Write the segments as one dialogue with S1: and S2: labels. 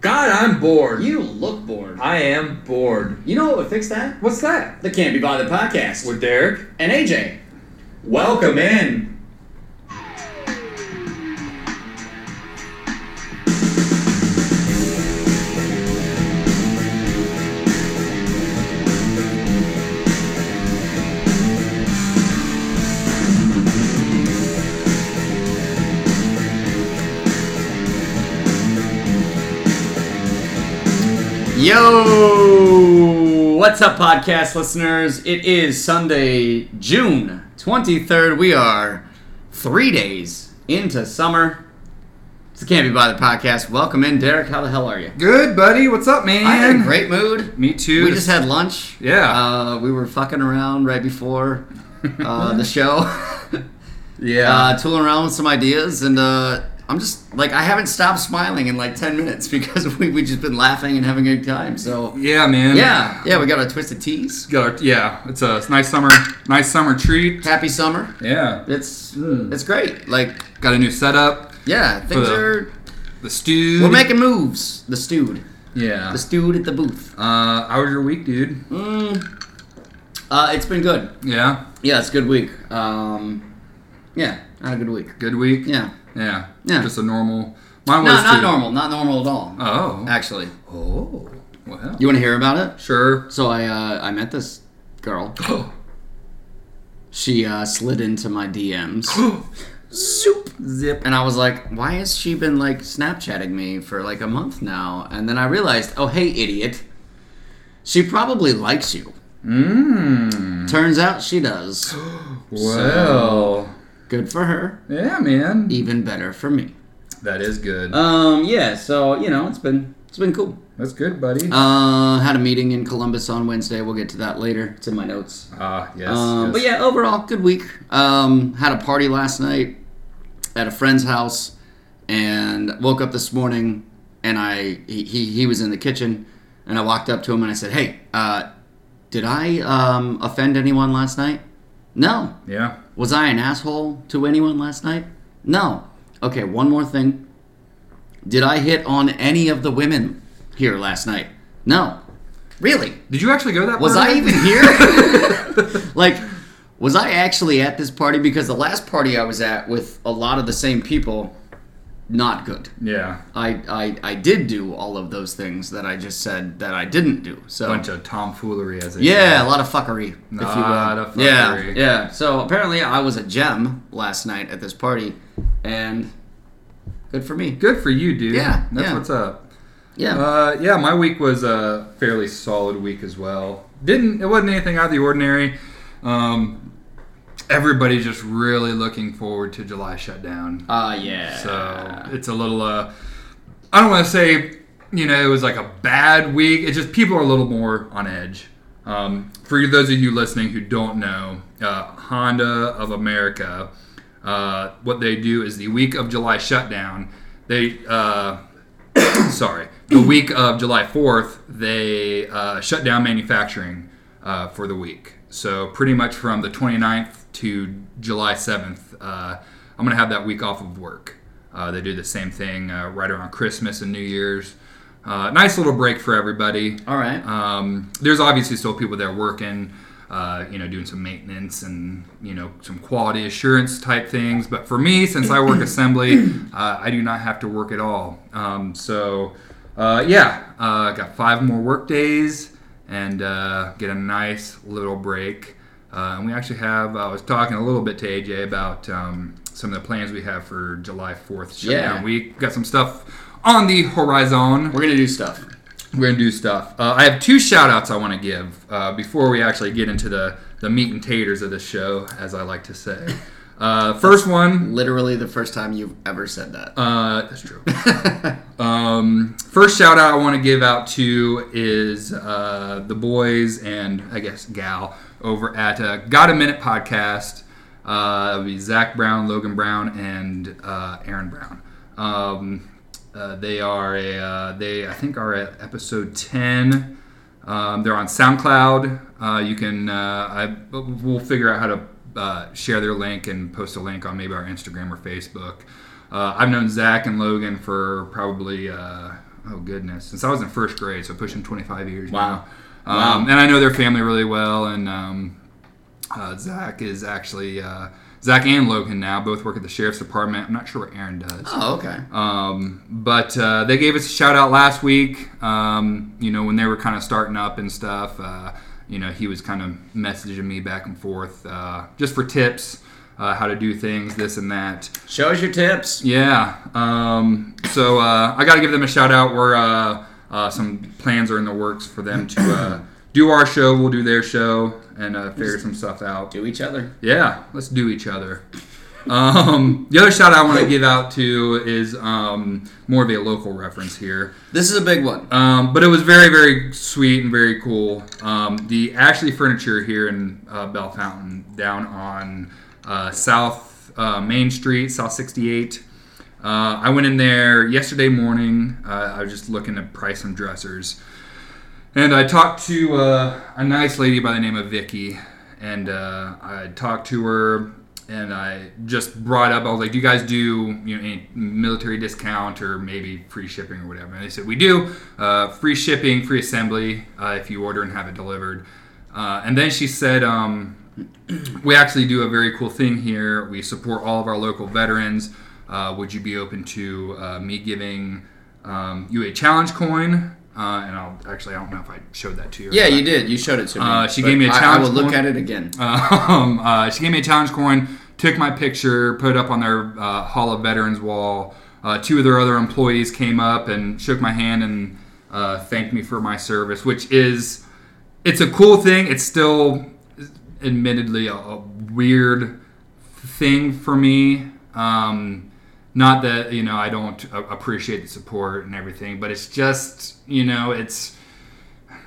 S1: God, I'm bored.
S2: You look bored.
S1: I am bored.
S2: You know what would fix that?
S1: What's that?
S2: The Can't Be Bothered podcast
S1: With Derek?
S2: and AJ.
S1: Welcome in.
S2: Yo, what's up, podcast listeners? It is Sunday, June 23rd. We are three days into summer. It's the Can't Be Bothered podcast. Welcome in, Derek. How the hell are you?
S1: Good, buddy. What's up, man?
S2: I'm in a great mood.
S1: Me too.
S2: We just had lunch.
S1: Yeah.
S2: Uh, we were fucking around right before uh, the show,
S1: yeah.
S2: uh, tooling around with some ideas, and uh, I'm just like I haven't stopped smiling in like ten minutes because we we just been laughing and having a good time. So
S1: yeah, man.
S2: yeah, yeah, we got our twisted teas.
S1: Got our- yeah. It's a nice summer, nice summer treat.
S2: Happy summer.
S1: Yeah.
S2: It's
S1: Mm.
S2: it's great. Like
S1: Got a new setup.
S2: yeah, things
S1: the-
S2: are.
S1: The stew.
S2: We're making moves. The stewed.
S1: Yeah.
S2: The stewed at the booth.
S1: Uh, how was your week, dude?
S2: Mm. Uh, it's been good.
S1: Yeah.
S2: Yeah, it's a good week. Um, yeah, I had a good week.
S1: Good week.
S2: Yeah.
S1: Yeah.
S2: Yeah.
S1: Just a normal. Mine
S2: No,
S1: was
S2: not
S1: too.
S2: normal. Not normal at all.
S1: Oh.
S2: Actually,
S1: Oh. Well.
S2: you want to hear about it?
S1: Sure.
S2: So I uh, I met this girl. She uh, slid into my DMs,
S1: Soup. Zip.
S2: and I was like, "Why has she been like Snapchatting me for like a month now?" And then I realized, "Oh, hey, idiot! She probably likes you."
S1: Mmm.
S2: Turns out she does.
S1: Well.
S2: Good for her.
S1: Yeah, man.
S2: Even better for me.
S1: That is good.
S2: Um, yeah. So you know, it's been it's been cool.
S1: That's good, buddy.
S2: Uh, had a meeting in Columbus on Wednesday. We'll get to that later. It's in my notes.
S1: Ah, yes.
S2: Um,
S1: yes.
S2: But yeah, overall, good week. Um, had a party last night at a friend's house, and woke up this morning, and I he, he, he was in the kitchen, and I walked up to him and I said, "Hey, uh, did I um, offend anyone last night? No.
S1: Yeah.
S2: Was I an asshole to anyone last night? No. Okay, one more thing. Did I hit on any of the women here last night? No. Really?
S1: Did you actually go to that?
S2: Was I
S1: party?
S2: even here? like, was I actually at this party? Because the last party I was at with a lot of the same people, not good.
S1: yeah.
S2: I, I, I did do all of those things that I just said that I didn't do. So
S1: Bunch of tomfoolery as it.
S2: yeah, a lot of fuckery. if you will.
S1: Lot of fuckery.
S2: Yeah, yeah. So apparently, I was a gem last night at this party, and good for me.
S1: Good for you, dude.
S2: Yeah,
S1: That's
S2: yeah.
S1: what's up.
S2: Yeah.
S1: Uh, yeah, my week was a fairly solid week as well. Didn't it wasn't anything out of the ordinary. Um, everybody's just really looking forward to July shutdown.
S2: Ah, yeah.
S1: Uh, So it's a little. Uh, I don't want to say you know it was like a bad week. It's just people are a little more on edge. Um, for those of you listening who don't know, uh, Honda of America, uh, what they do is the week of July shutdown. They uh, sorry, the week of July 4th, they uh, shut down manufacturing uh, for the week. So pretty much from the 29th to July 7th, uh, I'm going to have that week off of work. Uh, they do the same thing uh, right around Christmas and New Year's. Uh, nice little break for everybody.
S2: all right.
S1: Um, there's obviously still people there working, uh, you know, doing some maintenance and you know some quality assurance type things. But for me, since I work assembly, uh, I do not have to work at all. Um, so uh, yeah, uh, got five more work days and uh, get a nice little break. Uh, and we actually have. I was talking a little bit to AJ about um, some of the plans we have for July Fourth shutdown
S2: Yeah.
S1: week. Got some stuff on the horizon
S2: We're gonna do stuff.
S1: we're gonna do stuff. Uh, I have two shout outs I want to give uh, before we actually get into the the meat and taters of the show, as I like to say. Uh, first one,
S2: Literally the first time you've ever said that.
S1: uh, that's true. um, first shout out I want to give out to is uh, the boys and I guess gal over at uh, Got a Minute podcast. Uh, it'll be Zach Brown, Logan Brown, and uh, Aaron Brown. Um, uh, they are a uh, they I think are at episode ten. Um, they're on SoundCloud. Uh, you can uh, I we'll figure out how to uh, share their link and post a link on maybe our Instagram or Facebook. Uh, I've known Zach and Logan for probably uh, oh goodness, since I was in first grade, so pushing 25 years.
S2: Wow.
S1: now.
S2: Wow.
S1: Um, And I know their family really well, and um, uh, Zach is actually uh, Zach and Logan now both work at the sheriff's department. I'm not sure what Aaron does.
S2: Oh, okay.
S1: Um, but uh, they gave us a shout out last week. Um, you know, when they were kind of starting up and stuff. Uh, you know, he was kind of messaging me back and forth uh, just for tips, uh, how to do things, this and that.
S2: Show us your tips.
S1: Yeah. Um, so uh, I got to give them a shout out. We're uh, uh, some plans are in the works for them to uh, do our show. We'll do their show and uh, figure some stuff out.
S2: Do each other.
S1: Yeah, let's do each other. Um, the other shout I want to give out to is um, more of a local reference here,
S2: This is a big one.
S1: um, but it was very, very sweet and very cool. Um, the Ashley Furniture here in uh, Bell Fountain, down on uh, South uh, Main Street, South 68. Uh, I went in there yesterday morning. Uh, I was just looking to price some dressers. And I talked to uh, a nice lady by the name of Vicky, and uh, I talked to her, and I just brought up, I was like, "Do you guys do you know any military discount or maybe free shipping or whatever?" And they said, "We do uh, free shipping, free assembly uh, if you order and have it delivered." Uh, and then she said, um, we actually do a very cool thing here. We support all of our local veterans. Uh, would you be open to uh, me giving um, you a challenge coin? Uh, and I'll actually, I don't know if I showed that to you. or
S2: Yeah,
S1: not.
S2: you did. You showed it to me.
S1: Uh, she
S2: But
S1: gave me a
S2: I- I,
S1: challenge
S2: will look
S1: one.
S2: at it again.
S1: Um, uh, she gave me a challenge coin, took my picture, put it up on their uh, Hall of Veterans wall. Uh, two of their other employees came up and shook my hand and uh, thanked me for my service, which is, it's a cool thing. It's still, admittedly, a, a weird thing for me. Um, not that you know I don't a- appreciate the support and everything, but it's just you know it's.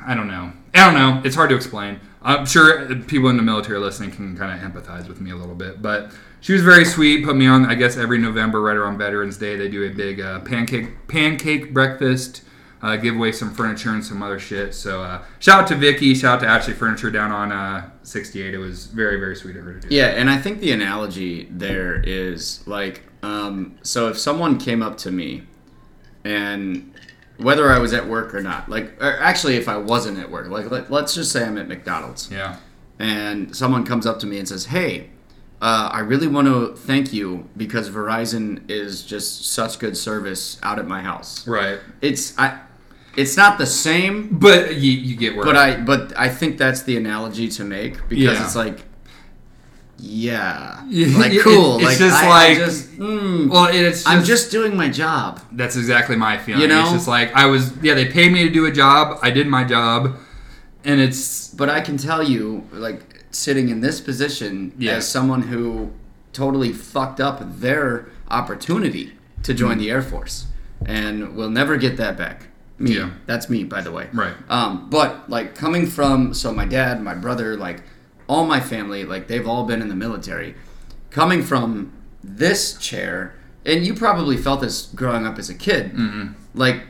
S1: I don't know. I don't know. It's hard to explain. I'm sure people in the military listening can kind of empathize with me a little bit, but she was very sweet. Put me on, I guess, every November, right around Veterans Day, they do a big uh, pancake pancake breakfast, uh, give away some furniture and some other shit. So uh, shout out to Vicky, shout out to Ashley Furniture down on uh, 68. It was very very sweet of her to do.
S2: Yeah, and I think the analogy there is like, um, so if someone came up to me, and whether I was at work or not, like, or actually if I wasn't at work, like let, let's just say I'm at McDonald's,
S1: Yeah.
S2: and someone comes up to me and says, "Hey, uh, I really want to thank you because Verizon is just such good service out at my house."
S1: Right.
S2: It's I, it's not the same,
S1: But you, you get where.
S2: but I but I think that's the analogy to make because
S1: Yeah.
S2: it's like, yeah,
S1: Yeah,
S2: like
S1: it-
S2: cool.
S1: it's
S2: like,
S1: just
S2: I, I
S1: like-
S2: just, mm,
S1: well, it's
S2: I'm just doing my job.
S1: That's exactly my feeling.
S2: You know?
S1: It's just like I was. Yeah, they paid me to do a job. I did my job, and it's
S2: But I can tell you, like sitting in this position
S1: Yeah.
S2: as someone who totally fucked up their opportunity to join
S1: Mm-hmm.
S2: the Air Force, and will never get that back. Me,
S1: Yeah.
S2: that's me, by the way.
S1: Right.
S2: Um, but like coming from so my dad, my brother, like all my family, like they've all been in the military. Coming from this chair, and you probably felt this growing up as a kid.
S1: Mm-hmm.
S2: Like,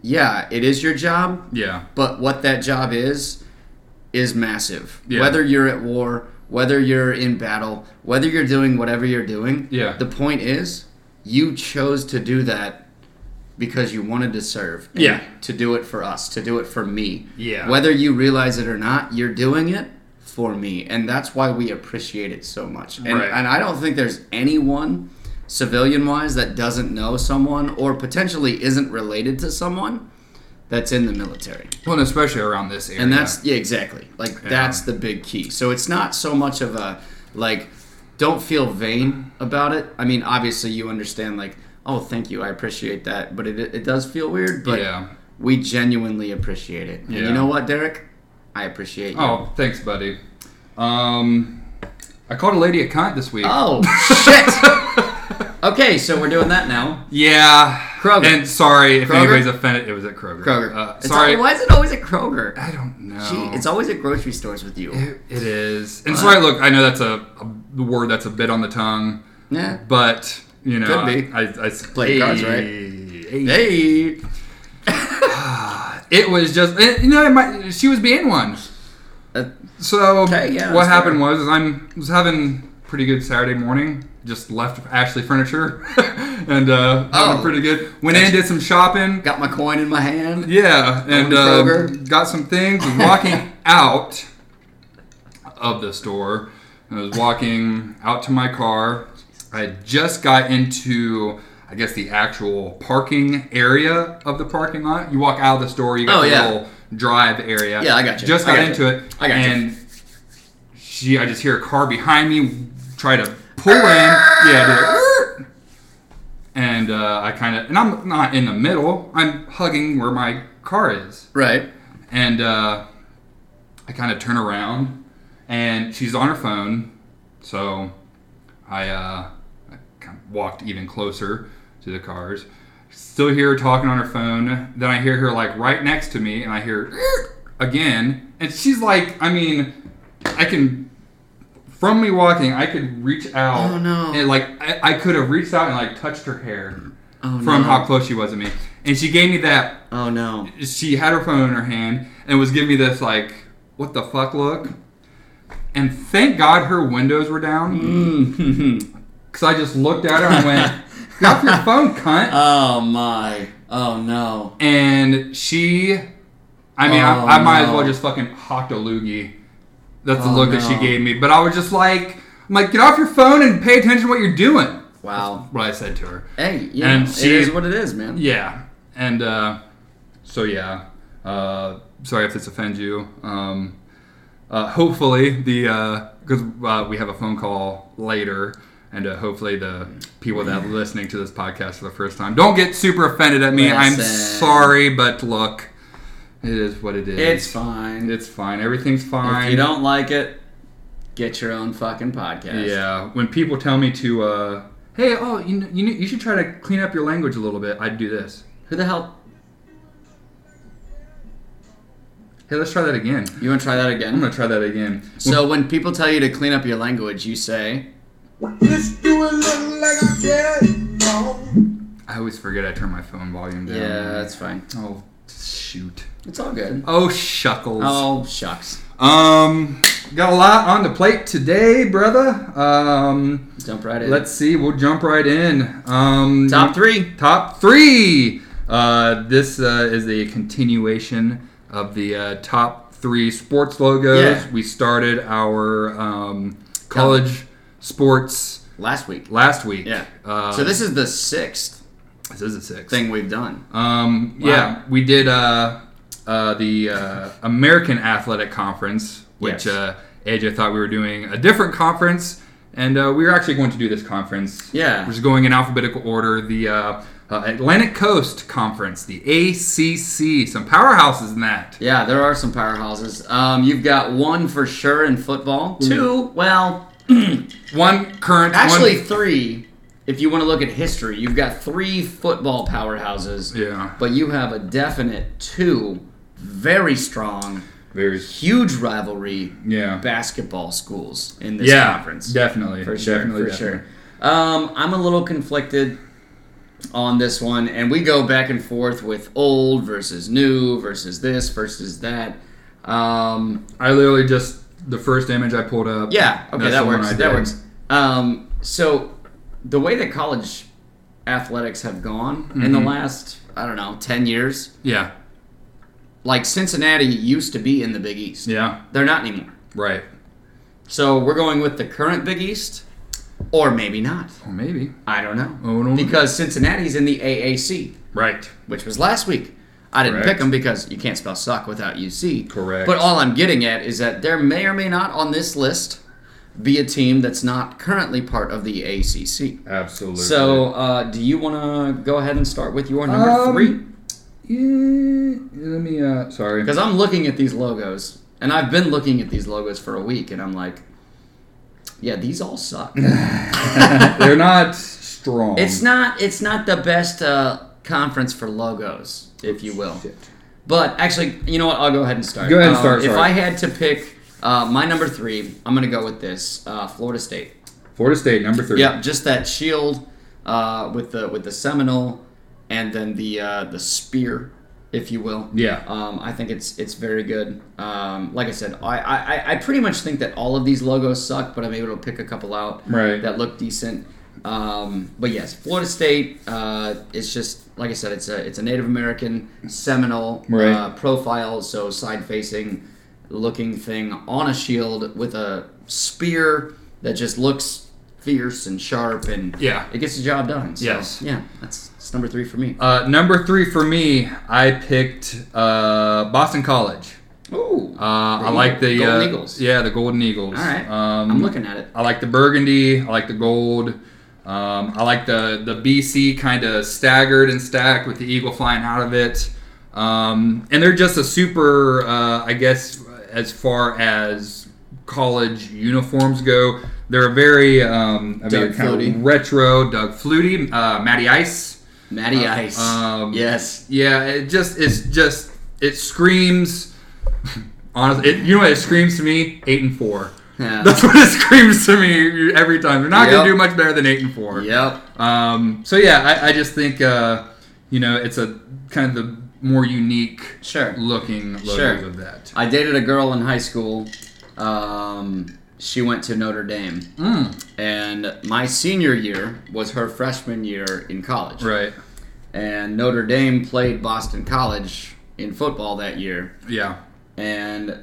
S2: yeah, it is your job,
S1: yeah,
S2: but what that job is is massive.
S1: Yeah.
S2: Whether you're at war, whether you're in battle, whether you're doing whatever you're doing,
S1: Yeah.
S2: the point is you chose to do that because you wanted to serve. and
S1: Yeah.
S2: To do it for us, to do it for me.
S1: Yeah.
S2: Whether you realize it or not, you're doing it for me. And that's why we appreciate it so much. And,
S1: Right.
S2: and I don't think there's anyone civilian wise that doesn't know someone or potentially isn't related to someone that's in the military.
S1: well, and especially around this area.
S2: And that's yeah, exactly. Like that's the big key. So it's not so much of a like don't feel vain about it. I mean, obviously you understand like, oh, thank you. I appreciate that, but it it does feel weird, but
S1: Yeah.
S2: we genuinely appreciate it. And
S1: Yeah.
S2: you know what, Derek? I appreciate you.
S1: oh, thanks, buddy. Um, I called a lady a cunt this week.
S2: Oh, shit. okay, so we're doing that now.
S1: yeah,
S2: Kroger.
S1: And sorry if
S2: Kroger?
S1: anybody's offended. It was at Kroger.
S2: Kroger.
S1: Uh,
S2: It's
S1: sorry,
S2: al- why is it always at Kroger?
S1: I don't know.
S2: Gee, it's always at grocery stores with you.
S1: it, it is. And sorry, look, I know that's a, a word that's a bit on the tongue,
S2: Yeah.
S1: but you know,
S2: Could be.
S1: I, I, I
S2: Play cards, right?
S1: Hey.
S2: Hey.
S1: It was just it, you know, it might, she was being one.
S2: Uh,
S1: So
S2: Okay, yeah,
S1: what
S2: that's
S1: happened
S2: fair.
S1: was I'm was having a pretty good Saturday morning. just left Ashley Furniture and uh,
S2: Oh.
S1: having pretty good. Went in, did some shopping.
S2: Got my coin in my hand.
S1: Yeah, and
S2: to
S1: uh,
S2: Kroger.
S1: got some things. And walking out of the store, I was walking out to my car. I just got into, I guess, the actual parking area of the parking lot. You walk out of the store, you got
S2: Oh,
S1: the
S2: yeah.
S1: little drive area.
S2: Yeah, I got you.
S1: Just
S2: I
S1: got
S2: got you.
S1: into it.
S2: I got you.
S1: and she, I just hear a car behind me try to pull in. Yeah, they're- and uh, I kind of, and I'm not in the middle. I'm hugging where my car is,
S2: Right.
S1: and uh, I kind of turn around, and she's on her phone. So I, uh, I kind of walked even closer to the cars. Still hear her talking on her phone. Then I hear her like right next to me, and I hear again, and she's like, I mean, I can. From me walking, I could reach out.
S2: Oh, no.
S1: And like I, I could have reached out and like touched her hair
S2: Oh,
S1: from
S2: no.
S1: how close she was to me. And she gave me that.
S2: Oh no.
S1: She had her phone in her hand and was giving me this like, what the fuck look. And thank God her windows were down
S2: Mm.
S1: because I just looked at her and went, "Get off your phone, cunt!"
S2: oh my. Oh no.
S1: And she, I mean,
S2: Oh,
S1: I, I might as
S2: no.
S1: well just fucking hocked a loogie. That's the
S2: Oh,
S1: look that she
S2: no.
S1: gave me. But I was just like, I'm like, get off your phone and pay attention to what you're doing.
S2: Wow.
S1: What I said to her.
S2: Hey, you
S1: And
S2: know,
S1: she-
S2: it is what it is, man.
S1: Yeah, and uh, so yeah. Uh, sorry if this offends you. Um, uh, hopefully the because uh, we have a phone call later, and uh, hopefully the people that are listening to this podcast for the first time don't get super offended at me. I'm
S2: Listen.
S1: sorry, but look, it is what it is.
S2: It's fine.
S1: It's fine. Everything's fine.
S2: If you don't like it, get your own fucking podcast.
S1: Yeah, when people tell me to, uh, hey, oh, you kn- you, kn- you should try to clean up your language a little bit. I'd do this.
S2: Who the hell?
S1: Hey, let's try that again.
S2: You want to try that
S1: I'm
S2: again?
S1: gonna try that again.
S2: So when people tell you to clean up your language, you say,
S3: Let's do a little like I get along.
S1: I always forget I turn my phone volume down.
S2: "Yeah, that's fine.
S1: Oh shoot.
S2: It's all good."
S1: Oh shuckles.
S2: Oh shucks.
S1: Um, got a lot on the plate today, brother. Um,
S2: Jump right in.
S1: let's see. We'll jump right in. Um,
S2: top three.
S1: Top three. Uh, this uh, is a continuation of the uh, top three sports logos.
S2: Yeah.
S1: We started our um, college sports
S2: Last week.
S1: last week.
S2: Yeah.
S1: Uh,
S2: so this is the sixth
S1: this is a six.
S2: thing we've done.
S1: Um,
S2: Wow.
S1: Yeah, we did uh, uh, the uh, American Athletic Conference, which
S2: Yes.
S1: uh, AJ thought we were doing a different conference, and uh, we were actually going to do this conference.
S2: Yeah.
S1: Which is going in alphabetical order. The uh, uh, Atlantic Coast Conference, the ACC. Some powerhouses in that.
S2: Yeah, there are some powerhouses. Um, you've got one for sure in football. Two, well,
S1: One current.
S2: actually
S1: one-
S2: three. If you want to look at history, you've got three football powerhouses.
S1: yeah.
S2: But you have a definite two very strong,
S1: Very.
S2: huge rivalry
S1: Yeah.
S2: basketball schools in this
S1: Yeah.
S2: conference.
S1: Definitely.
S2: For sure.
S1: Definitely,
S2: for
S1: definitely.
S2: sure. Um, I'm a little conflicted on this one, and we go back and forth with old versus new versus this versus that. Um,
S1: I literally just the first image I pulled up.
S2: yeah. Okay,
S1: that's
S2: that
S1: the one
S2: works.
S1: I
S2: That
S1: did.
S2: works. Um, so the way that college athletics have gone in the
S1: Mm-hmm.
S2: last, I don't know, ten years,
S1: Yeah.
S2: like Cincinnati used to be in the Big East.
S1: Yeah.
S2: They're not anymore.
S1: Right.
S2: So we're going with the current Big East, or maybe not.
S1: Or maybe.
S2: I don't know.
S1: Oh, no.
S2: Because Cincinnati's in the AAC,
S1: Right.
S2: which was last week. I didn't pick
S1: Correct.
S2: them because you can't spell suck without UC.
S1: Correct.
S2: But all I'm getting at is that there may or may not on this list be a team that's not currently part of the ACC.
S1: Absolutely.
S2: So, uh, do you want to go ahead and start with your number
S1: Um,
S2: three?
S1: Yeah, let me. Uh, sorry.
S2: Because I'm looking at these logos, and I've been looking at these logos for a week, and I'm like, yeah, these all suck.
S1: They're not strong.
S2: It's not it's not the best uh, conference for logos, if you will.
S1: Shit.
S2: But actually, you know what? I'll go ahead and start.
S1: Go ahead and
S2: Um,
S1: start,
S2: if
S1: sorry.
S2: I had to pick uh, my number three, I'm gonna go with this uh, Florida State.
S1: Florida State number three.
S2: Yep, just that shield uh, with the with the Seminole, and then the uh, the spear if you will.
S1: Yeah.
S2: Um, I think it's it's very good. Um, like I said, I, I, I- I pretty much think that all of these logos suck, but I'm able to pick a couple out
S1: Right.
S2: that look decent. Um, but yes, Florida State. Uh, it's just like I said, it's a it's a Native American Seminole
S1: Right.
S2: uh, profile, so side facing looking thing on a shield with a spear that just looks fierce and sharp and
S1: Yeah.
S2: it gets the job done. So,
S1: Yes.
S2: yeah, that's, that's number three for me.
S1: Uh, number three for me, I picked uh, Boston College.
S2: Oh,
S1: Uh, I like the
S2: Golden
S1: uh,
S2: Eagles.
S1: Yeah, the Golden Eagles.
S2: All right.
S1: Um,
S2: I'm looking at it.
S1: I like the burgundy. I like the gold. Um, I like the the BC kind of staggered and stacked with the eagle flying out of it. Um, and they're just a super, uh, I guess, as far as college uniforms go, they're a very um, I
S4: Doug
S1: mean, kind
S4: Flutie.
S1: of retro. Doug Flutie, uh, Matty Ice.
S2: Matty
S1: Uh,
S2: Ice.
S1: um,
S2: yes.
S1: Yeah, it just it's just it screams. Honestly, it, you know what it screams to me? Eight and four.
S2: Yeah.
S1: That's what it screams to me every time. They're not
S4: Yep.
S1: gonna do much better than eight and four.
S4: Yep.
S1: Um, so yeah, I, I just think uh, you know it's a kind of the more unique
S2: Sure.
S1: looking logos
S2: Sure.
S1: of that.
S2: I dated a girl in high school. Um, she went to Notre Dame,
S1: Mm,
S2: and my senior year was her freshman year in college.
S1: right.
S2: And Notre Dame played Boston College in football that year,
S1: Yeah.
S2: and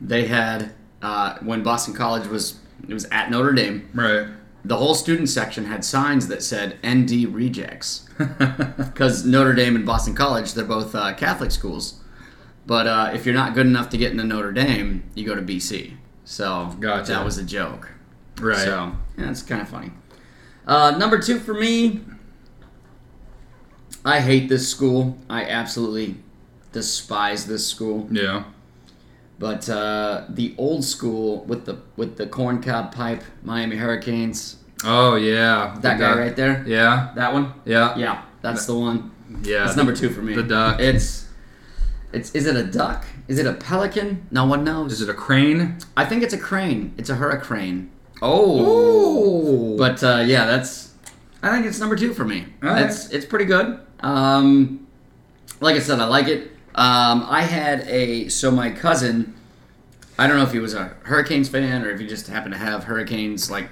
S2: they had uh, when Boston College was it was at Notre Dame.
S1: Right.
S2: The whole student section had signs that said "ND rejects." because Notre Dame and Boston College, they're both uh, Catholic schools. But uh, if you're not good enough to get into Notre Dame, you go to BC. So
S1: Gotcha.
S2: that was a joke.
S1: right.
S2: So yeah, it's kind of funny. Uh, number two for me, I hate this school. I absolutely despise this school.
S1: Yeah.
S2: But uh, the old school with the with the corncob pipe, Miami Hurricanes,
S1: Oh yeah.
S2: that
S1: The
S2: guy
S1: duck.
S2: right there,
S1: Yeah.
S2: that one.
S1: Yeah.
S2: Yeah, that's the one.
S1: Yeah.
S2: That's number two for me.
S1: The duck.
S2: It's it's is it a duck? Is it a pelican? No one knows.
S1: Is it a crane?
S2: I think it's a crane. It's a hurricane.
S1: Oh.
S2: But uh, yeah, that's I think it's number two for me.
S1: All right.
S2: It's it's pretty good. Um, like I said, I like it. Um, I had a so my cousin. I don't know if he was a Hurricanes fan or if he just happened to have Hurricanes like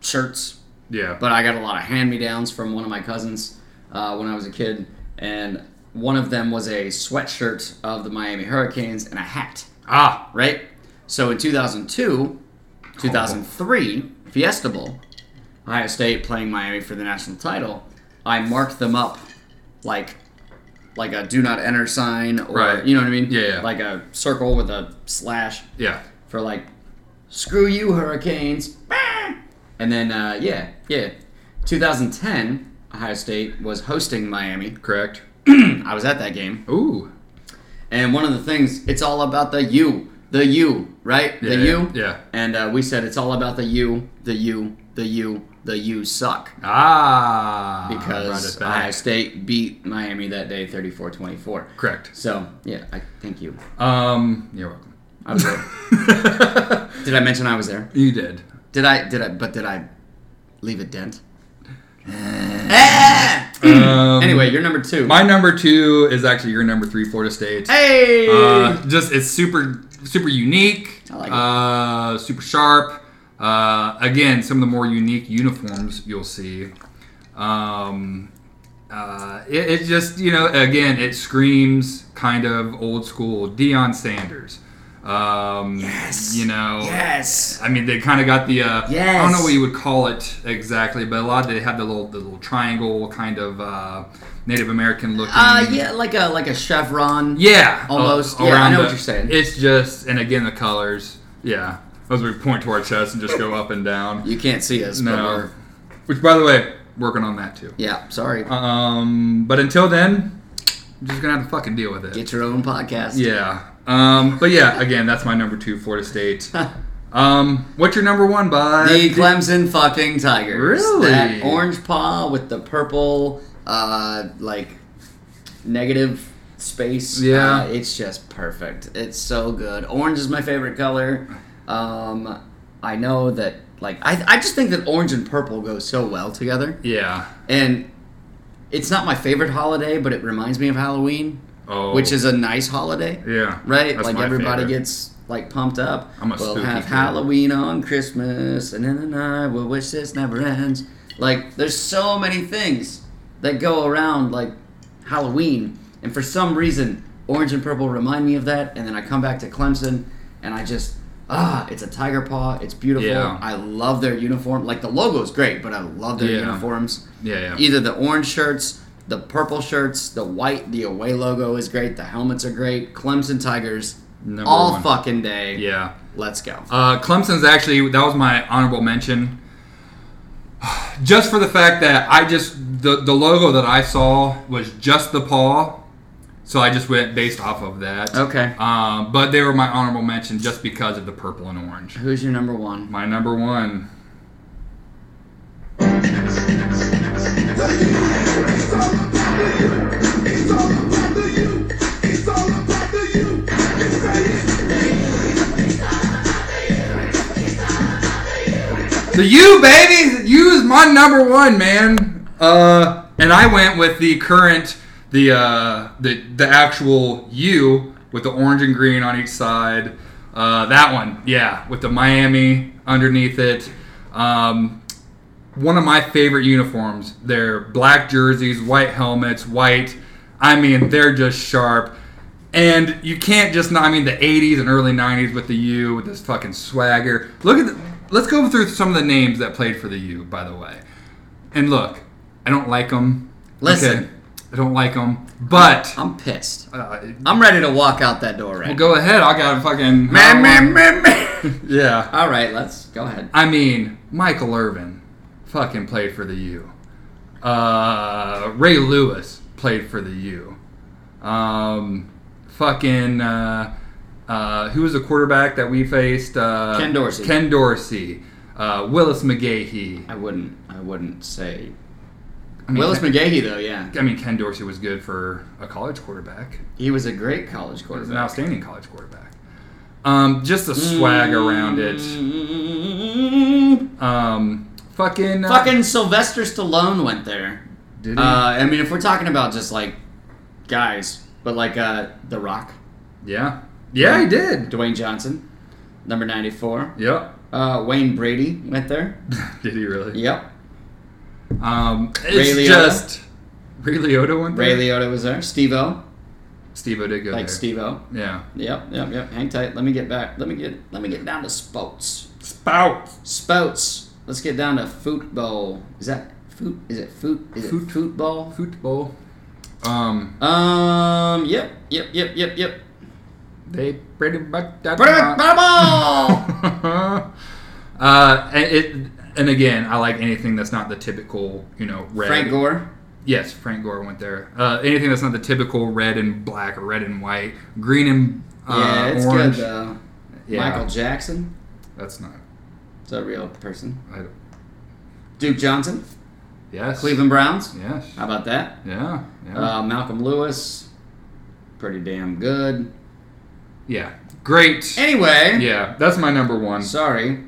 S2: shirts
S1: yeah.
S2: but I got a lot of hand me downs from one of my cousins uh, when I was a kid, and one of them was a sweatshirt of the Miami Hurricanes and a hat,
S1: ah.
S2: right? So in 2002, 2003, Fiesta Bowl, Ohio State playing Miami for the national title, I marked them up like like a do not enter sign or
S1: Right.
S2: you know what I mean?
S1: Yeah, yeah.
S2: Like a circle with a slash
S1: Yeah.
S2: for like screw you hurricanes and then uh, yeah yeah 2010 ohio state was hosting miami
S1: Correct.
S2: i was at that game
S1: Ooh.
S2: and one of the things it's all about the you the you right
S1: Yeah,
S2: the you
S1: yeah.
S2: and uh, we said it's all about the you the you the you the you suck
S1: Ah. brought
S2: because
S1: Uh, it
S2: ohio
S1: back.
S2: state beat miami that day 34-24
S1: Correct.
S2: so yeah i thank you
S1: Um. You're welcome.
S2: I was there. did i mention i was there
S1: You did.
S2: Did I? Did I? But did I leave a dent?
S1: Eh.
S2: Eh!
S1: Um,
S2: Anyway, you're number two.
S1: My number two is actually your number three, Florida State.
S2: hey.
S1: Uh, just it's super super unique.
S2: I like it.
S1: Uh, super sharp. Uh, again, some of the more unique uniforms you'll see. Um, uh, it, it just you know again it screams kind of old school Deion Sanders. Um,
S2: Yes.
S1: You know.
S2: yes.
S1: I mean, they kind of got the. Uh, I don't
S2: Yes.
S1: know what you would call it exactly, but a lot of they had the little, the little triangle kind of uh, Native American looking.
S2: Uh, yeah, like a like a chevron.
S1: Yeah,
S2: Almost.
S1: a-
S2: Yeah, I
S1: around
S2: know
S1: the-
S2: what you're saying.
S1: It's just, and again, the colors. Yeah, those we point to our chest and just go up and down.
S2: You can't see us. But
S1: No,
S2: we're,
S1: which by the way, working on that too.
S2: yeah. Sorry.
S1: Um, but until then, I'm just gonna have to fucking deal with it.
S2: Get your own podcast.
S1: Yeah. Um, but yeah, again, that's my number two, Florida State. um, what's your number one, bud?
S2: The Clemson fucking Tigers.
S1: Really?
S2: That orange paw with the purple, uh, like negative space.
S1: Yeah.
S2: Uh, it's just perfect. It's so good. Orange is my favorite color. Um, I know that, like, I, I just think that orange and purple go so well together.
S1: yeah.
S2: And it's not my favorite holiday, but it reminds me of Halloween,
S1: Oh,
S2: which is a nice holiday.
S1: yeah,
S2: Right?
S1: that's
S2: like
S1: my
S2: everybody
S1: favorite.
S2: gets like pumped up.
S1: I'm a
S2: we'll
S1: spooky
S2: have
S1: kid.
S2: Halloween on Christmas, and then and I will wish this never ends. Like there's so many things that go around like Halloween, and for some reason, orange and purple remind me of that. And then I come back to Clemson, and I just ah, it's a tiger paw. It's beautiful.
S1: Yeah.
S2: I love their uniform. Like the logo's great, but I love their
S1: Yeah.
S2: uniforms
S1: yeah, yeah.
S2: either the orange shirts, the purple shirts, the white, the away logo is great. The helmets are great. Clemson Tigers,
S1: Number
S2: all
S1: one.
S2: fucking day.
S1: yeah.
S2: let's go.
S1: Uh, Clemson's actually that was my honorable mention, just for the fact that I just the the logo that I saw was just the paw, so I just went based off of that.
S2: okay,
S1: Um, but they were my honorable mention just because of the purple and orange.
S2: who's your number one?
S1: My number one. The U, baby! U is my number one, man. Uh, and I went with the current, the uh, the the actual U with the orange and green on each side. Uh, that one, yeah, with the Miami underneath it. Um, one of my favorite uniforms. They're black jerseys, white helmets, white. I mean, they're just sharp. And you can't just not. I mean, the '80s and early '90s with the U with this fucking swagger. Look at. The, let's go through some of the names that played for the U, by the way. And look, I don't like them.
S2: Listen.
S1: I don't like them. But
S2: I'm pissed.
S1: uh,
S2: I'm ready to walk out that door right.
S1: well, go ahead. I got a fucking.
S2: now. Meh, meh, meh, meh.
S1: Yeah.
S2: all right, let's go ahead.
S1: I mean, Michael Irvin fucking played for the U. Uh, Ray Lewis played for the U. Um, fucking uh, uh, who was the quarterback that we faced? Uh,
S2: Ken Dorsey.
S1: Ken Dorsey. Uh, Willis McGahee.
S2: I wouldn't. I wouldn't say
S1: I mean,
S2: Willis
S1: Ken,
S2: McGahee though. Yeah,
S1: I mean, Ken Dorsey was good for a college quarterback.
S2: he was a great college
S1: He was an
S2: quarterback.
S1: outstanding college quarterback. Um, just the swag around
S2: Mm.
S1: it.
S2: it.
S1: Um, fucking. uh,
S2: Mm-hmm. Fucking Sylvester Stallone went there.
S1: Did he?
S2: Uh, I mean, if we're talking about just like guys, but like uh, The Rock,
S1: yeah. Yeah, he did.
S2: Dwayne Johnson, number 94.
S1: Yep.
S2: Uh, Wayne Brady went there.
S1: Did he really?
S2: Yep.
S1: Um,
S2: Ray
S1: it's
S2: Liotta?
S1: just Ray Liotta went
S2: Ray
S1: there.
S2: Liotta was there. Steve O.
S1: Steve O did go
S2: Like
S1: there.
S2: Steve O.
S1: Yeah.
S2: Yep, yep, yep. Hang tight. Let me get back. Let me get let me get down to sports.
S1: Spout.
S2: Sports. Let's get down to football. Is that foot? Is it foot? Is
S1: Foot.
S2: it football?
S1: Football. Um,
S2: Um. Yep. Yep. Yep. Yep. Yep.
S1: they pretty much.
S2: Football.
S1: uh, and it and again, I like anything that's not the typical, you know, red.
S2: Frank Gore.
S1: Yes, Frank Gore went there. Uh, anything that's not the typical red and black or red and white, green and uh,
S2: Yeah, it's
S1: orange.
S2: good though.
S1: Yeah,
S2: Michael Jackson.
S1: that's not.
S2: It's a real person.
S1: I, don't-
S2: Duke Johnson.
S1: yes.
S2: Cleveland Browns.
S1: Yes.
S2: How about that?
S1: Yeah. Yeah.
S2: Uh, Malcolm Lewis. Pretty damn good.
S1: yeah. Great.
S2: Anyway.
S1: Yeah, that's my number one.
S2: Sorry.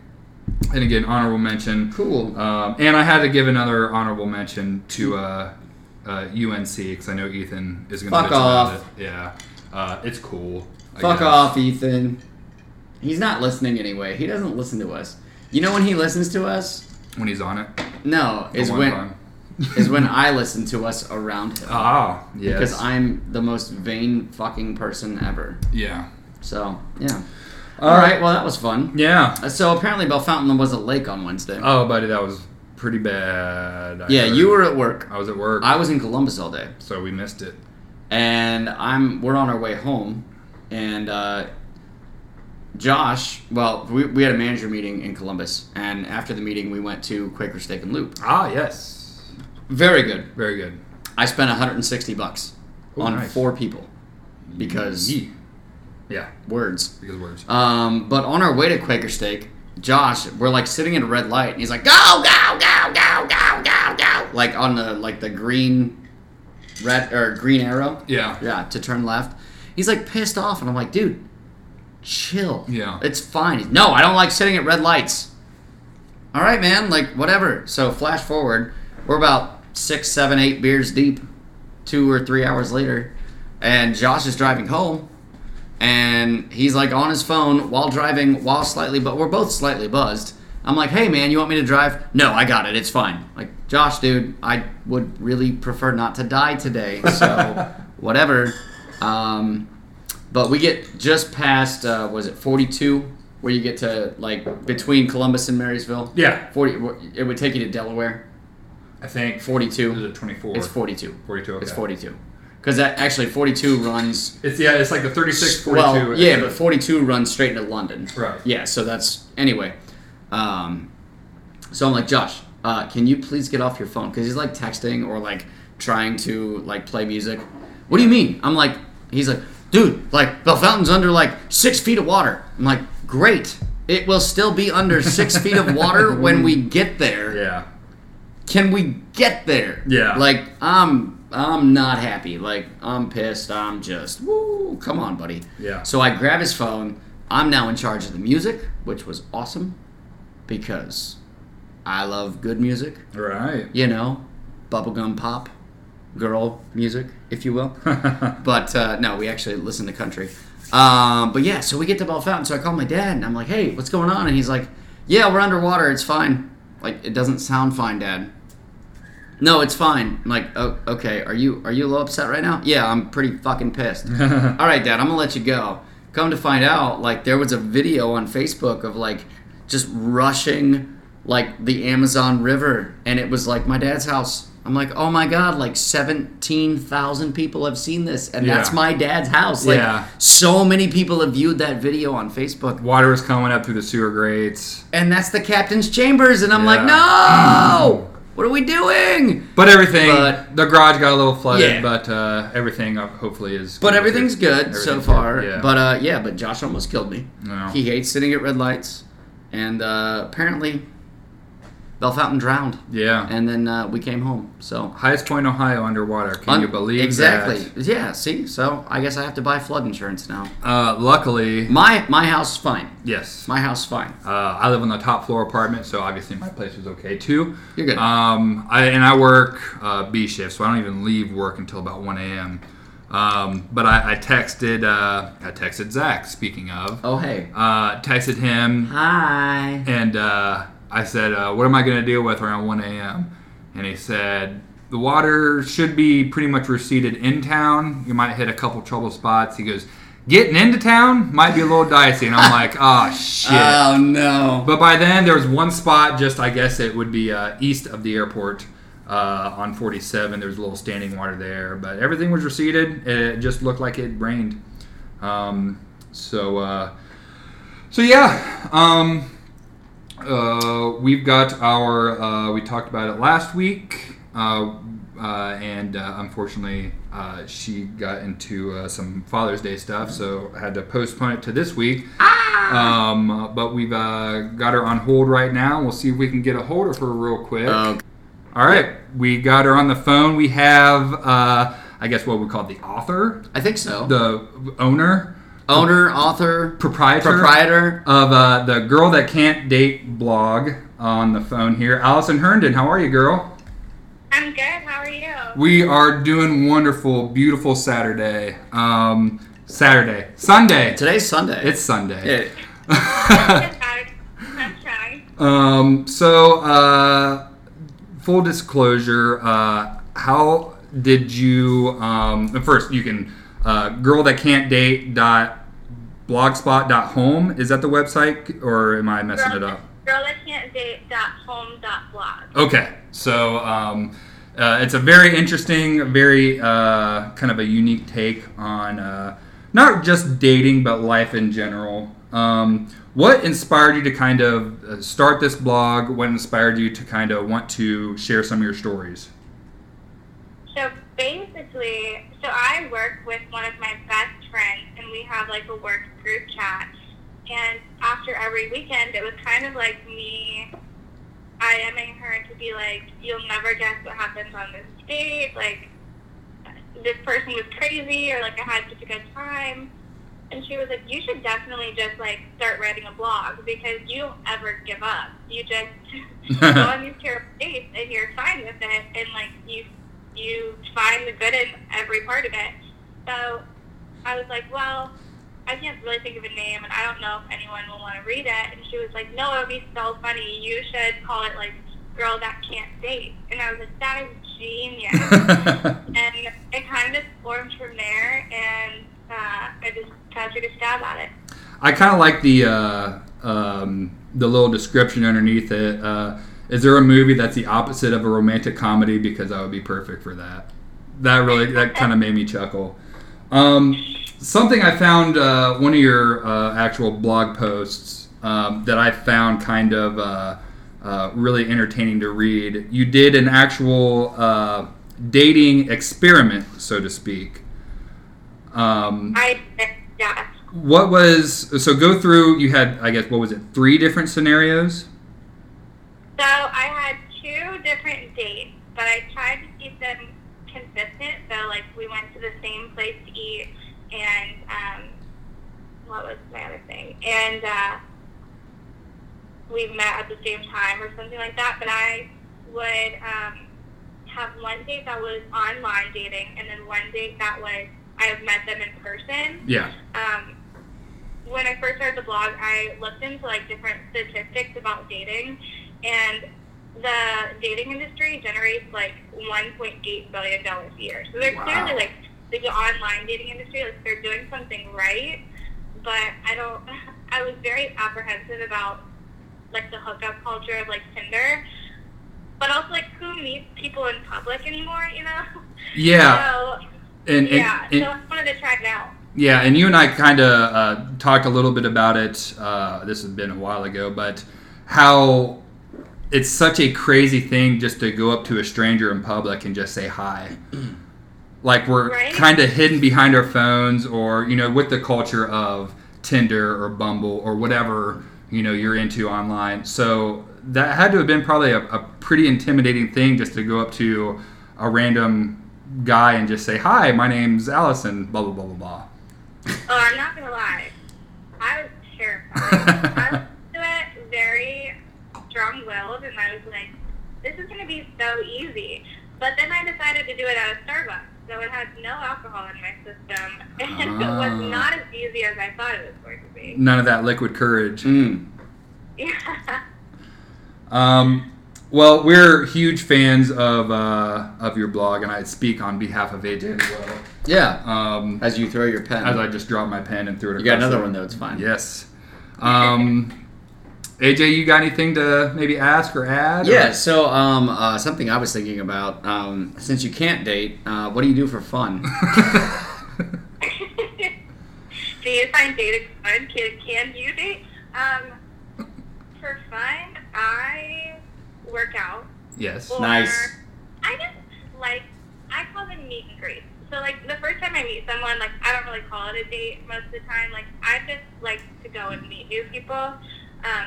S1: And again, honorable mention.
S2: Cool.
S1: Um, and I had to give another honorable mention to uh, uh, UNC because I know Ethan is going to
S2: Fuck
S1: bitch about
S2: off.
S1: it. Yeah, uh, it's cool. I
S2: Fuck
S1: guess.
S2: off, Ethan. He's not listening anyway. He doesn't listen to us. You know when he listens to us?
S1: when he's on it.
S2: No,
S1: the
S2: is
S1: one
S2: when
S1: time.
S2: is when I listen to us around him.
S1: ah yes
S2: Because I'm the most vain fucking person ever.
S1: yeah.
S2: So yeah. All right. Well, that was fun.
S1: Yeah.
S2: Uh, So apparently, Bell Fountain was a lake on Wednesday.
S1: Oh, buddy, that was pretty bad. I
S2: yeah,
S1: heard.
S2: you were at work.
S1: I was at work,
S2: I was in Columbus all day,
S1: so we missed it.
S2: and I'm we're on our way home, and uh, Josh. Well, we, we had a manager meeting in Columbus, and after the meeting, we went to Quaker Steak and Loop.
S1: Ah yes,
S2: Very good.
S1: very good.
S2: I spent 160 bucks
S1: Ooh,
S2: on
S1: nice.
S2: four people because
S1: Yee. Yeah,
S2: words.
S1: because words.
S2: Um, but on our way to Quaker Steak, Josh, we're like sitting in a red light, and he's like, "Go, go, go, go, go, go, go!" Like on the like the green, red or green arrow.
S1: yeah.
S2: Yeah, to turn left. He's like pissed off, and I'm like, "Dude, chill.
S1: Yeah.
S2: it's fine." He's, no, I don't like sitting at red lights. All right, man. Like whatever. So flash forward, we're about six, seven, eight beers deep, two or three hours later, and Josh is driving home, and he's like on his phone while driving, while slightly, but we're both slightly buzzed. I'm like, hey man, you want me to drive? No, I got it. It's fine. Like, Josh, dude, I would really prefer not to die today. So, whatever. Um, but we get just past uh, was it 42 where you get to like between Columbus and Marysville.
S1: Yeah.
S2: 40. It would take you to Delaware.
S1: I think
S2: 42.
S1: Is it 24?
S2: It's 42.
S1: 42. Okay.
S2: It's 42. Because that actually 42 runs.
S1: It's yeah. It's like the 36, 42.
S2: well,
S1: and
S2: yeah,
S1: then-
S2: but 42 runs straight into London.
S1: Right.
S2: Yeah. So that's anyway. Um, so I'm like Josh, uh, can you please get off your phone? Because he's like texting or like trying to like play music. What do you mean? I'm like, he's like, dude, like the fountain's under like six feet of water. I'm like, great. It will still be under six feet of water when we get there
S1: yeah.
S2: can we get there?
S1: Yeah.
S2: Like I'm I'm not happy. Like I'm pissed. I'm just woo. Come on, buddy.
S1: Yeah.
S2: So I grab his phone. I'm now in charge of the music, which was awesome because I love good music.
S1: Right.
S2: You know, bubblegum pop, girl music, if you will. but uh, no, we actually listen to country. Um, but yeah, so we get to Bell Fountain. So I call my dad and I'm like, hey, what's going on? And he's like, yeah, we're underwater. It's fine. Like, it doesn't sound fine, dad. No, it's fine. I'm like, oh, okay. Are you are you a little upset right now? Yeah, I'm pretty fucking pissed. All right, Dad, I'm gonna let you go. Come to find out, like there was a video on Facebook of like just rushing like the Amazon River, and it was like my dad's house. I'm like, oh my god, like seventeen thousand people have seen this, and that's
S1: Yeah.
S2: my dad's house. Like,
S1: Yeah.
S2: so many people have viewed that video on Facebook
S1: Water is coming up through the sewer grates.
S2: and that's the captain's chambers and i'm like
S1: Yeah.
S2: no what are we doing
S1: But everything,
S2: But-
S1: the garage got a little flooded,
S2: Yeah.
S1: but uh, everything uh, hopefully is.
S2: but everything's good so
S1: Everything's
S2: far
S1: Yeah.
S2: but uh yeah but josh almost killed me
S1: No.
S2: he hates sitting at red lights and uh apparently belfountain drowned
S1: yeah,
S2: and then uh, we came home so
S1: highest point in Ohio underwater. Can you
S2: Un-
S1: believe
S2: exactly
S1: that?
S2: yeah see so i guess i have to buy flood insurance now
S1: Uh, luckily,
S2: my my house is fine
S1: yes.
S2: my house is fine
S1: Uh, I live on the top floor apartment, so obviously my place was okay too.
S2: You're good.
S1: Um, I, and I work uh, B shift, so I don't even leave work until about 1 a.m. Um, but I, I texted, uh, I texted Zach. Speaking of,
S2: oh hey
S1: uh, texted him
S2: hi
S1: And uh, I said, uh, "What am I going to deal with around 1 a.m.?" And he said, "The water should be pretty much receded in town. You might hit a couple trouble spots." He goes, "Getting into town might be a little dicey," and I'm like, "Ah, shit."
S2: oh no
S1: but by then, there was one spot. Just I guess it would be uh, east of the airport. Uh, on 47, there was a little standing water there, but everything was receded. It just looked like it rained. Um, so, uh, so yeah, um, uh, we've got our. Uh, we talked about it last week, uh, uh, and uh, unfortunately, uh, she got into uh, some Father's Day stuff, so I had to postpone it to this week. Um, uh, but we've uh, got her on hold right now. We'll see if we can get a hold of her real quick.
S2: Oh,
S1: All right, we got her on the phone. We have, uh, I guess, what we call the author,
S2: i think so
S1: the owner,
S2: owner author
S1: proprietor,
S2: proprietor
S1: of uh, the Girl That Can't Date blog on the phone here. Allison Herndon, how are you, girl?
S5: I'm good. How are you?
S1: We are doing wonderful, beautiful Saturday. Um, Saturday. Sunday.
S2: Today's Sunday.
S1: It's Sunday.
S2: It-
S5: Good. How's- how's trying?
S1: um, so, uh, full disclosure, uh, how did you, um, first, you can, uh, girl that can't date dot blogspot.home is that the website or am i messing it up Oh.
S5: Girl that can't date dot home dot blog.
S1: Okay, so um, uh, it's a very interesting, very uh, kind of a unique take on uh, not just dating but life in general. Um, what inspired you to kind of uh, start this blog? What inspired you to kind of want to share some of your stories?
S5: So basically, so I work with one of my best friends, and we have like a work group chat. And after every weekend, it was kind of like me IMing her to be like, "You'll never guess what happens on this date." Like, this person was crazy, or like I had such a good time. And she was like, you should definitely just like start writing a blog because you don't ever give up. You just go on these terrible dates and you're fine with it, and like you you find the good in every part of it. So I was like, well, I can't really think of a name, and I don't know if anyone will want to read it. And she was like, no, it would be so funny. You should call it like Girl That Can't Date. And I was like, that is genius. and it kind of just formed from there, and uh, I just tried to take a stab at it.
S1: I kind of like the uh, um, the little description underneath it. Uh, is there a movie that's the opposite of a romantic comedy? Because I would be perfect for that. That really that kind of made me chuckle. Um, something I found uh, one of your uh, actual blog posts um, that I found kind of uh, uh, really entertaining to read. You did an actual uh, dating experiment, so to speak. Um,
S5: I yeah,
S1: what was so go through you had i guess what was it three different scenarios
S5: so I had two different dates, but I tried to keep them consistent. So like we went to the same place to eat, and um, what was my other thing? And uh, we met at the same time or something like that. But I would um, have one date that was online dating, and then one date that was I have met them in person
S1: yeah
S5: um, when I first started the blog, I looked into like different statistics about dating, and the dating industry generates like 1.8 billion dollars a year. So they're
S2: Wow.
S5: clearly like the online dating industry, like they're doing something right. But I don't. I was very apprehensive about like the hookup culture of like Tinder, but also like who meets people in public anymore, you know?
S1: yeah
S5: So
S1: and, and,
S5: yeah,
S1: and-
S5: so I wanted to try it out.
S1: yeah and you and i kind of uh, talked a little bit about it uh, this has been a while ago but how it's such a crazy thing just to go up to a stranger in public and just say hi like we're
S5: Right.
S1: kind of hidden behind our phones or you know with the culture of tinder or bumble or whatever you know you're into online so that had to have been probably a, a pretty intimidating thing just to go up to a random guy and just say hi my name's allison blah blah blah blah
S5: Oh, I'm not gonna lie. I was terrified. I
S1: blah
S5: was to it very strong-willed, and I was like, "This is gonna be so easy." But then I decided to do it at a Starbucks, so it had no alcohol in my system, and it
S1: Ah.
S5: was not as easy as I thought it was going to be.
S1: none of that liquid courage
S4: Mm.
S5: Yeah.
S1: Um, well, we're huge fans of uh, of your blog, and I speak on behalf of AJ as well.
S4: Yeah.
S1: Um,
S4: As you throw your pen.
S1: as I just dropped my pen and threw it.
S4: you got
S1: across
S4: another
S1: the-
S4: one though. It's fine.
S1: Yes. Um, AJ, you got anything to maybe ask or add? or-
S4: Yeah.
S2: Yeah.
S4: So, um, uh, something I was thinking about. Um, since you can't date, uh, what do you do for fun?
S5: do you find dating fun? Can, can you date? Um, for fun, I work out.
S1: yes.
S5: Or-
S4: Nice.
S5: I just like I call them meet and greets. So like the first time I meet someone, like I don't really call it a date most of the time. Like I just like to go and meet new people, um,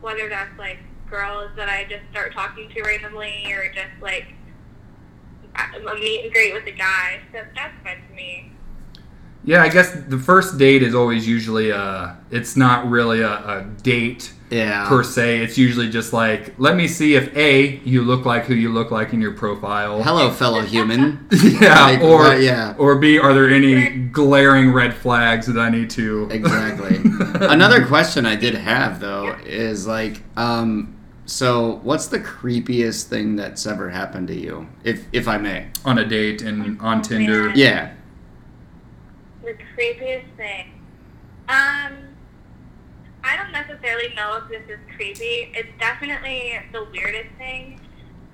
S5: whether that's like girls that I just start talking to randomly, or just like a a meet and greet with a guy. So that's fun to me.
S1: Yeah, I guess the first date is always usually a. It's not really a, a date
S4: Yeah.
S1: per se. It's usually just like, let me see if a you look like who you look like in your profile.
S4: Hello, fellow human.
S1: Yeah,
S4: Like,
S1: or
S4: what- yeah.
S1: or B, are there any glaring red flags that I need to?
S4: Exactly. Another question I did have though is like, um, so what's the creepiest thing that's ever happened to you, if if I may?
S1: on a date and on Tinder.
S4: Yeah.
S5: The creepiest thing. Um, I don't necessarily know if this is creepy. It's definitely the weirdest thing.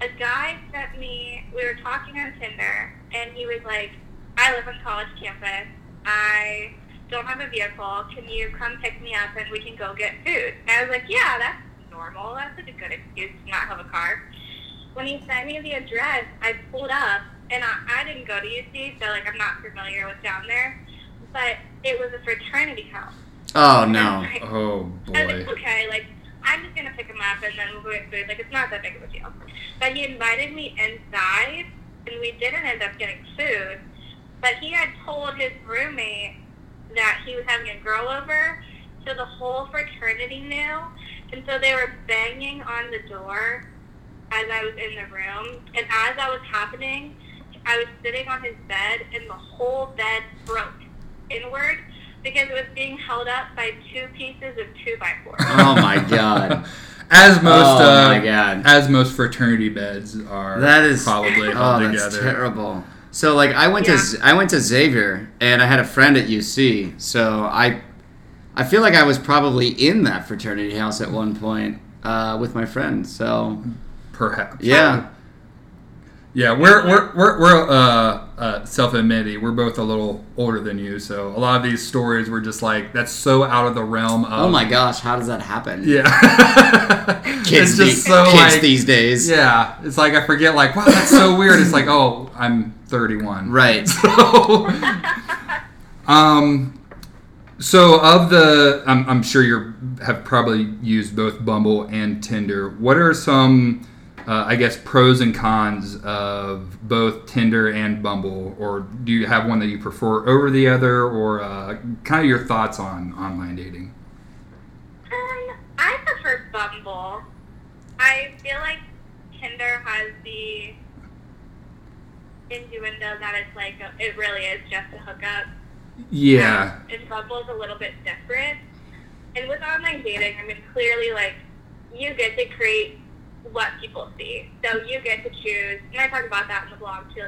S5: A guy sent me, we were talking on Tinder, and he was like, I live on college campus. I don't have a vehicle. Can you come pick me up and we can go get food? And I was like, yeah, that's normal. That's like a good excuse to not have a car. When he sent me the address, I pulled up, and I, I didn't go to UC, so like I'm not familiar with down there. But it was a fraternity house.
S4: Oh no.
S5: And I-
S1: Oh
S5: I was like,
S1: boy.
S5: okay, like I'm just gonna pick him up and then we'll go get food. Like it's not that big of a deal. But he invited me inside, and we didn't end up getting food. But he had told his roommate that he was having a girl over, so the whole fraternity knew, and so they were banging on the door as I was in the room, and as that was happening, I was sitting on his bed, and the whole bed broke inward because it was being held up by two pieces of two by four.
S4: Oh my god.
S1: As most,
S4: Oh
S1: uh,
S4: my God.
S1: as most fraternity beds are.
S4: That is-
S1: probably
S4: Oh,
S1: held
S4: that's
S1: together.
S4: terrible. So like I went
S5: Yeah.
S4: to Z- I went to Xavier and I had a friend at UC. So I I feel like I was probably in that fraternity house at one point uh, with my friend. So
S1: Perhaps.
S4: yeah.
S1: Yeah, we're we're we're, we're uh, uh, self admittedly we're both a little older than you, so a lot of these stories were just like that's so out of the realm of.
S4: Oh my gosh, how does that happen?
S1: Yeah.
S4: Kids,
S1: it's
S4: these-
S1: just so
S4: kids
S1: like.
S4: these days.
S1: yeah, it's like I forget. Like wow, that's so weird. It's like oh, I'm 31.
S4: Right.
S1: So, um, so of the, I'm, I'm sure you have probably used both Bumble and Tinder. What are some, uh, I guess, pros and cons of both Tinder and Bumble, or do you have one that you prefer over the other, or uh, kind of your thoughts on online dating?
S5: Um, I prefer Bumble. I feel like Tinder has the innuendo that it's like a, it really is just a hookup.
S1: Yeah,
S5: And Bumble's a little bit different. And with online dating, I mean, clearly, like, you get to create what people see. So you get to choose, and I talk about that in the blog too.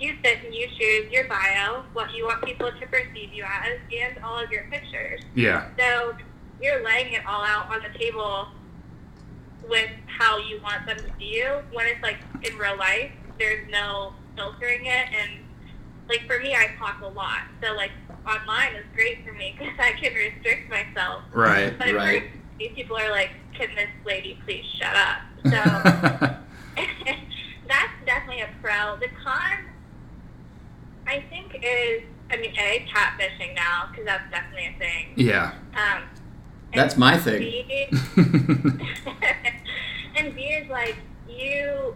S5: You sit and you choose your bio, what you want people to perceive you as, and all of your pictures.
S1: yeah,
S5: So you're laying it all out on the table with how you want them to see you. When it's like in real life, there's no filtering it. And like for me, I talk a lot. So like online is great for me because I can restrict myself.
S1: right.
S5: But
S4: Right.
S5: these people are like, can this lady please shut up? So that's definitely a pro. The con, I think, is I mean, a catfishing now because that's definitely a thing.
S1: yeah.
S5: Um,
S2: That's my thing.
S5: B, and B is like you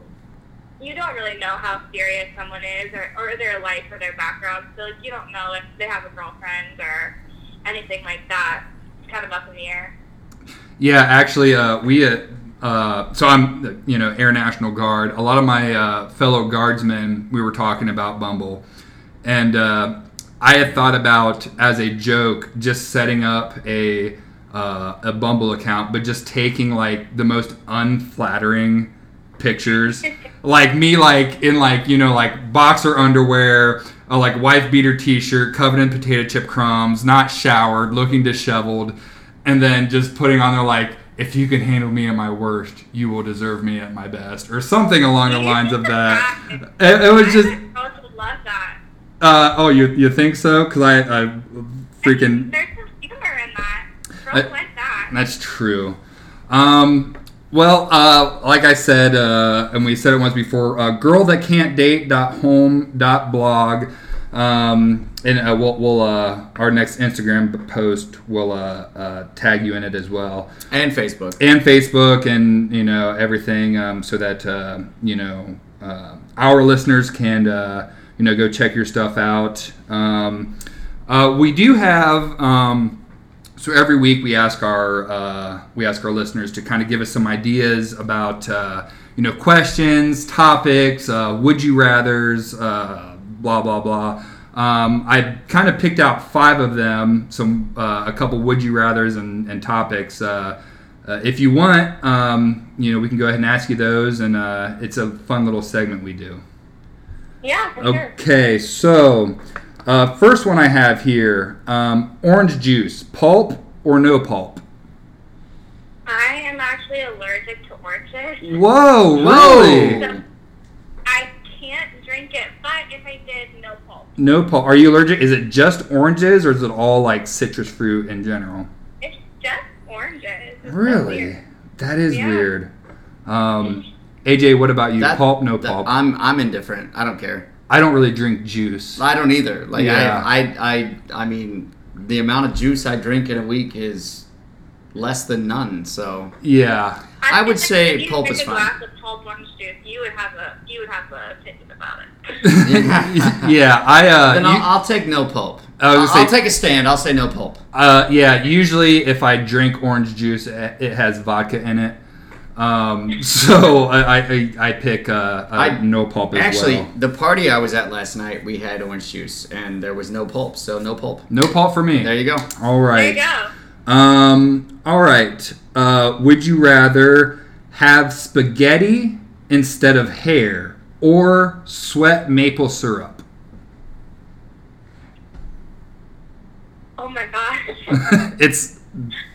S5: you don't really know how serious someone is or, or their life or their background. So like, you don't know if they have a girlfriend or anything like that. It's kind of up in the air.
S1: Yeah, actually, uh, we at uh, so I'm you know Air National Guard. A lot of my uh, fellow guardsmen, we were talking about Bumble, and uh, I had thought about as a joke just setting up a uh, a Bumble account, but just taking like the most unflattering pictures, like me like in like you know like boxer underwear. A like wife beater T-shirt covered in potato chip crumbs, not showered, looking disheveled, and then just putting on there like if you can handle me at my worst you will deserve me at my best or something along the lines of that it, it was just
S5: I would love that.
S1: uh, oh you, you think so because I, I freaking
S5: There's some humor in that.
S1: I-
S5: Girls like that.
S1: that's true um, well uh, like i said uh, and we said it once before uh, girl that can't date dot home dot blog um, and uh, we'll, we'll uh, our next instagram post will uh, uh, tag you in it as well
S2: And Facebook.
S1: and Facebook and you know everything, um, so that uh, you know uh, our listeners can uh, you know go check your stuff out. Um, uh, we do have um, so every week we ask our uh, we ask our listeners to kind of give us some ideas about uh, you know questions, topics, uh, would you rather's, uh, blah blah blah. Um, I kind of picked out five of them, some uh, a couple would you rather's and, and topics. Uh, uh, if you want, um, you know, we can go ahead and ask you those, and uh, it's a fun little segment we do.
S5: Yeah, for
S1: Oh.
S5: sure.
S1: Okay, so uh, first one I have here: um, orange juice, pulp or no pulp?
S5: I am actually allergic to oranges.
S1: Whoa, really?
S5: So I can't drink it, but if I did, no pulp.
S1: No pulp. Are you allergic? Is it just oranges, or is it all like citrus fruit in general?
S5: It's just oranges. It's so
S1: Really,
S5: weird.
S1: that is
S5: Yeah.
S1: weird. Um, AJ, what about you?
S2: That-
S1: pulp, no
S2: that-
S1: pulp. I,
S2: I'm I'm indifferent. I don't care.
S1: don't really drink juice.
S2: I don't either. Like
S1: Yeah.
S2: I, I I I mean the amount of juice I drink in a week is less than none. So
S1: Yeah,
S5: I,
S2: would
S5: think
S2: say
S5: if you
S2: pulp
S5: drink
S2: is
S5: a
S2: fine.
S5: glass of pulp orange juice, you would have a you would have a opinion about it.
S2: yeah.
S1: yeah. I uh,
S2: then
S1: you-
S2: I'll, I'll take no pulp.
S1: I was gonna
S2: I'll
S1: say,
S2: take a stand. I'll say no pulp.
S1: uh, yeah. Usually, if I drink orange juice, eh, it has vodka in it. Um, so I I, I- I pick uh, uh,
S2: I-
S1: no pulp as
S2: Actually,
S1: well.
S2: the party I was at last night, we had orange juice, and there was no pulp, so no pulp.
S1: No pulp for me.
S2: There you go.
S1: All
S5: There
S1: right.
S5: you go.
S1: Um. All right. Uh, would you rather have spaghetti instead of hair or sweat maple syrup?
S5: Oh my gosh.
S1: it's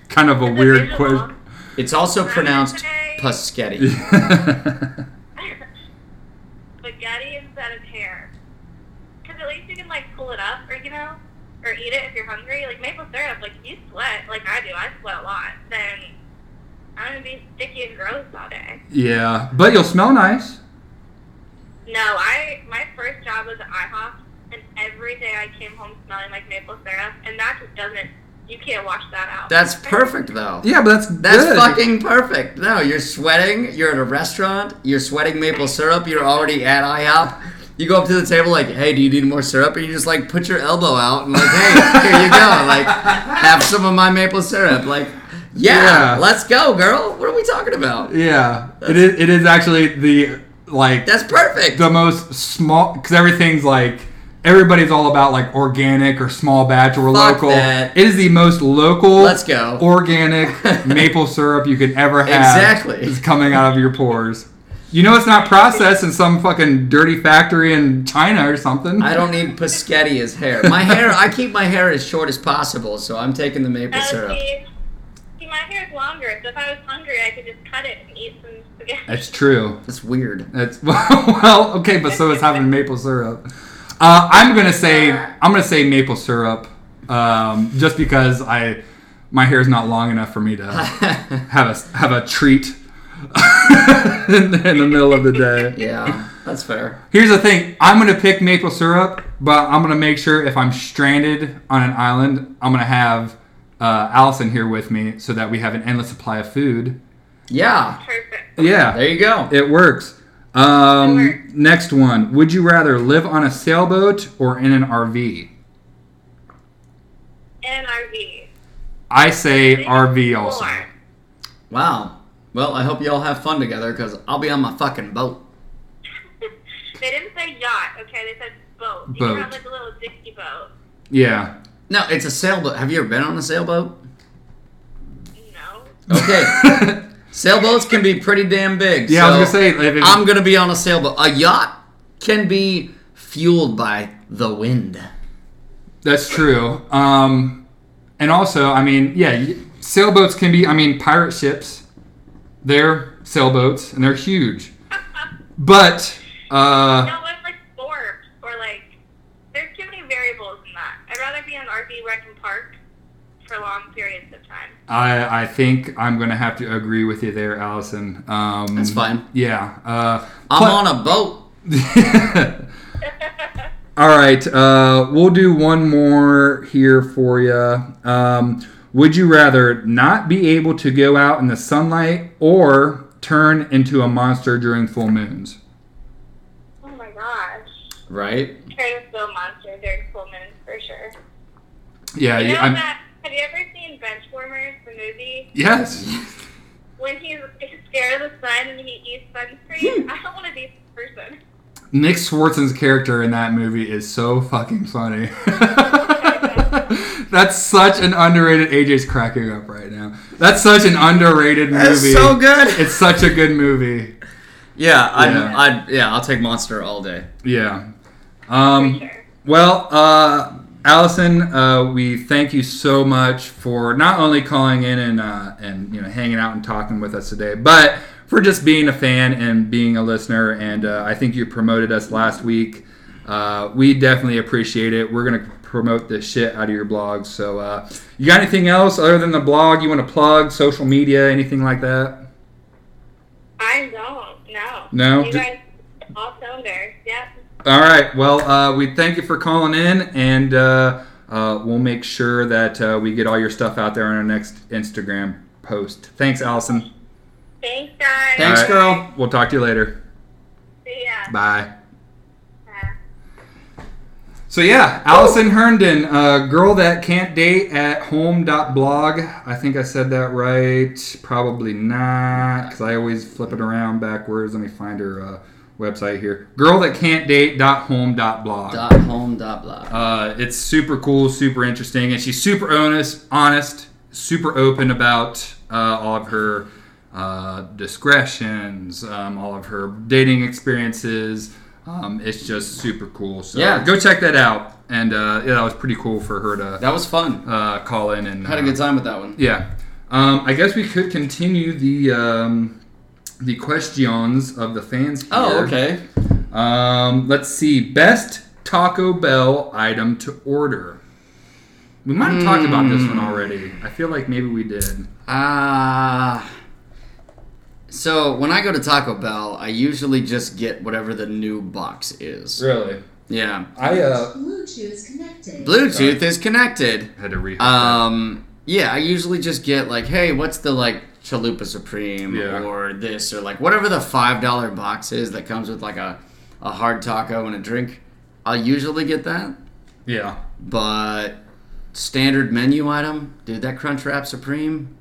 S1: kind of a
S5: It's
S1: weird
S5: visual.
S1: question.
S2: It's also pronounced
S5: say-
S2: paschetti.
S5: Spaghetti instead of hair. Because at least you can like pull it up, or you know, or eat it if you're hungry. Like maple syrup, like if you sweat, like I do, I sweat a lot. Then I'm gonna be sticky and gross all day.
S1: yeah, but you'll smell nice.
S5: No, I my first job was at IHOP, and every day I came home smelling like maple syrup, and that just doesn't. You can't wash that out.
S2: That's perfect, though.
S1: Yeah, but that's
S2: That's
S1: good.
S2: fucking perfect. No, you're sweating. You're at a restaurant. You're sweating maple syrup. You're already at IHOP. You go up to the table like, "Hey, do you need more syrup?" And you just like put your elbow out and like, "Hey, here you go. Like, have some of my maple syrup." Like, yeah,
S1: Yeah.
S2: let's go, girl. What are we talking about?
S1: Yeah, it is. It is actually the like
S2: That's perfect.
S1: the most small because everything's like everybody's all about like organic or small batch or
S2: Fuck
S1: local.
S2: that.
S1: It is the most local.
S2: Let's go.
S1: Organic maple syrup you could ever have.
S2: Exactly.
S1: is coming out of your pores. You know it's not processed in some fucking dirty factory in China or something.
S2: I don't need Paschetti as hair. My hair, I keep my hair as short as possible, so I'm taking the maple
S5: Oh,
S2: syrup.
S5: see, see, my hair is longer, so if I was hungry, I could just cut it and eat some spaghetti.
S1: That's true.
S2: That's weird.
S1: That's well, okay, but so is having maple syrup. Uh, I'm gonna say I'm gonna say maple syrup, um, just because I my hair is not long enough for me to have a have a treat in, the- in the middle of the day.
S2: Yeah, that's fair.
S1: Here's the thing: I'm gonna pick maple syrup, but I'm gonna make sure if I'm stranded on an island, I'm gonna have uh, Allison here with me so that we have an endless supply of food.
S2: Yeah,
S5: Perfect.
S1: Yeah,
S2: there you go.
S1: it works. Um,
S5: It works.
S1: Next one. Would you rather live on a sailboat or in an RV?
S5: And RV.
S1: I say RV also.
S5: Or-
S2: Wow. Well, I hope y'all have fun together because I'll be on my fucking boat.
S5: They didn't say yacht, okay? They said boat. You
S1: Boat.
S5: have like a little dicky boat.
S1: Yeah.
S2: No, it's a sailboat. Have you ever been on a sailboat?
S5: No.
S2: Okay.
S1: yeah,
S2: Sailboats can be pretty damn big.
S1: I was
S2: so
S1: gonna say. If, if-
S2: I'm going to be on a sailboat. A yacht can be fueled by the wind.
S1: that's true. Um, and also, I mean, yeah, y- sailboats can be. I mean, pirate ships. They're sailboats and they're huge. But uh,
S5: No, it's like Forbes or like. There's too many variables in that. I'd rather be in an RV where I can park for long periods of time.
S1: I, I think I'm gonna have to agree with you there, Allison. Um,
S2: That's fine.
S1: Yeah. Uh,
S2: I'm
S1: but-
S2: on a boat.
S1: All right, uh, we'll do one more here for you. Um, would you rather not be able to go out in the sunlight or turn into a monster during full moons?
S5: Oh my gosh.
S2: Right?
S5: Turn into a monster during full moon for sure.
S1: Yeah,
S5: You know
S1: yeah I'm-
S5: that? Have you ever seen Benchwarmers, the movie?
S1: yes.
S5: When he's scared of the sun and he eats
S1: Hmm.
S5: sunscreen? I don't want to be this person.
S1: Nick Swartzen's character in that movie is so fucking funny. That's such an underrated. AJ's cracking up right now. That's such an underrated movie.
S2: That's so good.
S1: It's such a good movie.
S2: yeah, I'd,
S1: Yeah.
S2: I'd, yeah, I'll take Monster all day.
S1: Yeah. Um,
S5: Sure.
S1: Well, uh, Allison, uh, we thank you so much for not only calling in and uh, and you know hanging out and talking with us today, but for just being a fan and being a listener. And uh, I think you promoted us last week. Uh, we definitely appreciate it. We're gonna promote the shit out of your blog. So, uh, you got anything else other than the blog you want to plug? Social media, anything like that?
S5: I don't. No.
S1: No?
S5: You
S1: Ju-
S5: guys, all cylinders. Yep.
S1: All right. Well, uh, we thank you for calling in, and uh, uh, we'll make sure that uh, we get all your stuff out there on our next Instagram post. Thanks, Allison.
S5: Thanks, guys.
S2: Thanks,
S1: All right.
S2: girl.
S1: We'll talk to you later.
S5: See ya.
S1: Bye.
S5: Bye.
S1: So yeah, Allison Herndon, uh, girl that can't date at home.blog. I think I said that right. Probably not, because I always flip it around backwards. Let me find her uh, website here. Girl that can't date dot home dot blog.
S2: Dot home. Dot blah.
S1: Uh, it's super cool, super interesting, and she's super honest, honest, super open about uh, all of her uh, discretions, um, all of her dating experiences. Um, it's just super cool. So
S2: Yeah.
S1: go check that out. And uh, yeah, that was pretty cool for her to
S2: That was fun.
S1: uh, call in and
S2: Had a
S1: uh,
S2: good time with that one.
S1: yeah. Um, I guess we could continue the um, the questions of the fans. Here.
S2: Oh, okay.
S1: Um, let's see. Best Taco Bell item to order. We might have talked about this one already. I feel like maybe we did.
S2: Ah. so when I go to Taco Bell, I usually just get whatever the new box is.
S1: Really?
S2: Yeah.
S1: I uh,
S6: Bluetooth connected.
S2: Bluetooth is connected.
S1: had to read.
S2: Um, yeah, I usually just get like, hey, what's the like chalupa supreme
S1: Yeah.
S2: or this or like whatever the five dollar box is that comes with like a a hard taco and a drink. I'll usually get that,
S1: yeah.
S2: but standard menu item, dude, that crunch wrap supreme,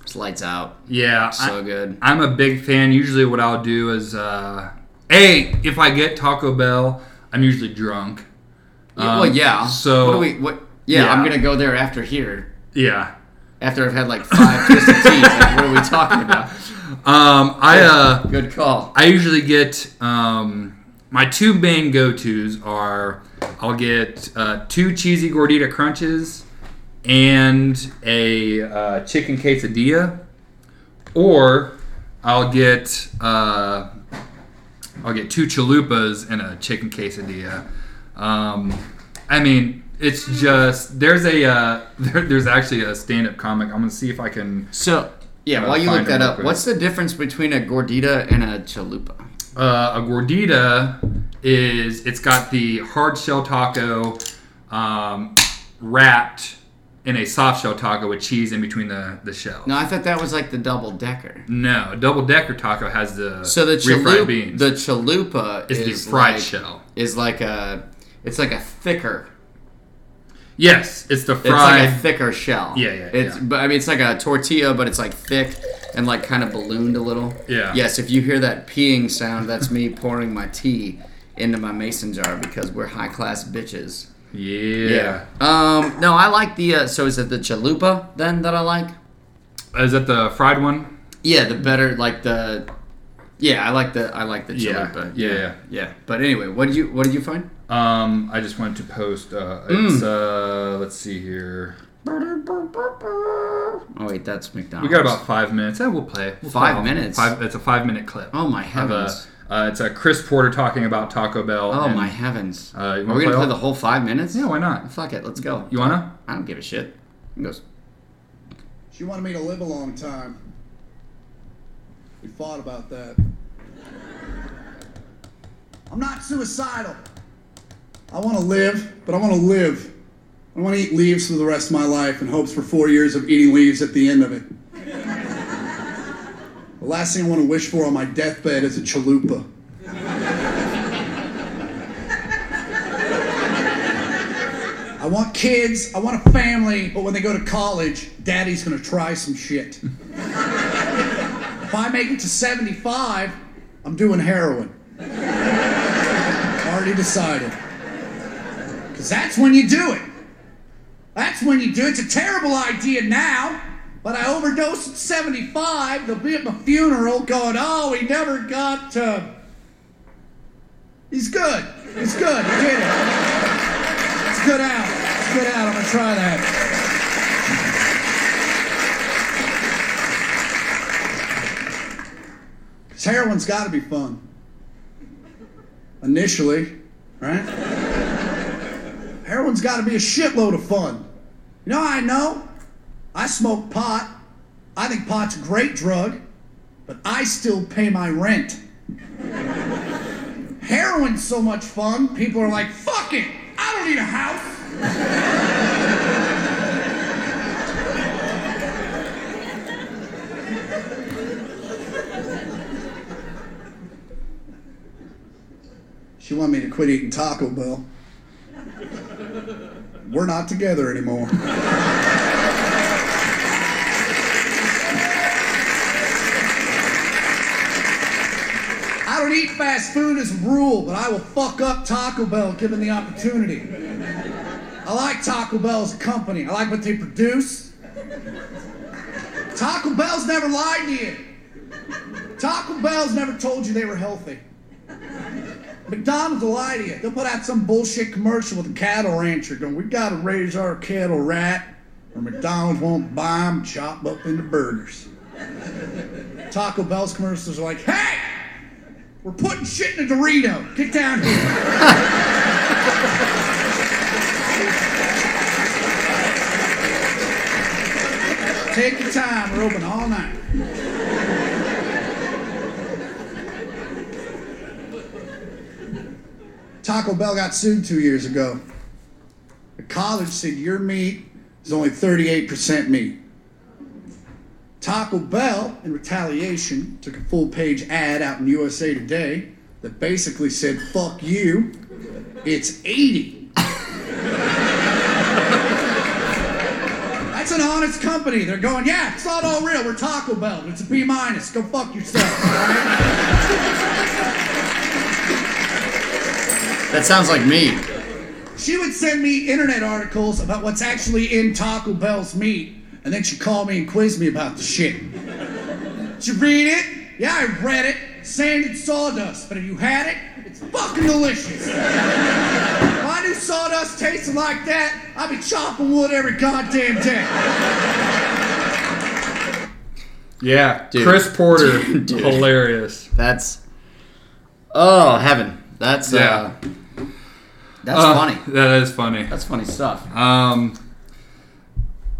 S2: it's lights out,
S1: Yeah.
S2: so
S1: I,
S2: good.
S1: I'm a big fan. Usually, what I'll do is, uh, a if I get Taco Bell, I'm usually drunk.
S2: Yeah, well,
S1: Um,
S2: yeah.
S1: so-
S2: what do we? What? Yeah,
S1: Yeah.
S2: I'm gonna go there after here.
S1: Yeah.
S2: After I've had like five twisted teas, like, what are we talking about?
S1: Um, I uh,
S2: Good call.
S1: I usually get um, my two main go tos are I'll get uh, two cheesy gordita crunches and a uh, chicken quesadilla, or I'll get uh, I'll get two chalupas and a chicken quesadilla. Um, I mean, it's just there's a uh, there, there's actually a stand up comic. I'm gonna see if I can.
S2: So, yeah,
S1: Gotta
S2: while you
S1: find
S2: look
S1: them
S2: that
S1: real
S2: up,
S1: quick.
S2: what's the difference between a gordita and a chalupa?
S1: uh, a gordita is it's got the hard shell taco um, wrapped in a soft shell taco with cheese in between the the shell.
S2: No, I thought that was like the double decker.
S1: No, a double decker taco has the
S2: So the
S1: Mm, refried
S2: chalupa,
S1: beans.
S2: the chalupa
S1: it's
S2: is
S1: the fried
S2: like,
S1: shell.
S2: Is like a, it's like a thicker.
S1: Yes, it's the
S2: It's
S1: fried.
S2: like a thicker shell.
S1: Yeah, yeah,
S2: It's
S1: yeah.
S2: but I mean it's like a tortilla, but it's like thick and like kind of ballooned a little.
S1: Yeah.
S2: Yes, if you hear that peeing sound, that's me pouring my tea into my mason jar because we're high class bitches.
S1: yeah.
S2: Um. No, I like the. Uh, so is it the chalupa then that I like?
S1: Is that the fried one?
S2: Yeah, the better like the Yeah, I like the I like the
S1: Yeah,
S2: chalupa.
S1: yeah,
S2: yeah. yeah. But anyway, what did you what did you find?
S1: Um, I just wanted to post. Uh,
S2: Mm.
S1: it's uh, let's see here.
S2: Oh wait, that's McDonald's.
S1: We got about five minutes. Eh, we'll play. We'll
S2: Five
S1: play.
S2: minutes?
S1: Five. It's a five minute clip.
S2: Oh my
S1: of a,
S2: heavens.
S1: uh, it's a Chris Porter talking about Taco Bell.
S2: Oh
S1: and-
S2: my heavens.
S1: Uh, you
S2: Are
S1: wanna
S2: we gonna
S1: play
S2: play
S1: all-
S2: the whole five minutes?
S1: Yeah, why not?
S2: Fuck it, let's go.
S1: You wanna?
S2: I don't give a shit. He goes,
S7: She wanted me to live a long time. We fought about that. I'm not suicidal. I want to live, but I want to live. I want to eat leaves for the rest of my life in hopes for four years of eating leaves at the end of it. the last thing I want to wish for on my deathbed is a chalupa. I want kids, I want a family, but when they go to college, daddy's gonna try some shit. if I make it to 75, I'm doing heroin. Already decided. Because that's when you do it. That's when you do it. It's a terrible idea now, but I overdosed at 75. They'll be at my funeral going, oh, he never got to. He's good. He's good. He did it. It's good out. It's good out. I'm gonna try that. Cause heroin's got to be fun. Initially, right? heroin's got to be a shitload of fun. You know, how I know. I smoke pot. I think pot's a great drug, but I still pay my rent heroin's so much fun, people are like, fuck it, I don't need a house. she wanted me to quit eating Taco Bell.
S6: we're not together anymore.
S7: I don't eat fast food as a rule, but I will fuck up Taco Bell given the opportunity. I like Taco Bell as a company. I like what they produce. Taco Bell's never lied to you. Taco Bell's never told you they were healthy. McDonald's will lie to you. They'll put out some bullshit commercial with a cattle rancher going, we gotta raise our cattle right, or McDonald's won't buy 'em chopped up into burgers. Taco Bell's commercials are like, hey! We're putting shit in a Dorito. Get down here. Take your time. We're open all night. Taco Bell got sued two years ago. The college said your meat is only 38% meat. Taco Bell, in retaliation, took a full page ad out in USA Today that basically said, fuck you, it's 80. That's an honest company. They're going, yeah, it's not all real. We're Taco Bell. It's a B minus. Go fuck yourself. all right?"
S2: That sounds like me.
S7: She would send me internet articles about what's actually in Taco Bell's meat, and then she'd call me and quiz me about the shit. Did you read it? Yeah, I read it. Sand and sawdust, but if you had it, it's fucking delicious. if I knew sawdust tasted like that, I'd be chopping wood every goddamn day.
S1: Yeah,
S2: Dude.
S1: Chris Porter,
S2: Dude.
S1: hilarious.
S2: That's oh heaven. That's uh, that's
S1: Uh,
S2: funny.
S1: That is funny.
S2: That's funny stuff.
S1: Um,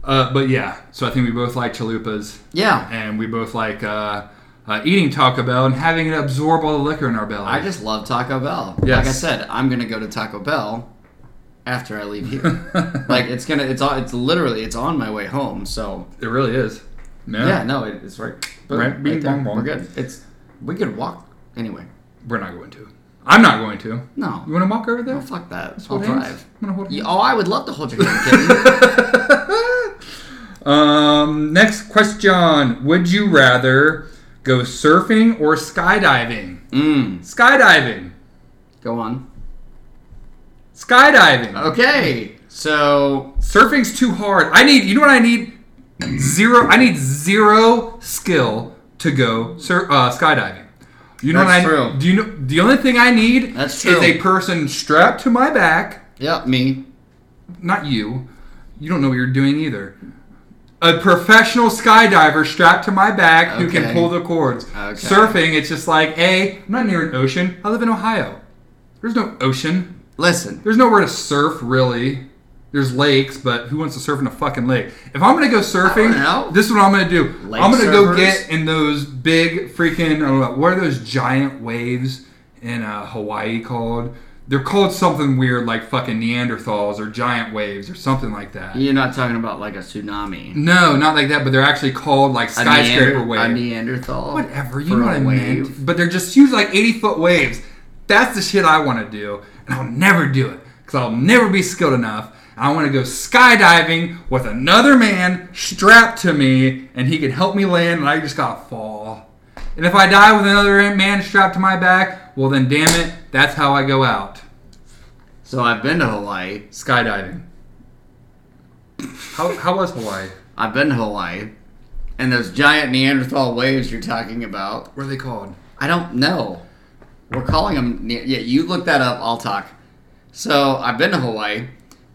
S1: uh, but yeah, so I think we both like chalupas,
S2: yeah,
S1: and we both like uh, uh, eating Taco Bell and having it absorb all the liquor in our belly.
S2: I just love Taco Bell. Like I
S1: Yes.
S2: said, I'm gonna go to Taco Bell after I leave here. like it's gonna it's on it's literally it's on my way home. So
S1: it really is. No,
S2: yeah, no, it, it's right. boom,
S1: Right, bing,
S2: there.
S1: bong, bong.
S2: We're good. It's we could walk anyway.
S1: we're not going to. I'm not going to.
S2: No,
S1: You want to walk over there?
S2: Oh, fuck that. I'll
S1: Hold hands?
S2: drive.
S1: I'm gonna hold
S2: You-
S1: hands.
S2: oh, I would love to hold your hand, kitten.
S1: Um, next question: Would you rather go surfing or skydiving?
S2: mm,
S1: Skydiving.
S2: go on.
S1: Skydiving.
S2: Oh. Okay, so
S1: Surfing's too hard. I need. You know what I need? Zero. I need zero skill to go sur- uh, skydiving. You know
S2: That's
S1: what I?
S2: true.
S1: Do you know? The only thing I need
S2: That's
S1: is
S2: true.
S1: a person strapped to my back.
S2: yeah, me.
S1: Not you. You don't know what you're doing either. A professional skydiver strapped to my back who
S2: Okay.
S1: can pull the cords. Surfing, it's just like, a. I'm not near an ocean. I live in Ohio. There's no ocean.
S2: Listen,
S1: There's nowhere to surf really. There's lakes, but who wants to surf in a fucking lake? If I'm gonna go surfing,
S2: know.
S1: this is what I'm gonna do.
S2: Lake
S1: I'm gonna go
S2: surfers?
S1: get in those big freaking. I don't know, what are those giant waves in uh, Hawaii called? They're called something weird like fucking Neanderthals or giant waves or something like that.
S2: you're not talking about like a tsunami.
S1: No, not like that, but they're actually called like
S2: A
S1: skyscraper
S2: Neander-
S1: waves.
S2: A Neanderthal.
S1: Whatever, you
S2: for
S1: know
S2: a
S1: what I
S2: wave.
S1: meant. But they're just huge, like 80 foot waves. That's the shit I want to do, and I'll never do it because I'll never be skilled enough. I want to go skydiving with another man strapped to me, and he can help me land, and I just gotta fall. And if I die with another man strapped to my back, well then, damn it, that's how I go out
S2: So I've been to Hawaii.
S1: skydiving. How, how was Hawaii?
S2: I've been to Hawaii. And those giant Neanderthal waves you're talking about,
S1: What are they called?
S2: I don't know. We're calling them. Ne- yeah, you look that up. I'll talk. So I've been to Hawaii,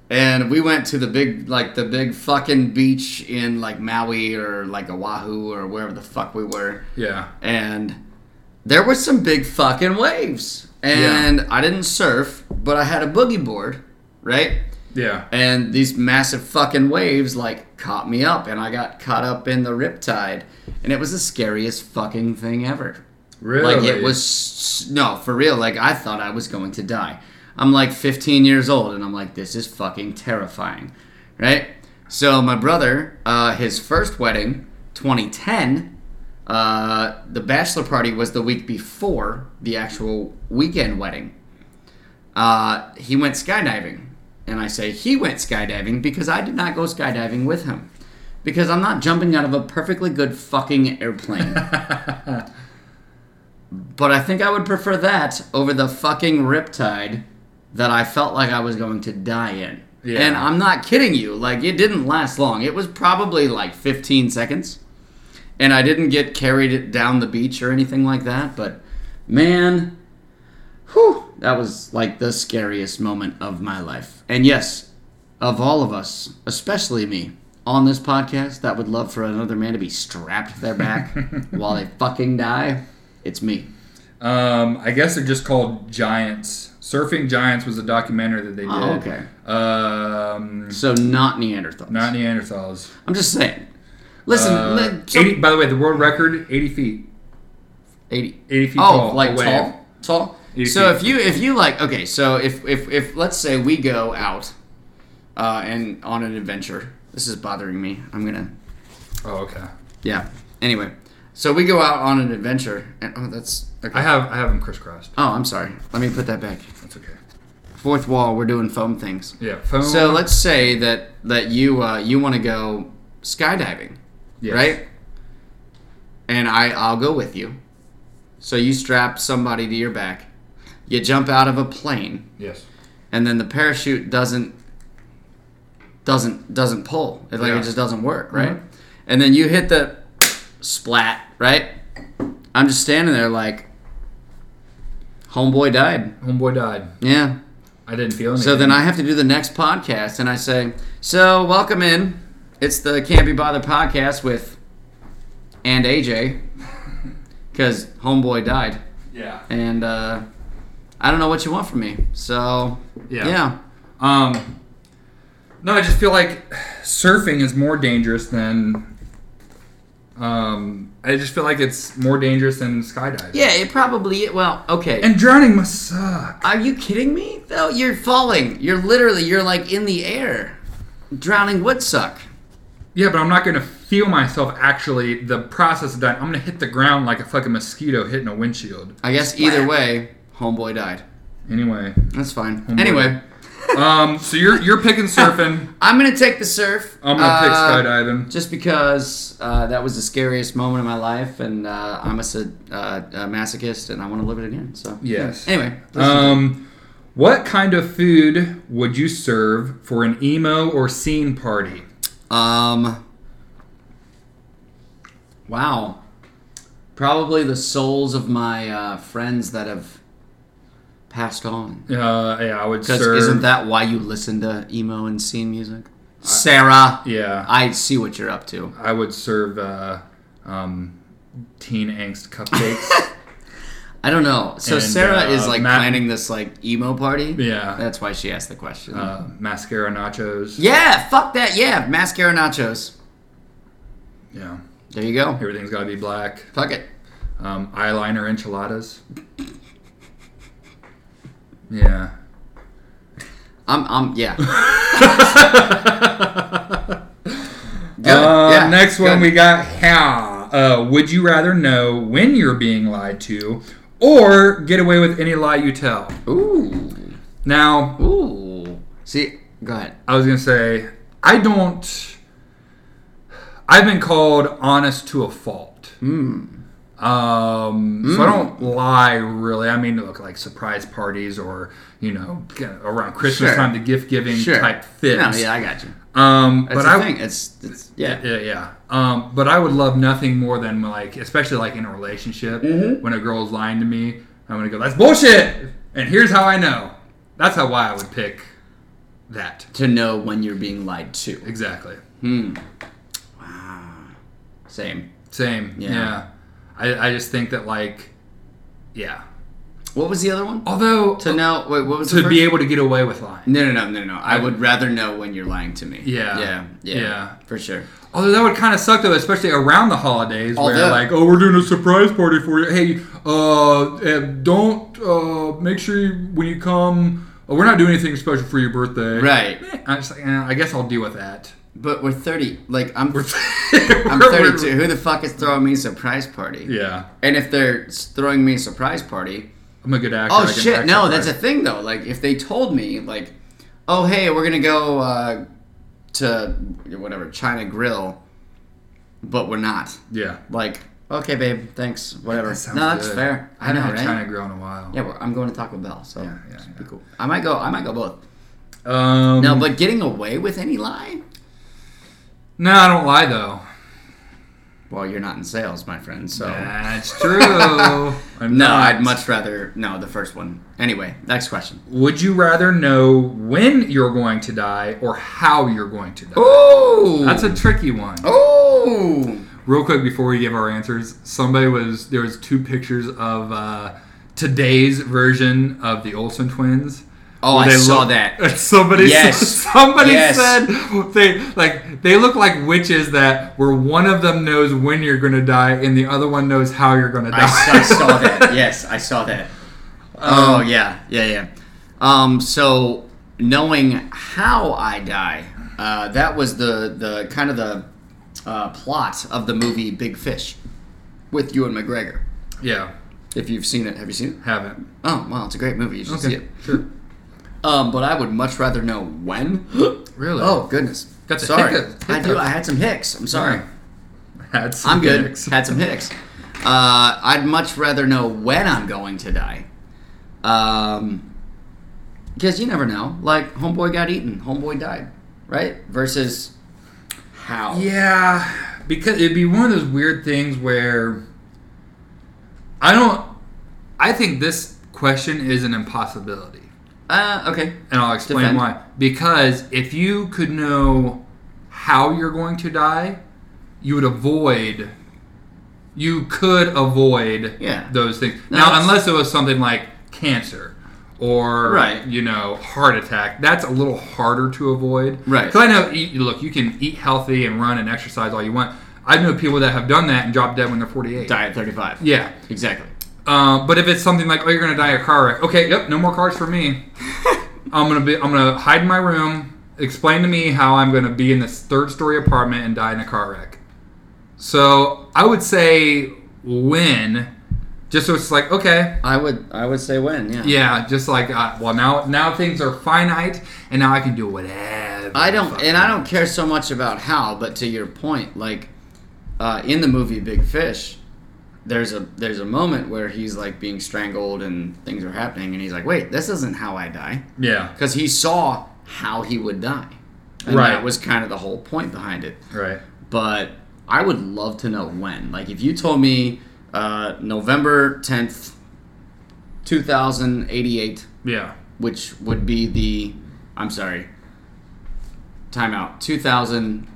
S2: and we went to the big, like the big fucking beach in like Maui or like Oahu or wherever the fuck we were.
S1: Yeah.
S2: and there were some big fucking waves. And I didn't surf, but I had a boogie board, right?
S1: Yeah.
S2: And these massive fucking waves like caught me up, and I got caught up in the riptide, and it was the scariest fucking thing ever.
S1: Really?
S2: Like it was no, for real. Like I thought I was going to die. I'm like 15 years old, and I'm like, this is fucking terrifying, right? So my brother, uh, his first wedding, 2010, uh, the bachelor party was the week before the actual weekend wedding. Uh, he went skydiving, and I say he went skydiving because I did not go skydiving with him. Because I'm not jumping out of a perfectly good fucking airplane. but I think I would prefer that over the fucking riptide that I felt like I was going to die in.
S1: Yeah.
S2: And I'm not kidding you. Like, it didn't last long. It was probably like 15 seconds. And I didn't get carried down the beach or anything like that. But man, Whew, that was like the scariest moment of my life. And yes, of all of us, especially me, on this podcast that would love for another man to be strapped to their back while they fucking die, it's me.
S1: Um, I guess they're just called Giants. Surfing Giants was a documentary that they did.
S2: Oh, okay.
S1: Um,
S2: So not Neanderthals.
S1: not Neanderthals.
S2: I'm just saying. Listen,
S1: Uh,
S2: li- so-
S1: 80, by the way, the world record, 80 feet.
S2: 80,
S1: 80 feet
S2: oh,
S1: tall,
S2: like
S1: away.
S2: tall, tall.
S1: 80
S2: So
S1: feet.
S2: if you if you like okay, so if if if let's say we go out, uh, and on an adventure. This is bothering me. I'm gonna
S1: Oh, okay.
S2: Yeah. Anyway, so we go out on an adventure, and oh, that's okay.
S1: I have I have them crisscrossed.
S2: oh, I'm sorry. Let me put that back.
S1: That's okay.
S2: Fourth wall. We're doing foam things.
S1: Yeah. Phone.
S2: So let's say that that you uh, you want to go skydiving,
S1: Yes.
S2: right? And I I'll go with you. So you strap somebody to your back, you jump out of a plane,
S1: Yes.
S2: and then the parachute doesn't doesn't doesn't pull. It, like
S1: Yeah.
S2: it just doesn't work, right?
S1: Mhm.
S2: And then you hit the splat, right? I'm just standing there like homeboy died.
S1: Homeboy died.
S2: Yeah.
S1: I didn't feel anything.
S2: So then I have to do the next podcast and I say, "So, welcome in. It's the Can't Be Bothered podcast with and AJ cuz homeboy died."
S1: Yeah.
S2: And uh I don't know what you want from me. So,
S1: Yeah.
S2: yeah.
S1: Um. No, I just feel like surfing is more dangerous than. Um, I just feel like it's more dangerous than skydiving.
S2: Yeah, it probably. Well, okay.
S1: And drowning must suck.
S2: Are you kidding me? Though you're falling. You're literally. You're like in the air. Drowning would suck.
S1: Yeah, but I'm not gonna feel myself actually the process of dying. I'm gonna hit the ground like a fucking mosquito hitting a windshield.
S2: I guess either way, homeboy died.
S1: Anyway.
S2: That's fine. Anyway,
S1: Um. So you're you're picking surfing.
S2: I'm gonna take the surf.
S1: I'm gonna pick
S2: uh,
S1: skydiving.
S2: Just because uh, that was the scariest moment of my life, and uh, I'm a, sad- uh, a masochist, and I want to live it again. So
S1: Yes.
S2: Anyway, let's-
S1: Um, what kind of food would you serve for an emo or scene party?
S2: Um. Wow. Probably the souls of my uh, friends that have passed on.
S1: Uh, yeah, I would
S2: Because
S1: serve.
S2: isn't that why you listen to emo and scene music? Sarah,
S1: Yeah, I,
S2: I see what you're up to.
S1: would serve uh, um, teen angst cupcakes.
S2: I don't know. So
S1: And,
S2: Sarah
S1: uh,
S2: is like
S1: Matt-
S2: planning this like emo party.
S1: Yeah.
S2: That's why she asked the question.
S1: uh, mascara nachos.
S2: yeah, fuck that. Yeah, mascara nachos.
S1: Yeah,
S2: There you go.
S1: everything's got to be black.
S2: Fuck it.
S1: Um, eyeliner enchiladas. Yeah.
S2: I'm, I'm, yeah. Good.
S1: Uh,
S2: yeah.
S1: next one
S2: Good.
S1: we got how uh, would you rather know when you're being lied to or get away with any lie you tell
S2: Ooh.
S1: now
S2: Ooh. See, go ahead.
S1: i was gonna say i don't i've been called honest to a fault
S2: Hmm.
S1: um so i don't lie really i mean look like surprise parties or you know around christmas
S2: Sure.
S1: time the gift giving type fits
S2: No, yeah, I got you.
S1: um
S2: That's
S1: but
S2: the
S1: i
S2: thing. It's, it's yeah.
S1: Yeah, yeah. Um, but I would love nothing more than like, especially like in a relationship,
S2: Mm-hmm.
S1: when a girl's lying to me, I'm gonna go, "That's bullshit," and here's how I know. That's how why I would pick that
S2: To know when you're being lied to.
S1: exactly.
S2: Same.
S1: Same. Yeah.
S2: Yeah.
S1: I, I just think that like, yeah.
S2: What was the other one?
S1: Although
S2: To know. Wait, what was the
S1: to
S2: first?
S1: be able to get away with lying.
S2: no, no, no, no, no. I would rather know when you're lying to me.
S1: Yeah.
S2: Yeah. Yeah.
S1: Yeah.
S2: For sure.
S1: Although that would kind of suck though, especially around the holidays where
S2: Although-
S1: like, oh, we're doing a surprise party for you. Hey, uh, eh, don't uh, make sure you, when you come, oh, we're not doing anything special for your birthday.
S2: Right.
S1: Eh, I'm just like, eh, I guess I'll deal with that.
S2: But we're 30. Like, I'm, I'm
S1: We're-
S2: 32. Who the fuck is throwing me a surprise party?
S1: Yeah,
S2: And if they're s- throwing me a surprise party,
S1: I'm a good actor.
S2: Oh
S1: I can
S2: shit!
S1: act
S2: No,
S1: surprised.
S2: that's a thing though. Like if they told me, like, oh hey, we're gonna go uh, to whatever China Grill, but we're not.
S1: Yeah.
S2: Like, okay, babe, thanks, whatever.
S1: That
S2: no,
S1: sounds
S2: that's
S1: good.
S2: fair.
S1: I
S2: I know,
S1: haven't
S2: right?
S1: had China Grill in a while.
S2: Yeah, well, I'm going to Taco Bell, so
S1: Yeah, yeah,
S2: it'd be
S1: yeah. Hmm.
S2: cool. I might go. I might go both.
S1: Um,
S2: No, but getting away with any lie?
S1: no, I don't lie though.
S2: Well, you're not in sales, my friend.
S1: Oh.
S2: So
S1: That's true. I'm
S2: no,
S1: not.
S2: I'd much rather no the first one. Anyway, next question.
S1: Would you rather know when you're going to die or how you're going to die?
S2: Oh,
S1: That's a tricky one.
S2: oh.
S1: Real quick before we give our answers, somebody was there was two pictures of uh, today's version of the Olsen twins.
S2: Oh, I
S1: They
S2: saw
S1: look-
S2: that.
S1: Somebody,
S2: Yes.
S1: somebody
S2: Yes.
S1: said they like they look like witches that where one of them knows when you're going to die and the other one knows how you're going to die.
S2: I, s- I saw that. Yes, I saw that.
S1: Um,
S2: Oh yeah, yeah, yeah. Um, so knowing how I die, uh, that was the the kind of the uh, plot of the movie Big Fish with Ewan McGregor.
S1: yeah,
S2: If you've seen it, have you seen it?
S1: haven't.
S2: Oh wow, it's a great movie. You should see it.
S1: sure.
S2: Um, but I would much rather know when.
S1: Really?
S2: oh goodness,
S1: Got the
S2: sorry.
S1: hiccup-
S2: I do.
S1: hiccup.
S2: I had some hicks. I'm sorry.
S1: Had some
S2: I'm good.
S1: gimmicks.
S2: Had some hicks. Uh, I'd much rather know when I'm going to die. Um, because you never know. Like, homeboy got eaten, homeboy died, right? Versus how?
S1: Yeah, because it'd be one of those weird things where I don't. I think this question is an impossibility,
S2: Uh, okay.
S1: and I'll explain
S2: Defend.
S1: why. Because if you could know how you're going to die, you would avoid. You could avoid
S2: Yeah.
S1: those things.
S2: No,
S1: now,
S2: that's-
S1: unless it was something like cancer or
S2: Right.
S1: you know heart attack, that's a little harder to avoid.
S2: Right.
S1: Because I know, eat, look, you can eat healthy and run and exercise all you want. I know people that have done that and dropped dead when they're 48.
S2: Die at 35.
S1: Yeah.
S2: Exactly.
S1: Um, but if it's something like, oh, you're gonna die a car wreck. Okay, yep, no more cars for me. I'm gonna be. I'm gonna hide in my room. Explain to me how I'm gonna be in this third story apartment and die in a car wreck. So I would say when, just so it's like okay,
S2: I would. I would say when. Yeah.
S1: yeah, just like uh, well now now things are finite and now I can do whatever.
S2: I don't,
S1: fuck
S2: and I don't care so much about how, but to your point, like uh, in the movie Big Fish, there's a there's a moment where he's like being strangled and things are happening, and he's like, "Wait, this isn't how I die,"
S1: Yeah.
S2: because he saw how he would die, and
S1: Right.
S2: that was kind of the whole point behind it.
S1: Right.
S2: But I would love to know when. Like, if you told me uh, November tenth, two thousand eighty eight
S1: Yeah.
S2: which would be the I'm sorry. Timeout. 2000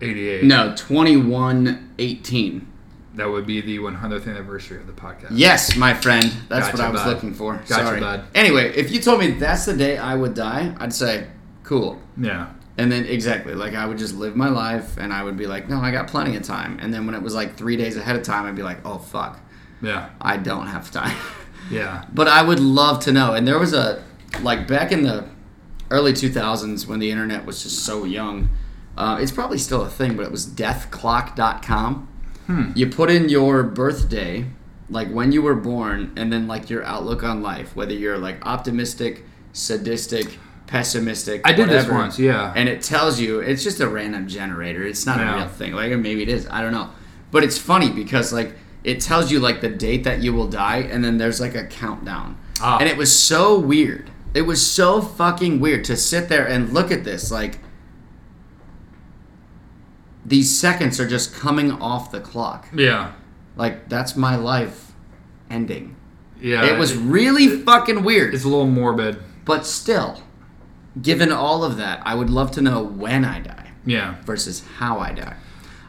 S1: 88.
S2: No, 2118.
S1: That would be the 100th anniversary of the podcast.
S2: Yes, my friend. That's
S1: Gotcha,
S2: what I was
S1: bud.
S2: looking for.
S1: Gotcha,
S2: sorry.
S1: bud.
S2: Anyway, if you told me that's the day I would die, I'd say cool.
S1: Yeah.
S2: And then exactly, like I would just live my life and I would be like, "No, I got plenty of time." And then when it was like 3 days ahead of time, I'd be like, "Oh fuck.
S1: Yeah.
S2: I don't have time."
S1: Yeah.
S2: But I would love to know. And there was a like back in the early 2000s when the internet was just so young. Uh, it's probably still a thing, but it was deathclock.com.
S1: Hmm.
S2: You put in your birthday, like when you were born, and then like your outlook on life, whether you're like optimistic, sadistic, pessimistic.
S1: I did this
S2: whatever.
S1: once, yeah.
S2: And it tells you it's just a random generator. It's not
S1: Yeah.
S2: a real thing. Like or maybe it is. I don't know. But it's funny because like it tells you like the date that you will die, and then there's like a countdown.
S1: Ah.
S2: And it was so weird. It was so fucking weird to sit there and look at this like these seconds are just coming off the clock.
S1: Yeah.
S2: Like that's my life ending.
S1: Yeah.
S2: it was really fucking weird.
S1: It's a little morbid.
S2: But still, given all of that, I would love to know when I die
S1: Yeah.
S2: versus how I die.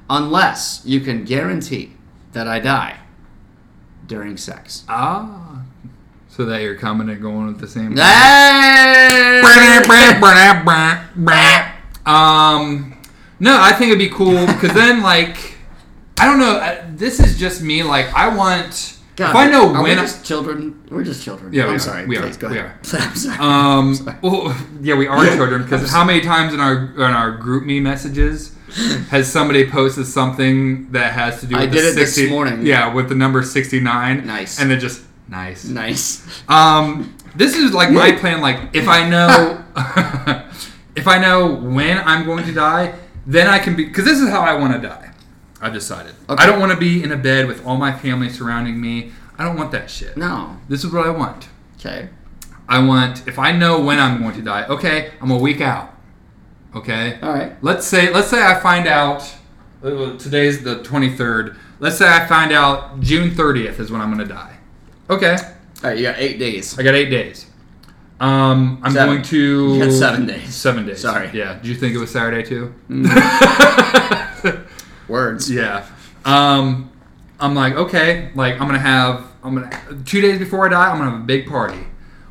S2: Unless you can guarantee that I die during sex.
S1: Ah. So that you're coming and going at the same
S2: Ah. Hey!
S1: um no i think it'd be cool because then like i don't know I, this is just me like i want if i know
S2: are
S1: when
S2: we just children, we're just children.
S1: Yeah, we
S2: I'm
S1: are.
S2: sorry.
S1: We are.
S2: Please, go
S1: We
S2: ahead. I'm sorry.
S1: Um, well, yeah, we are children because how many times in our in our group me messages has somebody posted something that has to do?
S2: I
S1: with
S2: did
S1: the
S2: it this
S1: 60
S2: morning.
S1: Yeah, with the number sixty nine.
S2: Nice.
S1: And then just nice.
S2: nice.
S1: Um, This is like my plan. Like if I know, if I know when I'm going to die, then I can be. Because this is how I want to die. I've decided. I
S2: Okay.
S1: don't want to be in a bed with all my family surrounding me. I don't want that shit.
S2: No.
S1: This is what I want.
S2: Okay.
S1: I want if I know when I'm going to die. Okay, I'm a week out. Okay.
S2: All right.
S1: Let's say let's say I find out uh, today's the 23rd. Let's say I find out June 30th is when I'm going to die. Okay.
S2: All right. You got eight days.
S1: I got 8 days. Um, I'm
S2: Seven.
S1: going to
S2: You got seven days.
S1: 7 days.
S2: Sorry.
S1: Yeah. Did you think it was Saturday too?
S2: Mm. Words.
S1: Yeah. Um, I'm like, okay, like I'm gonna have, I'm gonna two days before I die, I'm gonna have a big party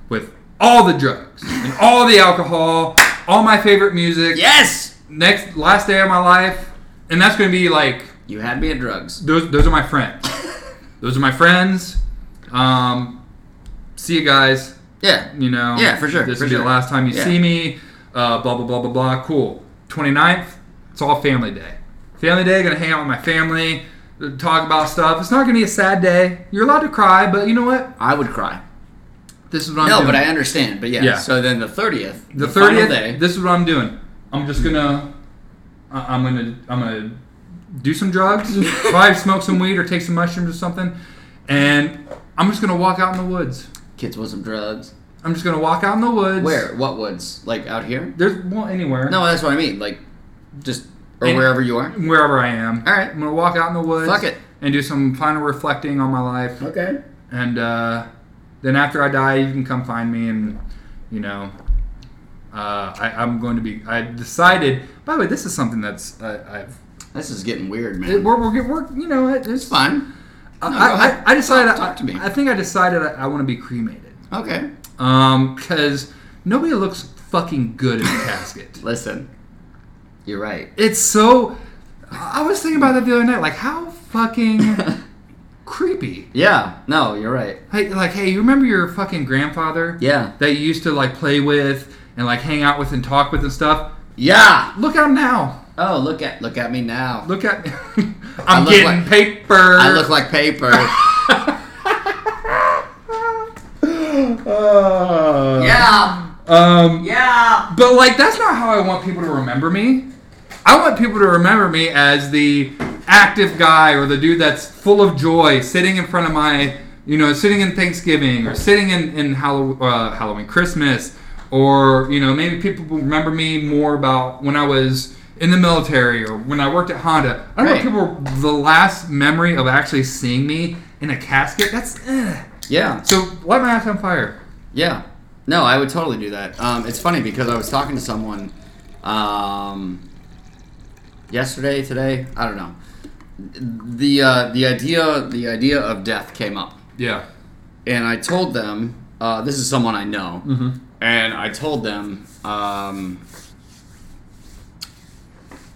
S1: with all the drugs and all the alcohol, all my favorite music.
S2: Yes.
S1: Next, last day of my life, and that's gonna be like
S2: You had me at drugs.
S1: those. Those are my friends. those are my friends. Um, see you guys.
S2: Yeah.
S1: You know.
S2: Yeah, for sure,
S1: This
S2: for
S1: will be
S2: sure.
S1: the last time you
S2: Yeah.
S1: see me. Uh, blah blah blah blah blah. Cool. 29th. It's all family day. Family day. Gonna hang out with my family. Talk about stuff. It's not gonna be a sad day. You're allowed to cry, but you know what?
S2: I would cry.
S1: This is what I'm
S2: No,
S1: doing.
S2: but I understand. But yeah.
S1: Yeah.
S2: So then the thirtieth.
S1: the
S2: final
S1: 30th.
S2: day.
S1: This is what I'm doing. I'm just gonna. I- I'm gonna. I'm gonna do some drugs. probably smoke some weed or take some mushrooms or something. And I'm just gonna walk out in the woods.
S2: Kids want some drugs.
S1: I'm just gonna walk out in the woods.
S2: Where? What woods? Like out here?
S1: There's well anywhere.
S2: No, that's what I mean. Like, just or
S1: And-
S2: wherever you are.
S1: wherever I am.
S2: All right.
S1: I'm gonna walk out in the woods.
S2: Fuck it.
S1: And do some final reflecting on my life.
S2: Okay.
S1: And uh, then after I die, you can come find me, and you know, uh, I, I'm going to be. I decided. By the way, this is something that's I, I've.
S2: This is getting weird, man.
S1: It, we're, we're, we're you know it, it's
S2: Fine.
S1: I,
S2: No, go
S1: I,
S2: ahead.
S1: I decided.
S2: Talk- talk to me.
S1: I, I think I decided I, I want to be cremated.
S2: Okay.
S1: Um, because nobody looks fucking good in a casket.
S2: Listen. You're right.
S1: It's so. I I was thinking about that the other night. Like how fucking creepy.
S2: Yeah. No, you're right.
S1: Hey, like, hey, you remember your fucking grandfather?
S2: Yeah.
S1: That you used to like play with and like hang out with and talk with and stuff.
S2: Yeah.
S1: Look at him now.
S2: Oh, look at look at me now.
S1: Look at.
S2: I
S1: I'm
S2: look
S1: getting
S2: like-
S1: paper.
S2: I look like paper.
S1: Uh,
S2: yeah.
S1: Um.
S2: Yeah.
S1: But like, that's not how I want people to remember me. I want people to remember me as the active guy or the dude that's full of joy, sitting in front of my, you know, sitting in Thanksgiving or sitting in in Hallow- uh, Halloween, Christmas, or you know, maybe people will remember me more about when I was in the military or when I worked at Honda. I don't
S2: Right.
S1: want people the last memory of actually seeing me in a casket. That's eh.
S2: Yeah.
S1: so. Light my ass on fire.
S2: Yeah. No, I would totally do that. Um, it's funny because I was talking to someone um, yesterday, today, I don't know. The uh, the idea the idea of death came up,
S1: Yeah.
S2: and I told them uh, this is someone I know,
S1: Mm-hmm.
S2: and I told them. Um,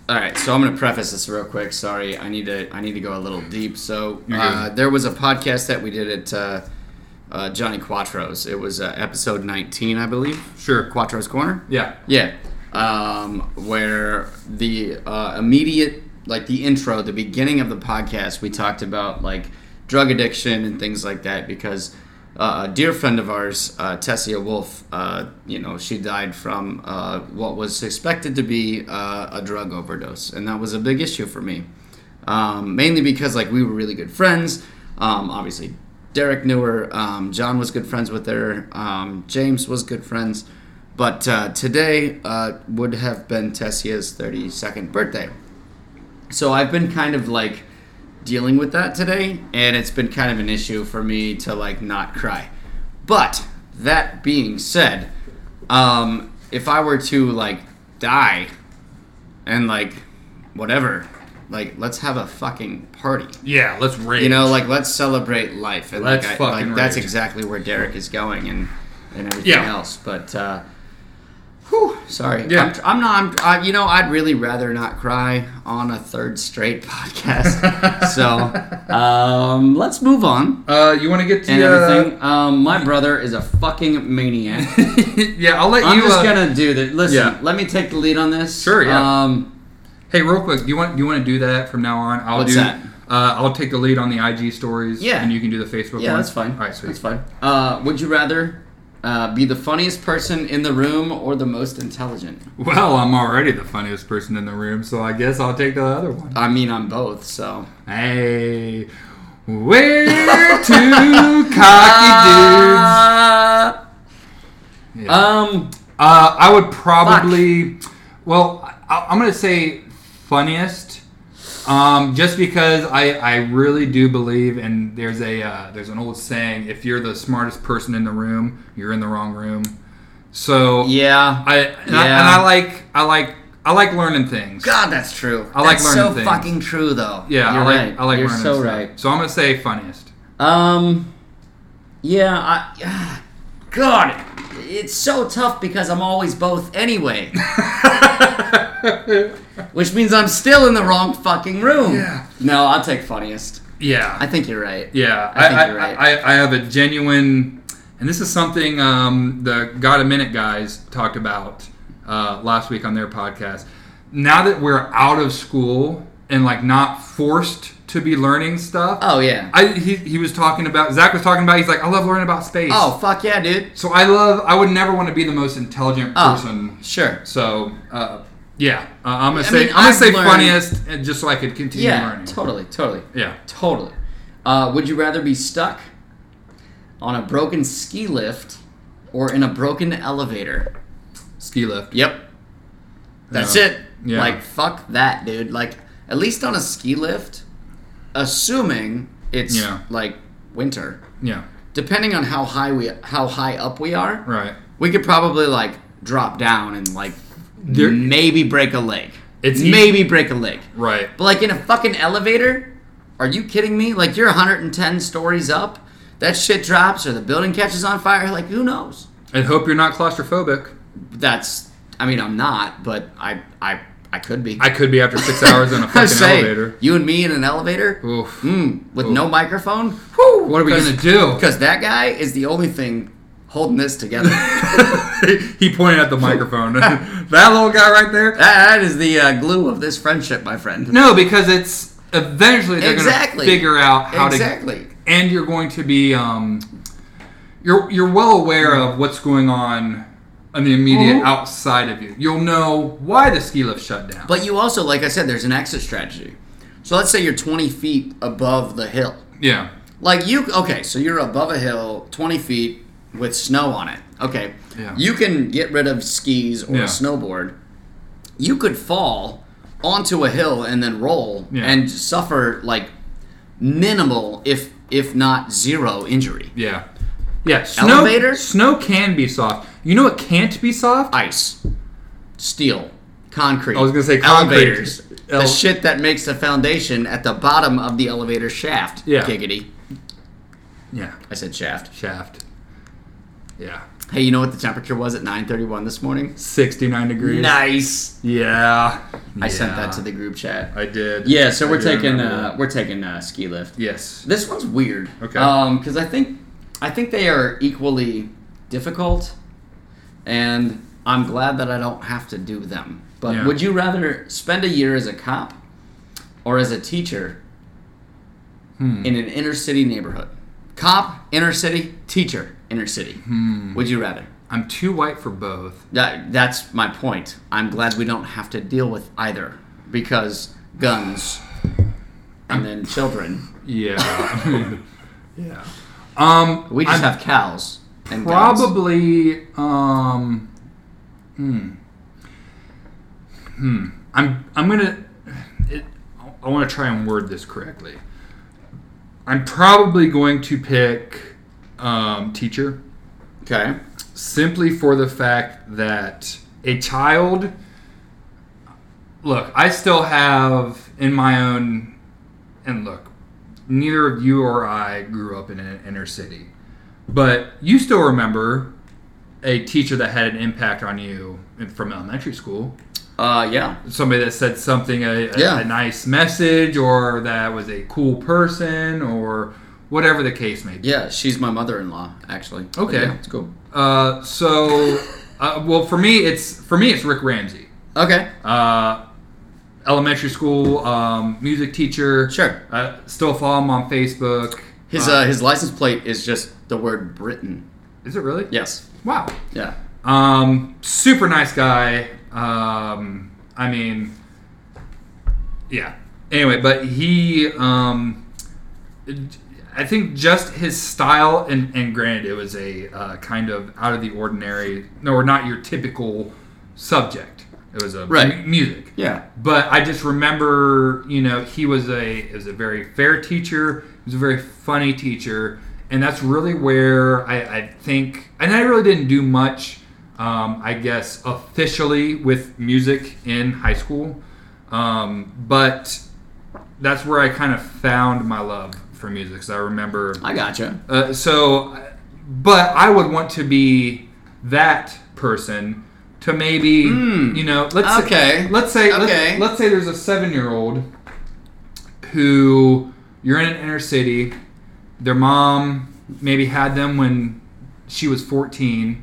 S2: all right, so I'm going to preface this real quick. Sorry, I need to I need to go a little deep. So
S1: You're good.
S2: uh, there was a podcast that we did at uh, uh, Johnny Quattro's. It was uh, episode 19, I believe.
S1: Sure.
S2: Quattro's Corner.
S1: Yeah.
S2: Yeah. Um, where the uh, immediate, like the intro, the beginning of the podcast, we talked about like drug addiction and things like that because uh, a dear friend of ours, uh, Tessia Wolf, uh, you know, she died from uh, what was suspected to be uh, a drug overdose. And that was a big issue for me. Um, mainly because like we were really good friends. Um, obviously, Derek knew her. Um, John was good friends with her. Um, James was good friends. But uh, today uh, would have been Tessia's 32nd birthday. So I've been kind of like dealing with that today, and it's been kind of an issue for me to like not cry. But that being said, um, if I were to like die and like whatever, like let's have a fucking party.
S1: Yeah. Let's rage.
S2: You know, like let's celebrate life. And
S1: Let's
S2: like,
S1: fucking
S2: like that's
S1: rage.
S2: exactly where Derek is going and and everything
S1: Yeah.
S2: else. But uh, whew, sorry,
S1: Yeah.
S2: I'm, tr- I'm not. I'm, I, you know, I'd really rather not cry on a third straight podcast. so um, let's move on.
S1: Uh, you want to get to
S2: And
S1: uh,
S2: everything. Um, my brother is a fucking maniac.
S1: yeah, I'll let
S2: I'm
S1: you.
S2: just
S1: uh,
S2: gonna do that. Listen,
S1: yeah.
S2: let me take the lead on this.
S1: Sure, yeah.
S2: Um,
S1: Hey, real quick, do you want do you want to do that from now on? I'll
S2: What's
S1: do.
S2: that?
S1: Uh, I'll take the lead on the IG stories.
S2: Yeah.
S1: and you can do the Facebook.
S2: yeah,
S1: one.
S2: that's fine.
S1: All right, sweet.
S2: That's fine. Uh, would you rather Uh, be the funniest person in the room or the most intelligent.
S1: Well, I'm already the funniest person in the room, so I guess I'll take the other one.
S2: I mean, I'm both, so.
S1: Hey, we're two cocky dudes.
S2: Uh,
S1: Yeah.
S2: um,
S1: Uh, I would probably, well, I, I'm gonna say funniest, um, just because I, I really do believe, and there's a uh, there's an old saying: if you're the smartest person in the room, you're in the wrong room. So
S2: yeah.
S1: I and, I
S2: Yeah.
S1: and I like I like I like learning things.
S2: God, that's true.
S1: I like
S2: that's
S1: learning
S2: so
S1: things.
S2: fucking true, though.
S1: Yeah,
S2: You're
S1: I like
S2: right.
S1: I like
S2: You're
S1: learning
S2: so
S1: stuff.
S2: right.
S1: So I'm gonna say funniest.
S2: Um, yeah, I, ah, God, it's so tough because I'm always both anyway, which means I'm still in the wrong fucking room.
S1: Yeah.
S2: No, I'll take funniest.
S1: yeah,
S2: I think you're right.
S1: Yeah,
S2: I
S1: I,
S2: think
S1: I,
S2: you're right.
S1: I, I, have a genuine, and this is something um, the Got a Minute guys talked about uh, last week on their podcast. Now that we're out of school and like not forced to be learning stuff,
S2: Oh yeah.
S1: I he, he was talking about Zach was talking about. He's like, I love learning about space.
S2: oh fuck yeah, dude.
S1: so I love. I would never want to be the most intelligent
S2: Oh,
S1: person.
S2: Sure.
S1: So uh, yeah, uh, I'm gonna
S2: I
S1: say I'm
S2: mean,
S1: gonna
S2: I've
S1: say
S2: learned-
S1: funniest, and just so I could continue
S2: yeah.
S1: learning.
S2: Totally. Totally.
S1: Yeah.
S2: Totally. Uh, would you rather be stuck on a broken ski lift or in a broken elevator?
S1: Ski lift.
S2: Yep. That's
S1: Yeah.
S2: it.
S1: Uh, Yeah.
S2: Like fuck that, dude. Like at least on a ski lift, assuming it's
S1: Yeah.
S2: like winter.
S1: Yeah.
S2: Depending on how high we how high up we are,
S1: Right.
S2: we could probably like drop down and like
S1: There-
S2: maybe break a leg.
S1: It's e-
S2: maybe break a leg.
S1: Right.
S2: But like in a fucking elevator, are you kidding me? Like you're 110 stories up, that shit drops or the building catches on fire. Like who knows?
S1: And hope you're not claustrophobic.
S2: That's I mean I'm not, but I I I could be.
S1: I could be after six hours in a
S2: I
S1: fucking
S2: say,
S1: elevator.
S2: You and me in an elevator?
S1: Oof.
S2: Mm, with
S1: Oof.
S2: no microphone?
S1: What are we gonna do?
S2: Because that guy is the only thing holding this together.
S1: he pointed at the microphone. that little guy right there.
S2: that is the uh, glue of this friendship, my friend.
S1: No, because it's eventually they're
S2: Exactly.
S1: gonna figure out how to
S2: exactly.
S1: and you're going to be um you're you're well aware of what's going on on the immediate outside of you. You'll know why the ski lift shut down.
S2: But you also, like I said, there's an exit strategy. So let's say you're 20 feet above the hill.
S1: yeah.
S2: Like you, okay, so you're above a hill, 20 feet with snow on it. Okay.
S1: Yeah.
S2: You can get rid of skis or
S1: Yeah.
S2: a snowboard. You could fall onto a hill and then roll
S1: Yeah.
S2: and suffer like minimal, if if not zero injury.
S1: Yeah. Yeah. Snow,
S2: Elevator?
S1: Snow can be soft. You know what can't be soft?
S2: Ice, steel, concrete.
S1: I was gonna say concrete.
S2: Elevators.
S1: El-
S2: the shit that makes the foundation at the bottom of the elevator shaft.
S1: Yeah.
S2: Giggity.
S1: yeah.
S2: I said shaft.
S1: Shaft. Yeah.
S2: Hey, you know what the temperature was at 9:31 this morning?
S1: 69 degrees.
S2: Nice.
S1: Yeah.
S2: I sent that to the group chat.
S1: I did.
S2: Yeah, so
S1: I
S2: we're
S1: do
S2: taking
S1: remember
S2: uh,
S1: that.
S2: we're taking uh, ski lift.
S1: Yes.
S2: This one's weird.
S1: Okay.
S2: Um, because I think I think they are equally difficult, and I'm glad that I don't have to do them. But
S1: Yeah.
S2: would you rather spend a year as a cop or as a teacher
S1: Hmm.
S2: in an inner city neighborhood? Cop, inner city, teacher, inner city.
S1: Hmm.
S2: Would you rather?
S1: I'm too white for both.
S2: That that's my point. I'm glad we don't have to deal with either because guns and then children.
S1: Yeah. yeah. Um
S2: We just
S1: I'm
S2: have cows and guns.
S1: probably um hmm. Hmm. I'm I'm going to it, I want to try and word this correctly. I'm probably going to pick um, teacher.
S2: Okay.
S1: simply for the fact that a child look i still have in my own and look neither of you or i grew up in an inner city but you still remember a teacher that had an impact on you in- from elementary school
S2: Uh yeah.
S1: somebody that said something a, a,
S2: Yeah.
S1: a nice message or that was a cool person or whatever the case may be
S2: Yeah, she's my mother-in-law actually. But
S1: Okay.
S2: Yeah, it's cool.
S1: Uh, so, uh, well, for me, it's for me, it's Rick Ramsey.
S2: Okay.
S1: Uh, elementary school um, music teacher.
S2: Sure. uh,
S1: Uh, still follow him on Facebook. Uh,
S2: His uh, his license plate is just the word Britain.
S1: Is it really?
S2: Yes.
S1: Wow.
S2: Yeah.
S1: Um, super nice guy. Um, I mean, yeah. Anyway, but he, um, I think just his style, and, and granted, it was a uh, kind of out of the ordinary, no, or not your typical subject. It was a
S2: Right.
S1: mu- music.
S2: Yeah.
S1: But I just remember, you know, he was a was a very fair teacher. He was a very funny teacher, and that's really where I, I think. And I really didn't do much, um, I guess, officially with music in high school, um, but that's where I kind of found my love for music. Because I remember
S2: I gotcha.
S1: uh, so, but I would want to be that person to maybe you know let's
S2: Hmm. Okay.
S1: say, let's say
S2: Okay.
S1: Let's, let's say there's a seven year old who you're in an inner city. Their mom maybe had them when she was 14.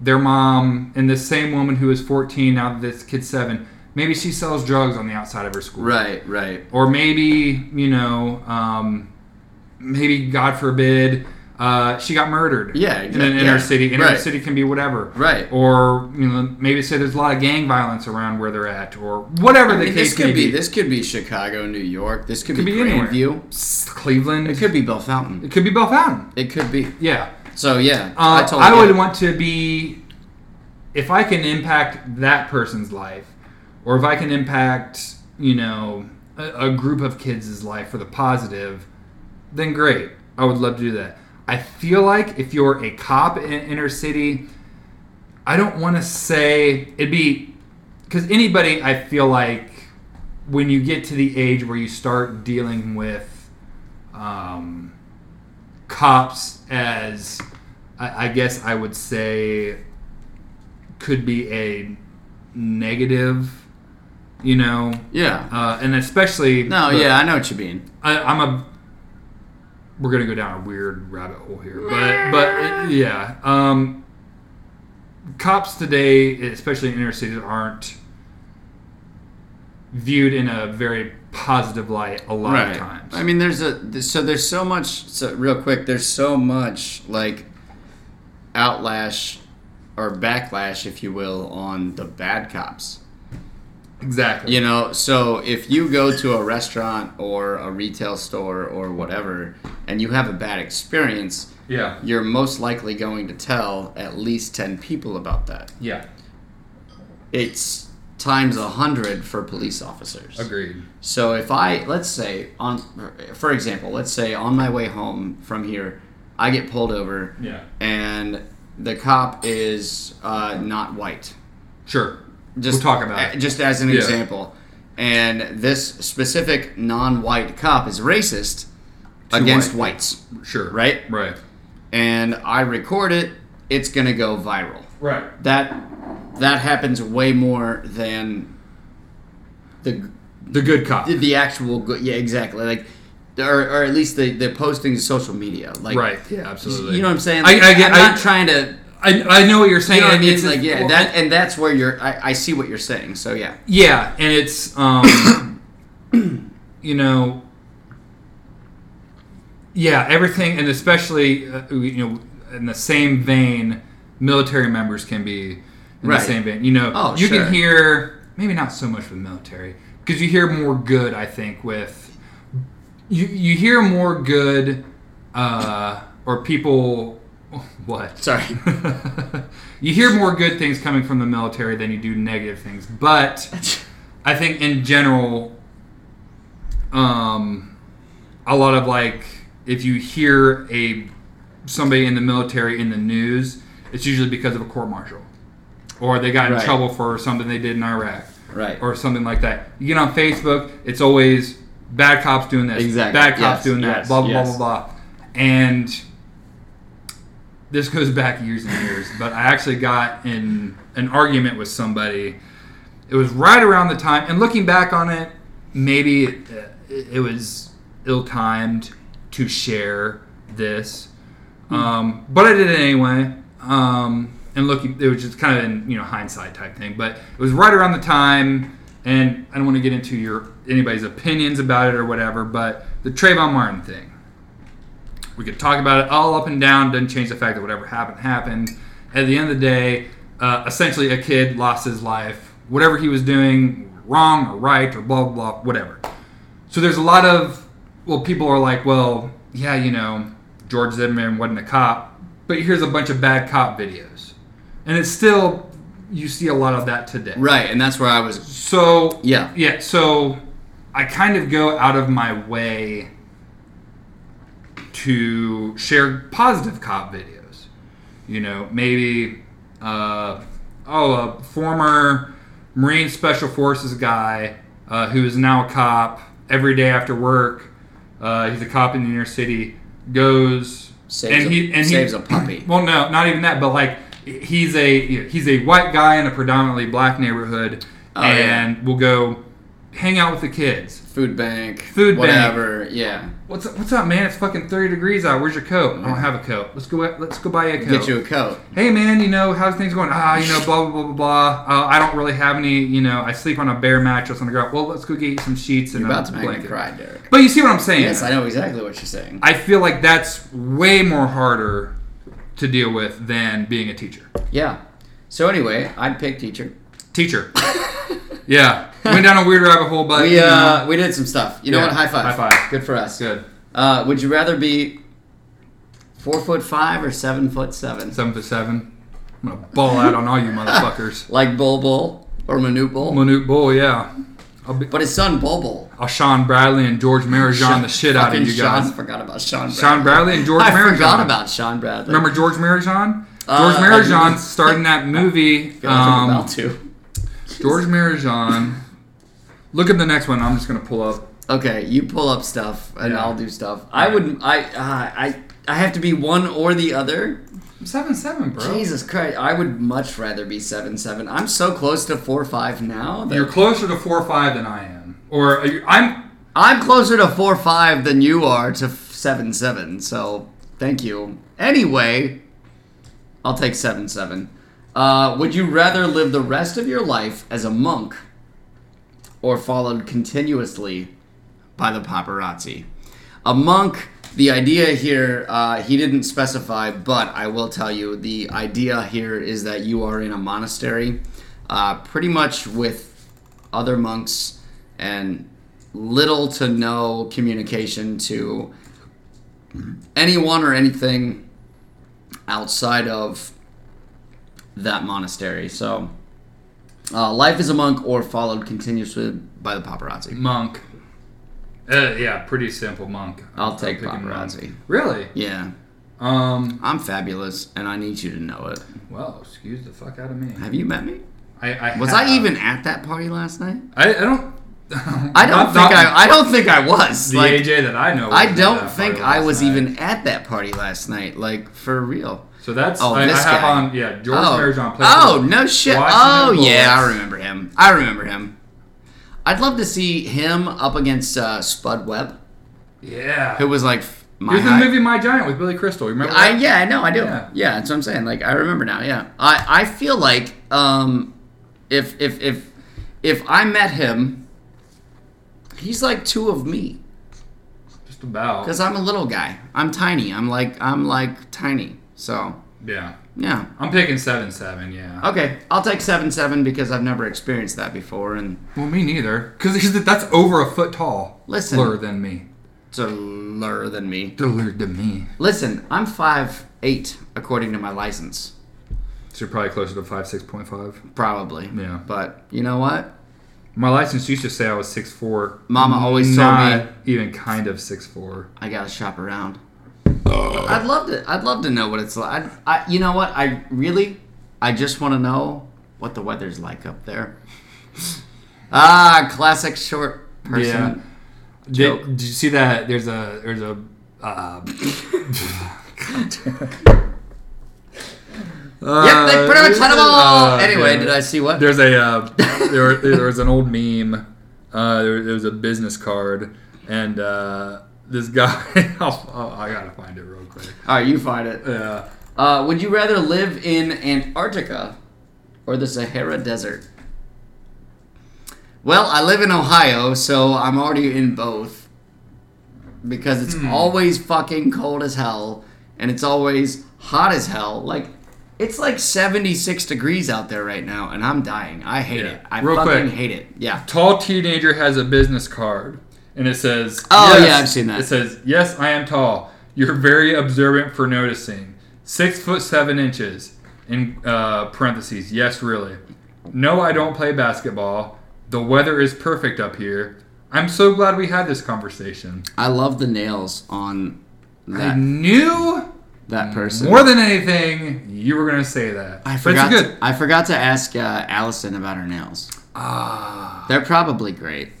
S1: Their mom and this same woman who is 14 now that this kid's seven. Maybe she sells drugs on the outside of her school
S2: Right. Right.
S1: or maybe you know um, maybe god forbid uh, she got murdered
S2: Yeah,
S1: in an
S2: exact-
S1: inner
S2: yeah.
S1: city inner
S2: Right.
S1: city can be whatever
S2: Right.
S1: or you know maybe say there's a lot of gang violence around where they're at or whatever the
S2: I mean,
S1: case
S2: this could
S1: may
S2: be this could be Chicago, New York. This could,
S1: could
S2: be,
S1: be anywhere
S2: Grandview.
S1: S- cleveland
S2: It could be Bell Fountain.
S1: it could be bell fountain
S2: It could be.
S1: yeah
S2: So yeah,
S1: Uh, I,
S2: I totally. get
S1: would
S2: it.
S1: want to be, if I can impact that person's life, or if I can impact, you know, a, a group of kids' life for the positive, then great. I would love to do that. I feel like if you're a cop in inner city, I don't want to say it'd be because anybody. I feel like when you get to the age where you start dealing with um, cops as I, I guess I would say could be a negative, you know,
S2: Yeah.
S1: uh, and especially
S2: No. Yeah, I know what you mean.
S1: I, I'm a. We're gonna go down a weird rabbit hole here, but but uh, yeah, um, cops today, especially in inner cities, aren't viewed in a very positive light a lot of times.
S2: I mean, there's a th- so there's so much. So real quick, there's so much like outlash or backlash, if you will, on the bad cops.
S1: exactly.
S2: You know, so if you go to a restaurant or a retail store or whatever, and you have a bad experience,
S1: Yeah.
S2: you're most likely going to tell at least ten people about that.
S1: Yeah.
S2: It's times a hundred for police officers.
S1: Agreed.
S2: So if I let's say on for example, let's say on my way home from here, I get pulled over
S1: Yeah.
S2: and the cop is uh, not white.
S1: Sure.
S2: Just
S1: we'll talk about
S2: uh,
S1: it.
S2: just as an
S1: Yeah.
S2: example. And this specific non-white cop is racist against
S1: white.
S2: whites,
S1: Sure.
S2: right?
S1: Right.
S2: And I record it, it's going to go viral.
S1: Right.
S2: That that happens way more than the
S1: The good cop.
S2: the, the actual go- yeah exactly like or, or at least the, the posting to social media like
S1: right. Yeah. Absolutely.
S2: you know what i'm saying
S1: I,
S2: like,
S1: I get.
S2: am not
S1: I,
S2: trying to
S1: I, I know what you're saying.
S2: you know what i
S1: and
S2: mean
S1: it's-
S2: like yeah
S1: well,
S2: that and that's where you're I, I see what you're saying so yeah
S1: Yeah, and it's um, you know, yeah, everything, and especially uh, you know, in the same vein, military members can be in
S2: Right.
S1: the same vein. You know,
S2: Oh,
S1: you
S2: sure.
S1: can hear maybe not so much with military because you hear more good. I think with you, you hear more good uh, or people. What?
S2: Sorry.
S1: you hear more good things coming from the military than you do negative things. But I think in general, um, a lot of like if you hear a somebody in the military in the news, it's usually because of a court martial, or they got in
S2: Right.
S1: trouble for something they did in Iraq,
S2: Right.
S1: or something like that. You get on Facebook, it's always bad cops doing this,
S2: Exactly.
S1: bad cops
S2: Yes,
S1: doing that,
S2: yes,
S1: blah blah blah
S2: yes.
S1: blah blah, and this goes back years and years, but I actually got in an argument with somebody. It was right around the time, and looking back on it, maybe it, it was ill timed to share this, um, but I did it anyway. Um, and looking, it was just kind of in you know hindsight type thing, but it was right around the time, and I don't want to get into your anybody's opinions about it or whatever, but the Trayvon Martin thing. We could talk about it all up and down. Doesn't change the fact that whatever happened happened. At the end of the day, uh, essentially, a kid lost his life. Whatever he was doing, wrong or right or blah blah blah, whatever. So there's a lot of well, people are like, well, yeah, you know, George Zimmerman wasn't a cop, but here's a bunch of bad cop videos, and it's still you see a lot of that today.
S2: Right, and that's where I was.
S1: So
S2: Yeah.
S1: yeah. So I kind of go out of my way to share positive cop videos. You know, maybe uh, oh, a former Marine Special Forces guy uh, who is now a cop. Every day after work, uh, he's a cop in the inner city. Goes
S2: Saves
S1: and
S2: a-
S1: he and
S2: saves
S1: he,
S2: a puppy.
S1: Well, no, not even that, but like he's a you know, he's a white guy in a predominantly black neighborhood,
S2: Oh, yeah.
S1: and we'll go hang out with the kids.
S2: Food bank,
S1: Food bank.
S2: whatever. Yeah,
S1: What's up, what's up, man? It's fucking thirty degrees out. Where's your coat? I don't have a coat. Let's go. Let's go buy you a coat.
S2: get you a coat.
S1: hey, man. You know how's things going? Ah, you know, blah blah blah blah blah. Uh, I don't really have any. You know, I sleep on a bare mattress on the ground. Well, let's go get you some sheets and
S2: You're about to
S1: a
S2: make me
S1: blanket.
S2: cry, Derek.
S1: But you see what I'm saying?
S2: Yes, I know exactly what you're saying.
S1: I feel like that's way more harder to deal with than being a teacher.
S2: Yeah. So anyway, I'd pick teacher.
S1: Teacher. yeah. Went down a weird rabbit hole, but
S2: We
S1: you know,
S2: uh, we did some stuff. You know
S1: Yeah,
S2: what? High five.
S1: high five.
S2: Good for us.
S1: good.
S2: Uh, would you rather be four foot five or seven foot seven?
S1: Seven foot seven. I'm gonna ball out on all you motherfuckers.
S2: Like Bull Bull or Manute Bull?
S1: Manute Bull, yeah. I'll, be,
S2: but his son Bull Bull.
S1: I'll Sean Bradley and George Marijan the shit out of
S2: Fucking
S1: you
S2: Sean-
S1: guys.
S2: forgot about Sean.
S1: Sean Bradley and George
S2: I
S1: Marijan.
S2: forgot about Sean Bradley.
S1: Remember George Marijan?
S2: Uh,
S1: George Marijan starred in that movie.
S2: Yeah, I think
S1: um,
S2: about to.
S1: George Marijan. Look up the next one. I'm just gonna pull up.
S2: Okay, you pull up stuff and
S1: Yeah.
S2: I'll do stuff. I would. I. Uh, I. I have to be one or the other.
S1: Seven seven, bro.
S2: Jesus Christ! I would much rather be seven seven. I'm so close to four five now. That
S1: You're closer to four five than I am, or are you, I'm
S2: I'm closer to four five than you are to f- seven seven. So thank you. Anyway, I'll take seven seven. Uh, would you rather live the rest of your life as a monk, or followed continuously by the paparazzi? A monk. The idea here, uh, he didn't specify, but I will tell you, the idea here is that you are in a monastery, uh, pretty much with other monks and little to no communication to anyone or anything outside of that monastery. So, uh, life as a monk or followed continuously by the paparazzi.
S1: monk. Uh, yeah, pretty simple monk.
S2: I'll take
S1: picking monk.
S2: paparazzi.
S1: Really?
S2: Yeah,
S1: Um.
S2: I'm fabulous, and I need you to know it.
S1: Well, excuse the fuck out of me.
S2: Have you met me?
S1: I, I
S2: Was
S1: have-
S2: I even at that party last night?
S1: I, I don't.
S2: I don't think I. I don't think I was.
S1: the
S2: like,
S1: AJ that I know. was
S2: I
S1: at
S2: don't
S1: that
S2: think
S1: party
S2: I
S1: last
S2: was
S1: night.
S2: even at that party last night. Like for real.
S1: So that's.
S2: Oh,
S1: I,
S2: this
S1: I have
S2: guy.
S1: on. Yeah, George
S2: oh.
S1: Marijan played.
S2: Oh no shit!
S1: Washington
S2: oh yeah, I
S1: Bullets.
S2: remember him. I remember him. I'd love to see him up against uh, Spud Webb,
S1: Yeah.
S2: who was like f- my.
S1: Here's the
S2: high-
S1: movie My Giant with Billy Crystal. You remember?
S2: I
S1: that?
S2: yeah, I know, I do.
S1: Yeah.
S2: Yeah. that's what I'm saying. Like I remember now. Yeah, I I feel like um, if if if if I met him, he's like two of me
S1: Just about.
S2: because I'm a little guy. I'm tiny. I'm like I'm like tiny. So
S1: Yeah.
S2: yeah.
S1: I'm picking seven seven. Yeah.
S2: Okay, I'll take seven seven because I've never experienced that before, and
S1: Well, me neither. Because that's over a foot tall.
S2: Listen.
S1: Taller than me.
S2: it's a lower than me.
S1: Taller than me.
S2: Listen, I'm five eight according to my license,
S1: So you're probably closer to five six point five.
S2: probably.
S1: Yeah.
S2: But you know what?
S1: My license used to say I was six four.
S2: Mama always told
S1: not
S2: me-
S1: even kind of six four.
S2: I gotta shop around. I'd love to. I'd love to know what it's like. I, I, you know what? I really, I just want to know what the weather's like up there. ah, classic short person.
S1: Did, did you see that? There's a there's a. Uh,
S2: yep, they pretty much had them
S1: Uh,
S2: all. anyway,
S1: yeah.
S2: did I see what?
S1: There's a uh, there, there was an old meme. Uh, there, there was a business card, and uh, this guy. I'll, I'll- I gotta find it real quick.
S2: all right, you find it.
S1: Yeah.
S2: Uh, would you rather live in Antarctica or the Sahara Desert? Well, I live in Ohio, so I'm already in both because
S1: Hmm.
S2: it's always fucking cold as hell and it's always hot as hell. Like,
S8: It's like 76 degrees out there right now, and I'm dying. I hate
S1: Yeah.
S8: it. I
S1: Real
S8: fucking
S1: quick.
S8: hate it. Yeah.
S1: Tall teenager has a business card, and it says.
S8: Oh, yeah, I've seen that.
S1: It says, "Yes, I am tall. You're very observant for noticing. Six foot seven inches." In uh, parentheses, yes, really. No, I don't play basketball. The weather is perfect up here. I'm so glad we had this conversation.
S2: I love the nails on
S1: I
S2: that
S1: knew
S2: that person.
S1: more than anything you were gonna say that.
S2: I forgot.
S1: But it's
S2: To,
S1: good.
S2: I forgot to ask uh, Allison about her nails.
S1: Ah,
S2: They're probably great.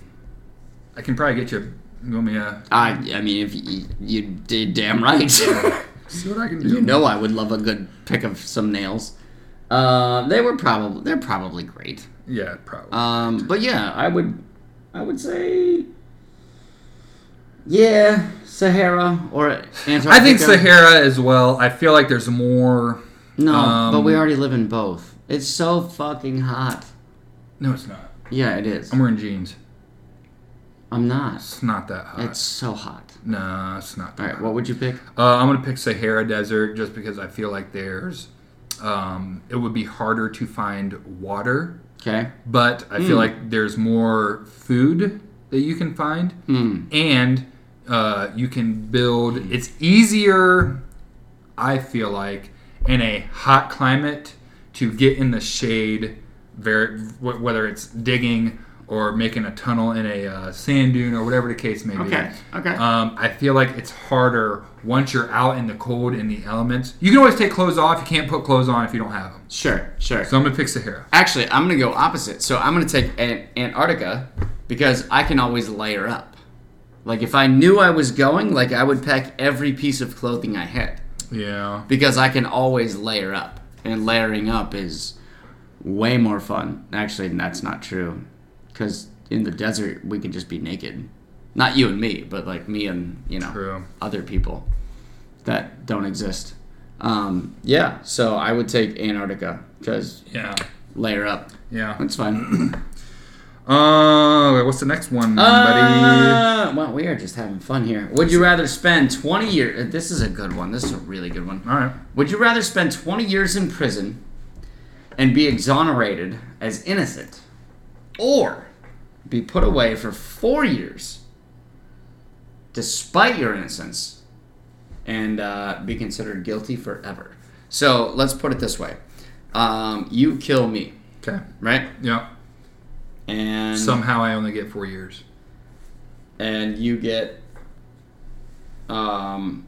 S1: I can probably get you. You want me to
S2: I I mean, if you, you did damn right.
S1: see what I can do?
S2: you know, I would love a good pick of some nails. Uh, they were probably they're probably great.
S1: Yeah, probably.
S2: Um, but yeah, I would I would say yeah, Sahara or Antarctica.
S1: I think Sahara as well. I feel like there's more.
S2: No, but
S1: um,
S2: we already live in both. It's so fucking hot.
S1: No, it's not.
S2: Yeah, it is.
S1: I'm wearing jeans.
S2: I'm not.
S1: It's not that hot.
S2: It's so hot.
S1: no, it's not. That
S2: All right,
S1: hot.
S2: what would you pick?
S1: Uh, I'm gonna pick Sahara Desert just because I feel like there's. Um, it would be harder to find water,
S2: Okay.
S1: but I
S2: Hmm.
S1: feel like there's more food that you can find,
S2: Hmm.
S1: and uh, you can build. It's easier, I feel like, in a hot climate to get in the shade, very, wh- whether it's digging or making a tunnel in a uh, sand dune or whatever the case may be.
S2: Okay, okay.
S1: Um, I feel like it's harder once you're out in the cold in the elements. You can always take clothes off. You can't put clothes on if you don't have them.
S8: Sure, sure.
S1: So I'm gonna pick Sahara.
S8: Actually, I'm going to go opposite. So I'm going to take An- Antarctica because I can always layer up. Like, if I knew I was going, like, I would pack every piece of clothing I had
S1: Yeah.
S8: because I can always layer up.
S2: Up and layering up is way more fun. Actually, that's not true, because in the desert we can just be naked. Not you and me, but like me and you know
S1: True.
S2: other people that don't exist. Um, yeah, so I would take Antarctica because
S1: Yeah.
S2: layer up.
S1: Yeah.
S2: That's fine.
S1: Uh, wait, what's the next one, buddy?
S2: Uh, well, we are just having fun here. Would you rather spend 20 years? This is a good one. This is a really good one.
S1: All right.
S2: Would you rather spend 20 years in prison and be exonerated as innocent or be put away for four years despite your innocence and uh, be considered guilty forever? So let's put it this way um, you kill me,
S1: Okay.
S2: right?
S1: Yeah.
S2: And,
S1: Somehow I only get four years.
S2: and you get. Um,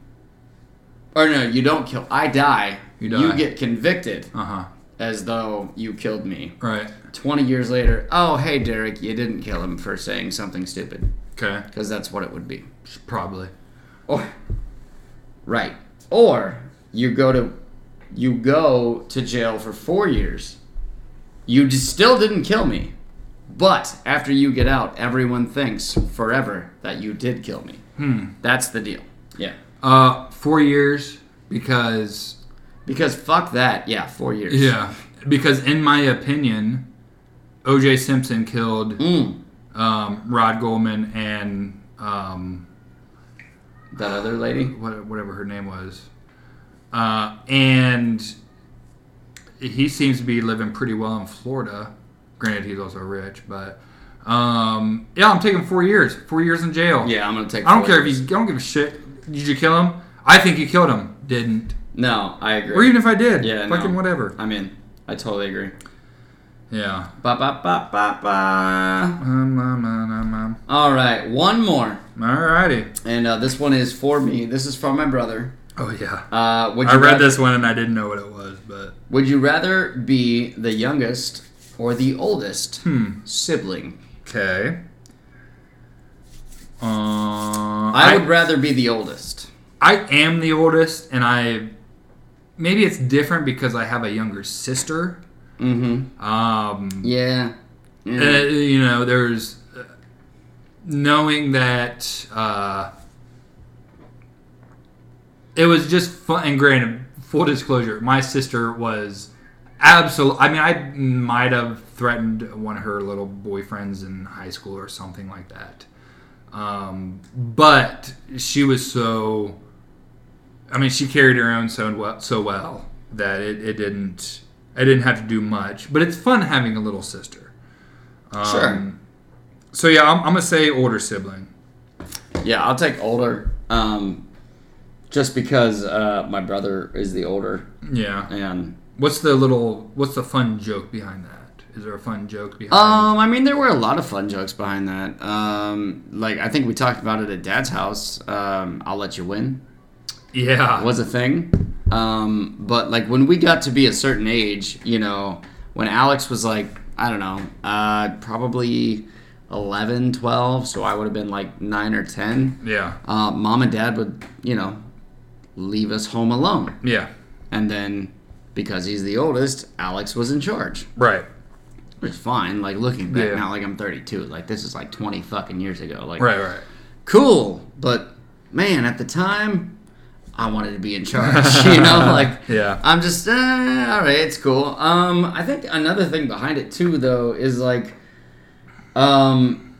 S2: or no, you don't kill. I die.
S1: You
S2: You
S1: die.
S2: get convicted
S1: Uh huh.
S2: as though you killed me.
S1: Right.
S2: 20 years later, oh, hey, Derek, you didn't kill him for saying something stupid.
S1: Okay.
S2: Because that's what it would be.
S1: Probably.
S2: Or, right. Or you go to you go to jail for four years. You just still didn't kill me, but after you get out, everyone thinks forever that you did kill me. Hmm. That's the deal. Yeah.
S1: Uh, four years because
S2: Because fuck that. Yeah, four years.
S1: yeah, because in my opinion, O.J. Simpson killed
S2: Mm.
S1: um, Rod Goldman and um,
S2: That other lady.
S1: what, whatever her name was, uh, and he seems to be living pretty well in Florida. Granted, he's also rich, but um, yeah, I'm taking four years. Four years in jail.
S2: Yeah, I'm gonna take.
S1: I don't
S2: four
S1: care if
S2: years.
S1: you. I don't give a shit. Did you kill him? I think you killed him. Didn't.
S2: No, I agree.
S1: Or even if I did.
S2: Yeah,
S1: Fucking
S2: no.
S1: whatever.
S2: I'm in. I totally agree.
S1: Yeah.
S2: Ba ba ba ba ba.
S1: Um, um, um, um, um.
S2: All right, one more,
S1: Alrighty.
S2: and uh, this one is for me. This is from my brother.
S1: Oh yeah.
S2: Uh, would you
S1: I read
S2: rather,
S1: this one and I didn't know what it was, but
S2: Would you rather be the youngest or the oldest sibling?
S1: Hmm. okay. Uh,
S2: I,
S1: I,
S2: would rather be the oldest.
S1: I am the oldest, and I maybe it's different because I have a younger sister.
S2: Mm-hmm.
S1: Um,
S2: Yeah.
S1: uh, you know, there's uh, knowing that uh, it was just fun. And granted, full disclosure, my sister was absolute. I mean, I might have threatened one of her little boyfriends in high school or something like that. Um, but she was so. I mean, she carried her own so well, so well that it, it didn't I didn't have to do much, but it's fun having a little sister. Um,
S2: Sure.
S1: So yeah, I'm, I'm gonna say older sibling.
S2: Yeah, I'll take older. Um, just because uh, my brother is the older,
S1: Yeah.
S2: and
S1: What's the little? What's the fun joke behind that? Is there a fun joke behind?
S2: um, I mean, there were a lot of fun jokes behind that. Um, like I think we talked about it at Dad's house. Um, I'll let you win
S1: yeah.
S2: was a thing. Um, but like when we got to be a certain age, you know, when Alex was like, I don't know, uh, probably 11, 12, so I would have been like nine or ten.
S1: yeah.
S2: uh, mom and dad would, you know, leave us home alone.
S1: Yeah.
S2: And then, because he's the oldest, Alex was in charge.
S1: Right.
S2: Which is fine. Like, looking back,
S1: Yeah.
S2: now, like I'm 32. Like, this is like 20 fucking years ago. Like,
S1: Right. Right.
S2: cool. But, man, at the time, I wanted to be in charge. You know, like,
S1: Yeah.
S2: I'm just, uh, all right, it's cool. Um, I think another thing behind it, too, though, is like, um,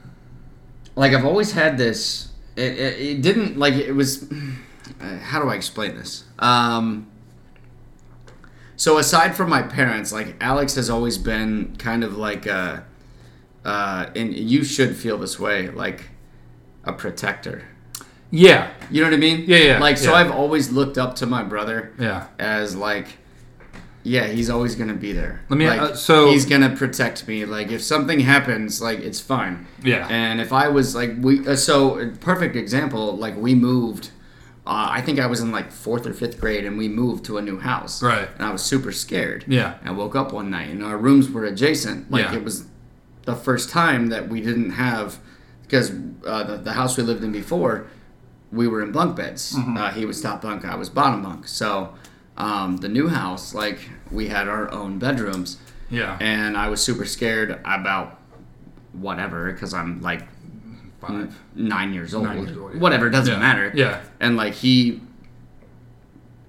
S2: like I've always had this. It, it, it didn't like it was. uh, How do I explain this? Um, so aside from my parents, like Alex has always been kind of like a, uh, and you should feel this way, like a protector.
S1: Yeah.
S2: You know what I mean?
S1: Yeah, yeah,
S2: Like so,
S1: yeah.
S2: I've always looked up to my brother
S1: Yeah.
S2: as like yeah he's always gonna be there
S1: Let me-
S2: like,
S1: uh, so-
S2: he's gonna protect me like if something happens like it's fine
S1: Yeah.
S2: and if i was like we uh, so a perfect example like we moved uh, i think i was in like fourth or fifth grade and we moved to a new house
S1: Right.
S2: and i was super scared
S1: Yeah.
S2: and i woke up one night and our rooms were adjacent like
S1: Yeah.
S2: it was the first time that we didn't have because uh, the, the house we lived in before we were in bunk beds
S1: Mm-hmm.
S2: uh, he was top bunk i was bottom bunk so um, the new house like we had our own bedrooms
S1: Yeah.
S2: and i was super scared about whatever because i'm like
S1: Five.
S2: nine years old,
S1: Nine years old, yeah.
S2: whatever doesn't
S1: Yeah.
S2: matter
S1: Yeah.
S2: and like he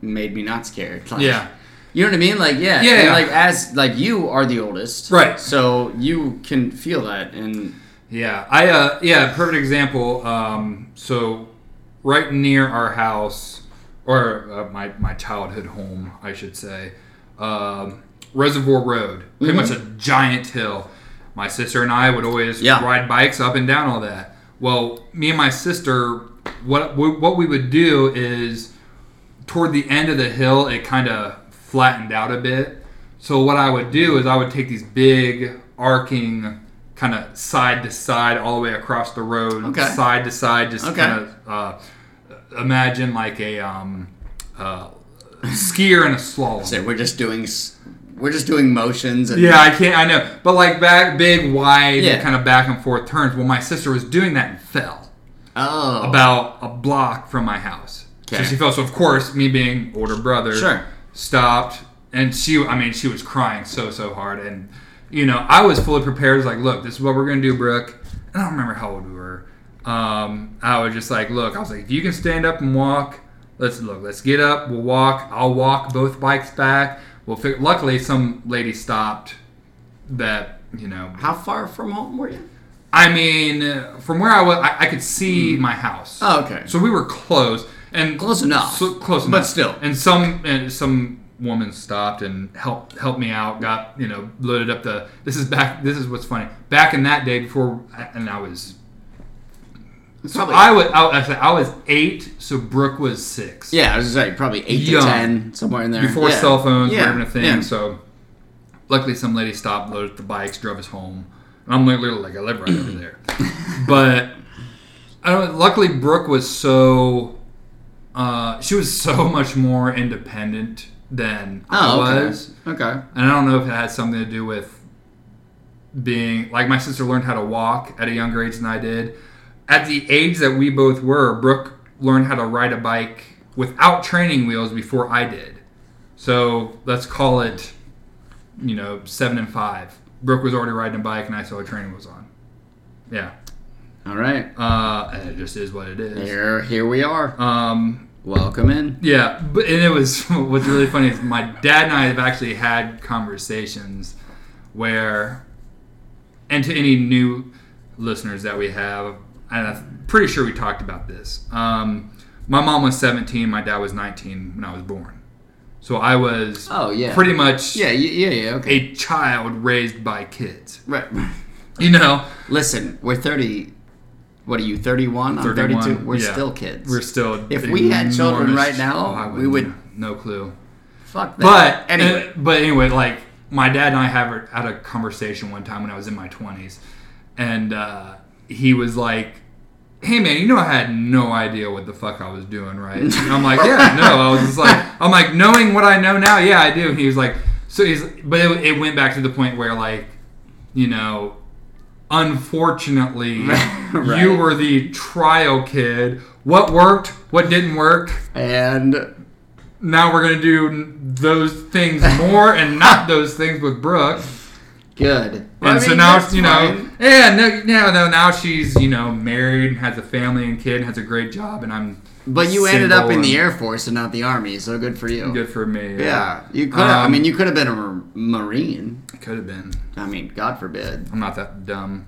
S2: made me not scared like,
S1: Yeah.
S2: you know what I mean? Like yeah,
S1: Yeah,
S2: and,
S1: yeah.
S2: Like as like you are the oldest,
S1: Right.
S2: So you can feel that, and
S1: Yeah, I uh, yeah, perfect example. Um, so right near our house, or uh, my my childhood home, I should say, um, Reservoir Road, pretty much a giant hill. My sister and I would always
S2: Yeah.
S1: ride bikes up and down all that. Well, me and my sister, what what we would do is toward the end of the hill, it kind of flattened out a bit. So what I would do is I would take these big arcing kind of side to side all the way across the road,
S2: Okay.
S1: side to side, just
S2: Okay.
S1: kind of uh, imagine like a um, uh, skier in a slalom.
S2: so we're just doing s- we're just doing motions, and
S1: Yeah, I can't. I know, but like back, big, wide,
S2: Yeah.
S1: kind of back and forth turns. Well, my sister was doing that and fell
S2: oh,
S1: about a block from my house. So
S2: Okay.
S1: she fell. So of course, me being older brother,
S2: Sure.
S1: stopped, and she. I mean, she was crying so so hard, and you know, I was fully prepared. It's like, look, this is what we're gonna do, Brooke. And I don't remember how old we were. Um, I was just like, look, I was like, if you can stand up and walk, let's look, let's get up, we'll walk. I'll walk both bikes back. We'll fig- luckily, some lady stopped. That you know,
S2: how far from home were you?
S1: I mean, uh, from where I was, I, I could see my house.
S2: Oh, okay.
S1: So we were close and
S2: Close enough.
S1: So, close
S2: But
S1: enough,
S2: still.
S1: And some and some woman stopped and helped helped me out. Got you know loaded up the. This is back. This is what's funny. Back in that day before, and I was
S2: It's probably
S1: I was I, was- I was eight. So Brooke was six.
S2: yeah, I was just like probably eight
S1: Young.
S2: to ten somewhere in there
S1: Before
S2: Yeah.
S1: cell phones
S2: Yeah,
S1: were even a thing.
S2: yeah.
S1: So luckily, some lady stopped, loaded the bikes, drove us home, and I'm literally like, I live right over there. But I don't. Luckily, Brooke was so. Uh, she was so much more independent than
S2: oh,
S1: I
S2: okay.
S1: was,
S2: okay,
S1: and I don't know if it had something to do with being like my sister learned how to walk at a younger age than I did. At the age that we both were, Brooke learned how to ride a bike without training wheels before I did. So let's call it, you know, seven and five. Brooke was already riding a bike, and I saw a training was on. Yeah,
S2: all right.
S1: uh, and it just is what it is.
S2: Here, here we are.
S1: Um,
S2: Welcome in.
S1: yeah, but and it was what's really funny is my dad and I have actually had conversations where, and to any new listeners that we have, and I'm pretty sure we talked about this. Um, my mom was 17, my dad was 19 when I was born. So I was
S2: Oh, yeah.
S1: pretty much
S2: Yeah, y- yeah, yeah. Okay.
S1: a child raised by kids.
S2: Right.
S1: You know,
S2: Listen, we're thirty. What are you? Thirty-one. I'm
S1: 31,
S2: thirty-two. We're
S1: yeah.
S2: still kids.
S1: we're still.
S2: If we had children
S1: enormous- Oh,
S2: right now,
S1: I
S2: we would-
S1: No clue.
S2: Fuck
S1: But
S2: that. anyway,
S1: and- but anyway, like my dad and I have had a conversation one time when I was in my twenties, and uh, he was like, "Hey man, you know I had no idea what the fuck I was doing, right?" And I'm like, "Yeah, no." I was just like, "I'm like knowing what I know now, yeah, I do." And he was like, "So he's," but it, it went back to the point where like, you know. Unfortunately,
S2: Right.
S1: you were the trial kid. What worked? What didn't work?
S2: and
S1: now we're gonna do those things more and not those things with Brooke.
S2: good.
S1: And
S2: I
S1: so
S2: mean,
S1: now
S2: that's
S1: you know,
S2: fine.
S1: yeah, no, no, no, now she's you know married and has a family and kid and has a great job, and I'm
S2: But you ended
S1: single
S2: up in the
S1: and
S2: Air Force and not the Army, so good for you.
S1: Good for me.
S2: Yeah, you could. have I
S1: Um,
S2: mean, you could have been a mar- Marine.
S1: could have been.
S2: I mean, God forbid.
S1: I'm not that dumb.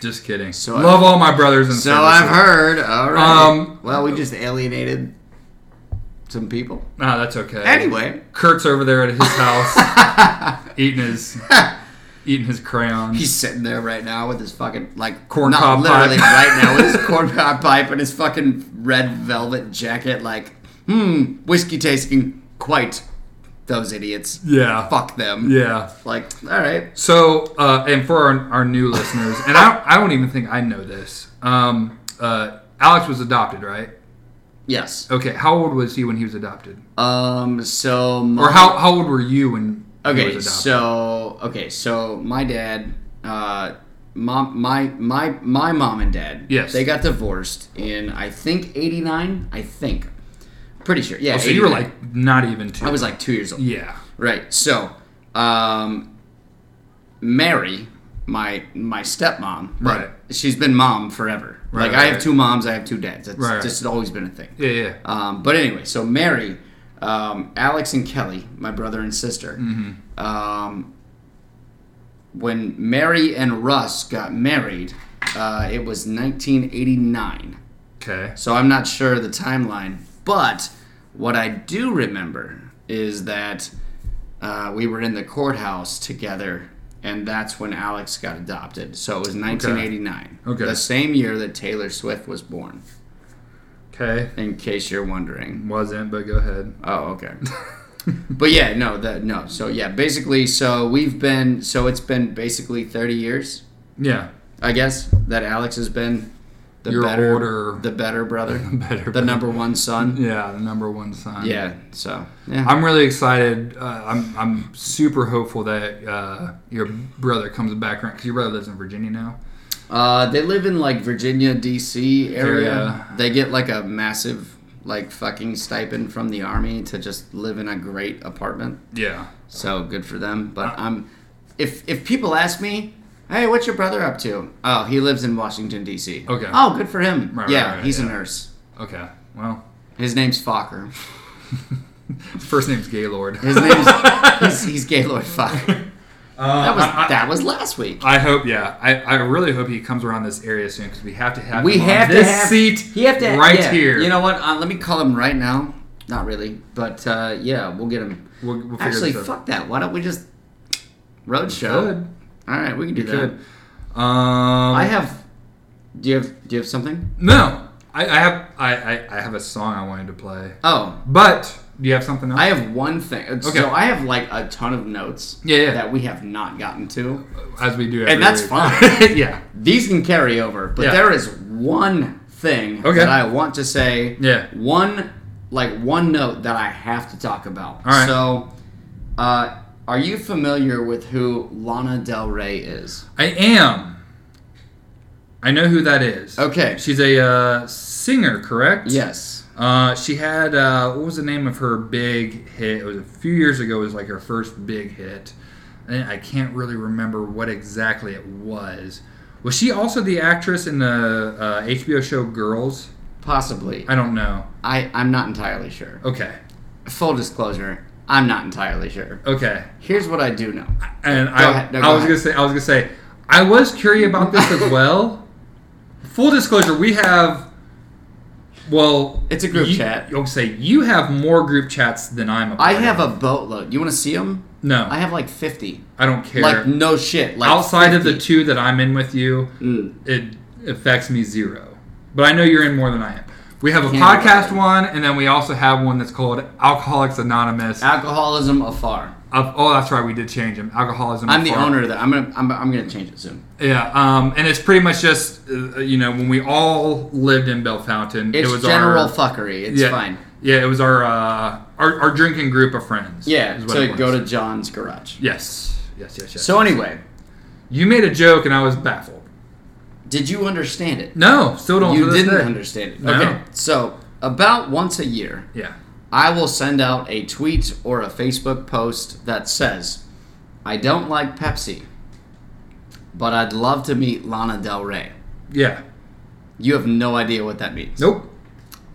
S1: Just kidding.
S2: So I-
S1: Love all my brothers and
S2: So I've heard. All right.
S1: Um,
S2: well, we just alienated some people.
S1: Nah, Ah, that's okay.
S2: Anyway,
S1: Kurt's over there at his house eating his eating his crayons.
S2: he's sitting there right now with his fucking like
S1: Corn
S2: not
S1: cob
S2: literally
S1: pipe.
S2: right now with his corn cob pipe and his fucking red velvet jacket. Like, hmm, whiskey tasting. Quite those idiots.
S1: yeah.
S2: Fuck them.
S1: Yeah.
S2: Like, all right.
S1: So, uh, and for our, our new listeners, and I, I don't even think I know this. Um, uh, Alex was adopted, right?
S2: Yes.
S1: Okay, how old was he when he was adopted?
S2: Um. So. My,
S1: Or how, how old were you when he
S2: Um, Okay,
S1: was adopted?
S2: so okay, so my dad, uh, mom, my my my mom and dad,
S1: Yes.
S2: they got divorced in I think '89. I think, pretty sure. Yeah,
S1: Oh, so you were
S2: 89.
S1: like not even two.
S2: I was like two years old.
S1: yeah,
S2: Right. So, um, Mary, my my stepmom, but
S1: Right.
S2: She's been mom forever.
S1: Right,
S2: like I have
S1: right.
S2: two moms, I have two dads. That's
S1: Right, right.
S2: just always been a thing.
S1: yeah, yeah.
S2: Um, but anyway, so Mary, um, Alex, and Kelly, my brother and sister.
S1: Mm-hmm.
S2: Um, when Mary and Russ got married, uh, it was 1989.
S1: Okay,
S2: So I'm not sure of the timeline, but what I do remember is that uh, we were in the courthouse together, and that's when Alex got adopted. So it was 1989,
S1: Okay.
S2: the same year that Taylor Swift was born.
S1: okay.
S2: In case you're wondering.
S1: Wasn't, but go ahead.
S2: Oh, okay. but yeah, no, that no. So yeah, basically, so we've been, so it's been basically thirty years,
S1: Yeah,
S2: I guess, that Alex has been the
S1: Your
S2: better,
S1: older-
S2: the better brother,
S1: better
S2: the
S1: brother.
S2: number one son.
S1: yeah. The number one sign.
S2: Yeah. So yeah,
S1: I'm really excited. Uh, I'm I'm super hopeful that uh, your brother comes back around because your brother lives in Virginia now.
S2: uh, they live in like Virginia, D.C. area.
S1: Area.
S2: They get like a massive. Like fucking stipend from the army to just live in a great apartment.
S1: Yeah.
S2: So good for them. But I'm, if if people ask me, hey, what's your brother up to? Oh, he lives in Washington D.C.
S1: Okay.
S2: Oh, good for him.
S1: Right, right,
S2: yeah,
S1: right,
S2: he's a
S1: yeah.
S2: nurse.
S1: Okay. Well,
S2: His name's Fokker.
S1: first name's Gaylord.
S2: His name's he's, he's Gaylord Fokker. that was
S1: Uh, I- I-
S2: that was last week.
S1: I hope, yeah. I, I really hope he comes around this area soon because we have to have
S2: We
S1: him on
S2: have to
S1: this
S2: have-
S1: seat
S2: You have to
S1: right
S2: yeah.
S1: here.
S2: You know what? Uh, let me call him right now. Not really, but uh, yeah, we'll get him.
S1: we'll, we'll figure
S2: Actually,
S1: this out.
S2: fuck that. Why don't we just roadshow?
S1: Good,
S2: All right, we can do that.
S1: good. Um,
S2: I have. Do you have Do you have something?
S1: no. I, I have I, I, I have a song I wanted to play,
S2: Oh,
S1: but do you have something else?
S2: I have one thing.
S1: Okay.
S2: So I have like a ton of notes
S1: Yeah, yeah.
S2: that we have not gotten to.
S1: as we do, every
S2: And that's
S1: week.
S2: fine.
S1: yeah,
S2: These can carry over, but
S1: Yeah.
S2: there is one thing
S1: Okay.
S2: that I want to say.
S1: Yeah.
S2: One like one note that I have to talk about.
S1: All right.
S2: So uh are you familiar with who Lana Del Rey is?
S1: I am. I know who that is.
S2: Okay.
S1: she's a uh, singer, correct?
S2: Yes.
S1: Uh, she had uh, what was the name of her big hit? It was a few years ago. It was like her first big hit, and I can't really remember what exactly it was. Was she also the actress in the uh, HBO show Girls?
S2: Possibly.
S1: I don't know.
S2: I, I'm not entirely sure.
S1: Okay,
S2: Full disclosure, I'm not entirely sure.
S1: okay.
S2: Here's what I do know.
S1: And I,
S2: ahead. No, go
S1: I was
S2: ahead.
S1: gonna say, I was gonna say, I was curious about this as well. Full disclosure: we have Well,
S2: It's a group
S1: you-
S2: chat.
S1: You'll say you have more group chats than I'm. A
S2: I
S1: part
S2: have
S1: of.
S2: a boatload. You want to see them?
S1: no.
S2: I have like 50.
S1: I don't care.
S2: Like, no shit. Like
S1: Outside of the
S2: 50.
S1: two that I'm in with you,
S2: Mm.
S1: it affects me zero. But I know you're in more than I am. We have a
S2: Can't
S1: podcast
S2: imagine.
S1: one, and then we also have one that's called Alcoholics Anonymous.
S2: Alcoholism afar.
S1: Of- oh, that's right, we did change them. Alcoholism.
S2: I'm the
S1: Afar.
S2: owner of that. I'm gonna I'm, I'm gonna change it soon.
S1: Yeah, um, and it's pretty much just uh, you know when we all lived in Bellefontaine,
S2: It's
S1: it was
S2: general
S1: our
S2: fuckery. It's
S1: yeah,
S2: fine.
S1: Yeah, it was our uh, our, our drinking group of friends.
S2: Yeah.
S1: is what it
S2: So
S1: was.
S2: go to John's garage.
S1: yes, yes, yes, yes.
S2: So anyway,
S1: you made a joke, and I was baffled.
S2: did you understand it?
S1: No, still don't. to
S2: You
S1: this
S2: didn't
S1: day.
S2: understand it.
S1: No.
S2: Okay. So about once a year,
S1: Yeah,
S2: I will send out a tweet or a Facebook post that says, "I don't like Pepsi, but I'd love to meet Lana Del Rey."
S1: yeah.
S2: You have no idea what that means.
S1: Nope.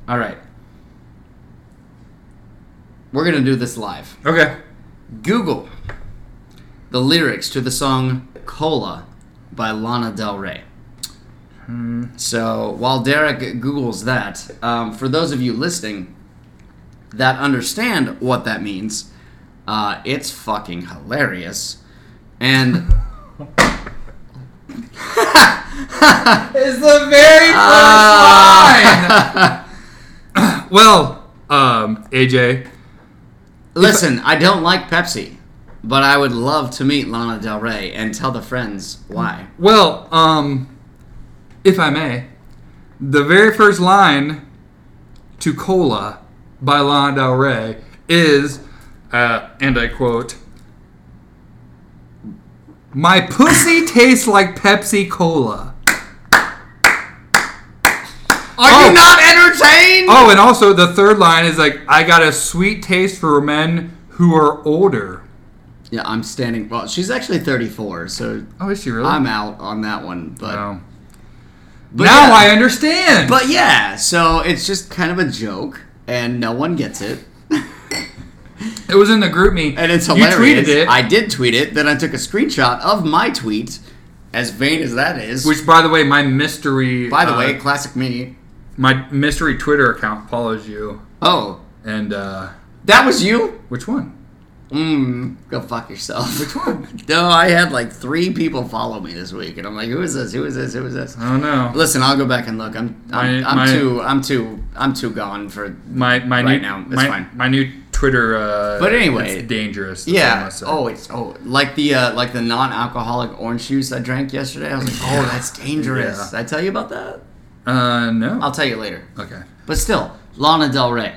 S2: All right. We're going to do this live.
S1: Okay.
S2: Google the lyrics to the song Cola by Lana Del Rey. Hmm. So while Derek Googles that, um, for those of you listening that understand what that means, uh, it's fucking hilarious. And.
S1: It's the very first line. well, um, AJ,
S2: Listen, I don't like Pepsi, but I would love to meet Lana Del Rey and tell the friends why.
S1: Well, um, if I may, the very first line to Cola by Lana Del Rey is, uh, and I quote, My pussy tastes like Pepsi Cola.
S2: Are
S1: Oh.
S2: you not entertained?
S1: Oh, and also the third line is like, I got a sweet taste for men who are older.
S2: Yeah, I'm standing. Well, she's actually 34, so
S1: Oh, is she really?
S2: I'm out on that one. But
S1: Oh. now
S2: yeah.
S1: I understand.
S2: but yeah, so it's just kind of a joke, and no one gets it,
S1: it was in the group me,
S2: and it's
S1: You
S2: hilarious.
S1: tweeted it.
S2: I did tweet it. Then I took a screenshot of my tweet, as vain as that is.
S1: Which, by the way, my mystery.
S2: by the
S1: uh,
S2: way, classic me.
S1: my mystery Twitter account follows you,
S2: Oh,
S1: and uh,
S2: that was you.
S1: which one?
S2: Mm, go fuck yourself.
S1: Which one?
S2: No, I had like three people follow me this week, and I'm like, who is this? Who is this? Who is this?
S1: I don't know.
S2: Listen, I'll go back and look. I'm I'm,
S1: My-
S2: I'm
S1: my-
S2: too I'm too I'm too gone for
S1: My my
S2: Right
S1: new
S2: now, it's
S1: my,
S2: fine.
S1: my new Twitter. Uh,
S2: But anyway-
S1: it's dangerous. that's what I
S2: yeah.
S1: must say.
S2: Oh, it's oh like the uh, like the non-alcoholic orange juice I drank yesterday. I was like, oh, that's dangerous.
S1: Yeah.
S2: Did I tell you about that?
S1: uh, no.
S2: I'll tell you later.
S1: okay.
S2: But still, Lana Del Rey.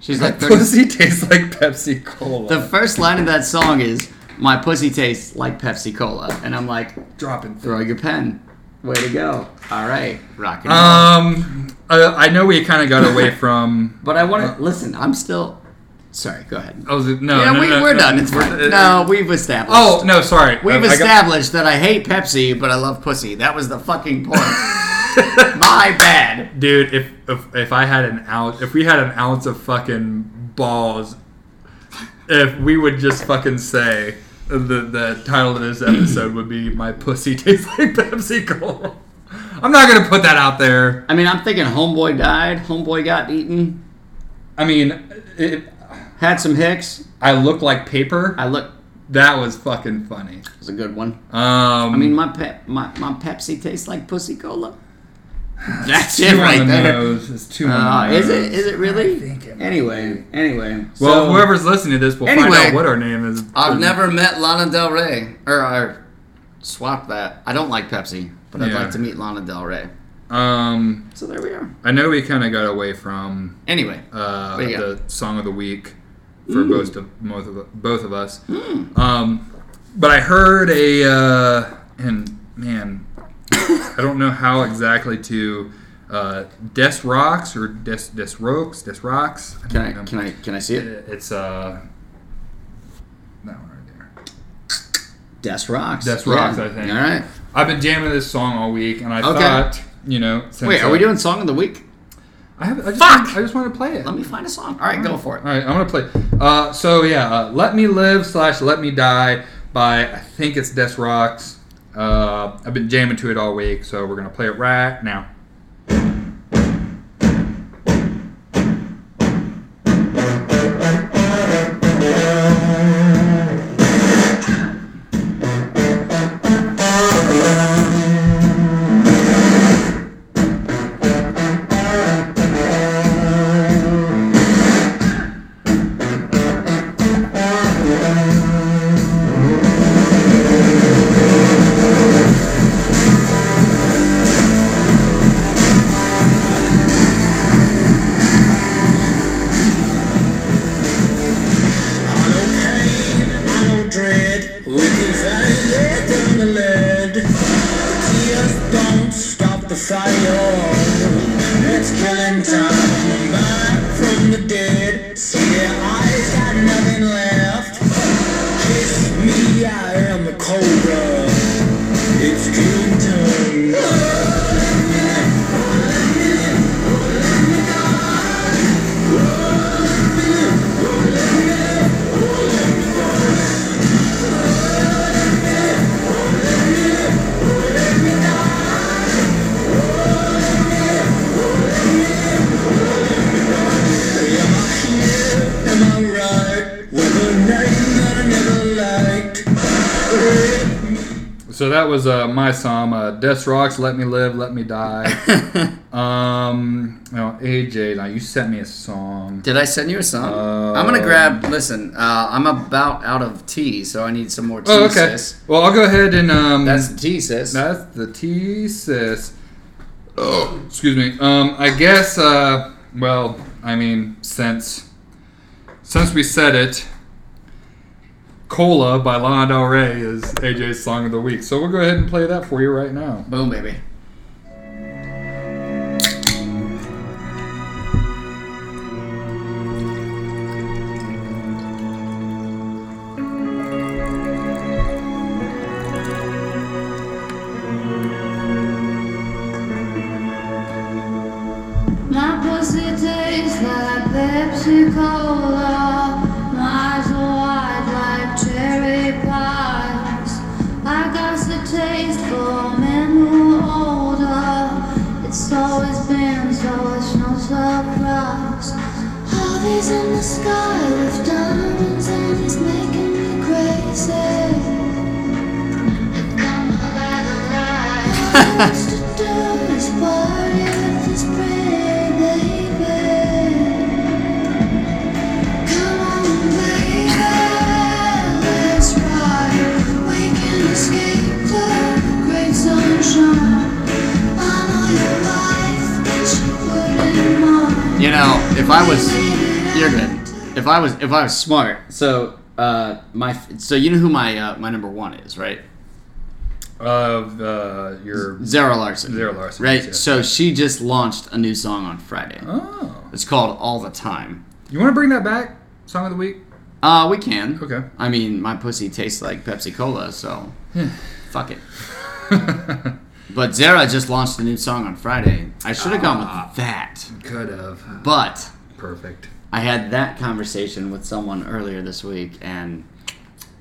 S2: She's like 30,
S1: Pussy tastes like Pepsi Cola.
S2: the first line of that song is "My pussy tastes like Pepsi Cola," and I'm like,
S1: dropping.
S2: throw your pen. Way to go. All right, rock and
S1: Uh,
S2: roll.
S1: Um, uh, I know we kind of got away from.
S2: But I want to listen. I'm still. Sorry, go ahead.
S1: I was no.
S2: yeah,
S1: Oh, no,
S2: we,
S1: no,
S2: we're
S1: no,
S2: done. It's
S1: we're-
S2: fine. no, we've established.
S1: Oh no, sorry.
S2: we've
S1: I got-
S2: established that I hate Pepsi, but I love pussy. That was the fucking point. My bad.
S1: Dude, if, if if I had an ounce, if we had an ounce of fucking balls, if we would just fucking say the the title of this episode would be "My Pussy Tastes Like Pepsi Cola." I'm not gonna put that out there.
S2: I mean, I'm thinking homeboy died. Homeboy got eaten.
S1: I mean, it,
S2: Had some hicks.
S1: I look like paper.
S2: I look.
S1: That was fucking funny.
S2: It was a good one.
S1: Um,
S2: I mean, my pep, my, my Pepsi tastes like pussy cola. That's
S1: two
S2: it
S1: on
S2: right
S1: the
S2: there.
S1: nose. It's two
S2: Uh,
S1: on the
S2: is
S1: nose.
S2: it? Is it really?
S1: think it might
S2: anyway, anyway.
S1: Well,
S2: so-
S1: whoever's listening to this will find
S2: Anyway, Uh,
S1: out what our name is.
S2: I've never met Lana Del Rey. Or, or swap that. I don't like Pepsi, but I'd
S1: Yeah.
S2: like to meet Lana Del Rey.
S1: Um,
S2: So there we are.
S1: I know we kind of got away from
S2: Anyway,
S1: uh,
S2: What you Mm.
S1: the song of the week for both of both of both of us. Um, but I heard a uh, and man, I don't know how exactly to uh, Des Rocks or Des Des Rocks Des Rocks.
S2: can I can I can I see it?
S1: It's uh that one right there.
S2: Des Rocks.
S1: Des Rocks, I think.
S2: All right.
S1: I've been jamming this song all week, and I
S2: Okay.
S1: thought you know. Since,
S2: Wait, are
S1: uh,
S2: we doing song of the week?
S1: I, have, I just
S2: Fuck!
S1: wanted- I just want to play it.
S2: Let me find a song. All right, go for
S1: All
S2: it.
S1: right, I'm gonna play. Uh, so yeah, uh, "Let Me Live" slash "Let Me Die" by I think it's Des Rocks. Uh, I've been jamming to it all week, so we're gonna play it right now.
S6: the fire. It's killing time. Back from the dead. See their eyes got nothing left. Kiss me, I am the cobra. It's killing time. Am I right? With a name that I never liked.
S1: So that was uh, my song, uh, Death Rocks, Let Me Live, Let Me Die. um, no, AJ, now you sent me a song.
S2: Did I send you a song?
S1: Uh,
S2: I'm gonna grab. Listen, uh, I'm about out of tea, so I need some more tea,
S1: Oh, okay.
S2: sis.
S1: Well, I'll go ahead and. Um,
S2: That's the tea, sis.
S1: That's the thesis. Oh, excuse me. Um, I guess. Uh, well, I mean, since since we said it, "Cola" by Lana Del Rey is AJ's song of the week. So we'll go ahead and play that for you right now.
S2: Boom, baby.
S9: My pussy tastes like Pepsi Cola. My eyes are wide like cherry pies. I got the taste for men who are older. It's always been so, it's no surprise. Harvey's in the sky with diamonds and he's making me crazy.
S2: You know, if I was, you're
S9: You're
S2: good. If I was, if I was smart, so uh, my, so you know who my uh, my number one is, right?
S1: Of uh, your
S2: Zara Larson.
S1: Zara Larson,
S2: Right.
S1: yes.
S2: So she just launched a new song on Friday.
S1: oh,
S2: It's called All the Time.
S1: you want to bring that back? Song of the week.
S2: Uh, we can.
S1: Okay.
S2: I mean, my pussy tastes like Pepsi Cola, so fuck it. But Zara just launched a new song on Friday. I should have gone
S1: Ah.
S2: with that,
S1: Could have.
S2: but
S1: Perfect.
S2: I had that conversation with someone earlier this week and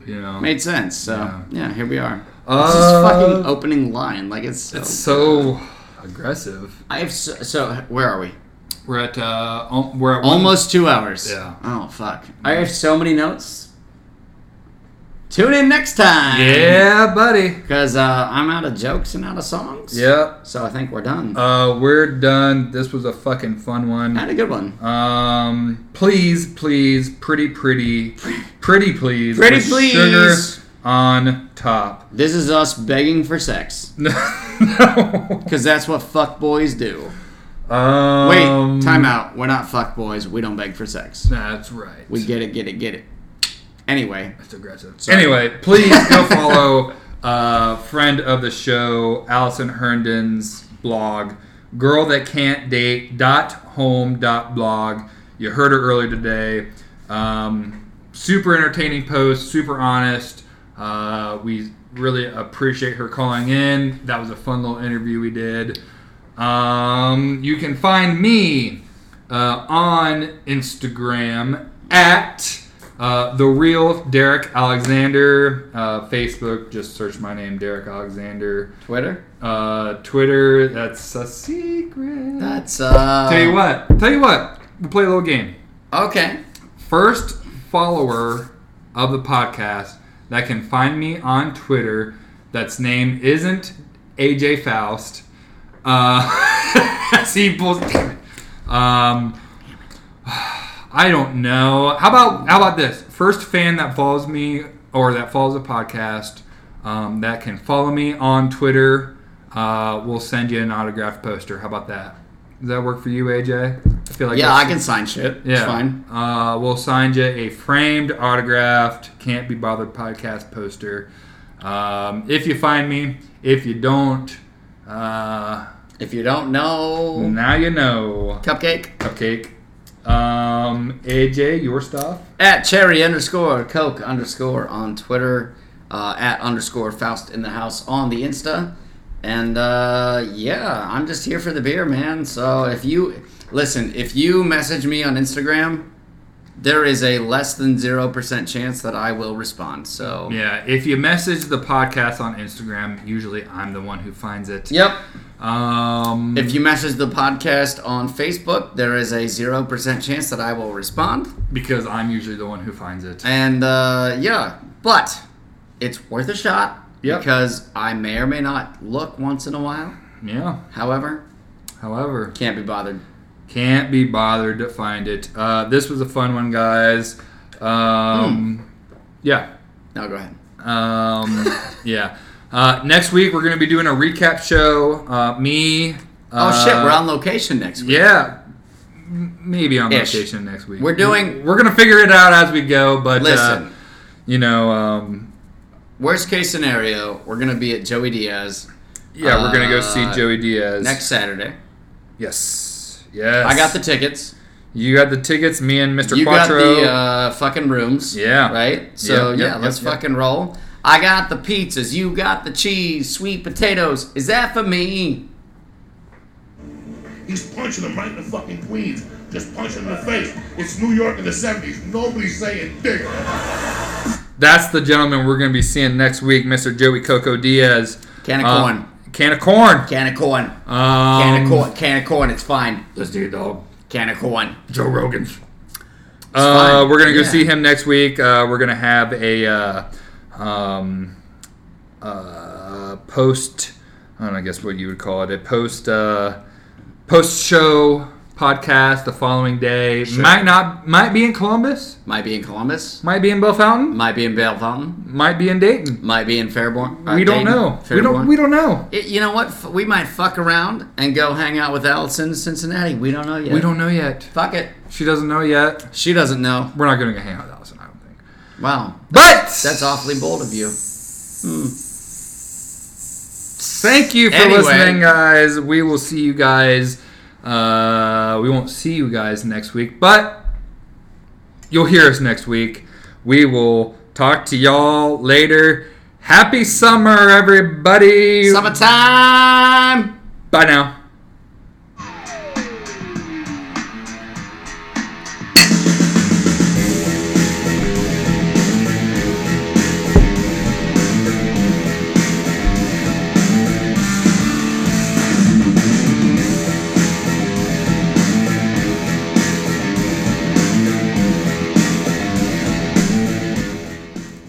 S1: You know.
S2: made sense. So
S1: Yeah.
S2: yeah, here we are. This is
S1: Uh,
S2: fucking opening line. Like it's so.
S1: it's so aggressive.
S2: I have so, so where are we?
S1: We're at uh, al- we're at one-
S2: Almost two hours.
S1: Yeah.
S2: Oh fuck! I have so many notes. Tune in next time.
S1: Yeah, buddy.
S2: Because uh, I'm out of jokes and out of songs.
S1: Yep.
S2: So I think we're done.
S1: Uh, we're done. This was a fucking fun
S2: I had
S1: one.
S2: a good one.
S1: Um, please, please, pretty, pretty, pretty, please,
S2: Pretty
S1: with
S2: please.
S1: sugar on top.
S2: This is us begging for sex.
S1: No, no.
S2: Because that's what fuck boys do.
S1: Um,
S2: Wait, time out. We're not fuck boys. We don't beg for sex.
S1: That's right.
S2: We get it, get it, get it. Anyway,
S1: It's aggressive. Anyway, please go follow uh, friend of the show, Allison Herndon's blog, girl that can't date home blog. You heard her earlier today. Um, super entertaining post, super honest. Uh, we really appreciate her calling in. That was a fun little interview we did. Um, you can find me uh, on Instagram at uh, the real Derek Alexander. Uh, Facebook, just search my name, Derek Alexander.
S2: Twitter.
S1: Uh, Twitter, that's a secret.
S2: That's uh.
S1: tell you what, tell you what, we'll play a little game.
S2: Okay.
S1: First follower of the podcast that can find me on Twitter, that's name isn't AJ Faust. Uh, see, bulls. Damn it. Um, I don't know. How about how about this? First fan that follows me or that follows the podcast um, that can follow me on Twitter, uh, we'll send you an autographed poster. How about that? Does that work for you, AJ? I feel like
S2: Yeah,
S1: that's-
S2: I can sign shit.
S1: yeah.
S2: It's fine.
S1: Uh, we'll sign you a framed, autographed, can't be bothered podcast poster. Um, if you find me, if you don't, uh,
S2: If you don't
S1: Well,
S2: know,
S1: now you know.
S2: cupcake
S1: Cupcake. Um, AJ, your stuff.
S2: at cherry underscore coke underscore on Twitter, uh, at underscore Faust in the house on the Insta, and uh, yeah, I'm just here for the beer, man. So if you listen, if you message me on Instagram, there is a less than zero percent chance that I will respond. So
S1: Yeah, if you message the podcast on Instagram, usually I'm the one who finds it.
S2: yep.
S1: Um,
S2: If you message the podcast on Facebook, there is a zero percent chance that I will respond.
S1: because I'm usually the one who finds it.
S2: And uh, yeah, but it's worth a shot
S1: Yep.
S2: because I may or may not look once in a while.
S1: Yeah.
S2: However,
S1: However,
S2: can't be bothered.
S1: can't be bothered to find it. Uh, this was a fun one, guys. Um,
S2: Hmm.
S1: Yeah.
S2: No, go ahead.
S1: Um, yeah. Uh, next week we're going to be doing a recap show. Uh, me.
S2: Oh
S1: uh,
S2: shit, we're on location next week.
S1: Yeah. M- Maybe on
S2: Ish.
S1: location next week.
S2: We're doing-
S1: We're gonna figure it out as we go, but uh,
S2: Listen,
S1: you know, um,
S2: worst case scenario, we're gonna be at Joey Diaz
S1: yeah, we're gonna go see
S2: Uh,
S1: Joey Diaz
S2: next Saturday.
S1: Yes, yes.
S2: I got the tickets.
S1: you got the tickets. Me and Mr.
S2: You got
S1: Quattro.
S2: the uh, fucking rooms.
S1: Yeah.
S2: Right? So,
S1: Yep,
S2: yeah,
S1: yep, yep,
S2: let's
S1: yep.
S2: fucking roll. I got the pizzas. You got the cheese, sweet potatoes. Is that for me?
S10: He's punching him right in the fucking queens. Just punch him in the face. It's New York in the 70s. Nobody's saying dick.
S1: That's the gentleman we're gonna be seeing next week, Mr. Joey Coco Diaz.
S2: Can of
S1: Uh,
S2: corn.
S1: Can of corn.
S2: Can of corn.
S1: Um, Uh,
S2: Can of corn. Can of corn. It's fine.
S1: Let's do it, dog.
S2: Can of corn.
S1: Joe Rogan's. Uh,
S2: fine.
S1: we're gonna go
S2: Yeah.
S1: see him next week. Uh, we're gonna have a uh, um, uh, post. I don't know, I guess what you would call it a post uh, post show podcast the following day. Might not might be in Columbus.
S2: Might be in Columbus.
S1: Might be in Bell Fountain.
S2: Might be in Bell Fountain.
S1: Might be in Dayton.
S2: Might be in Fairborn.
S1: we don't know. We don't. We don't know.
S2: you know what? F- We might fuck around and go hang out with Allison in Cincinnati. We don't know yet.
S1: We don't know yet.
S2: Fuck it.
S1: She doesn't know yet.
S2: She doesn't know.
S1: We're not going to hang out with Allison. I don't think.
S2: Wow.
S1: But
S2: That's awfully bold of you.
S1: Thank you for
S2: Anyway.
S1: listening, guys. We will see you guys. Uh, we won't see you guys next week, but you'll hear us next week. We will talk to y'all later. Happy summer, everybody.
S2: Summertime!
S1: Bye now.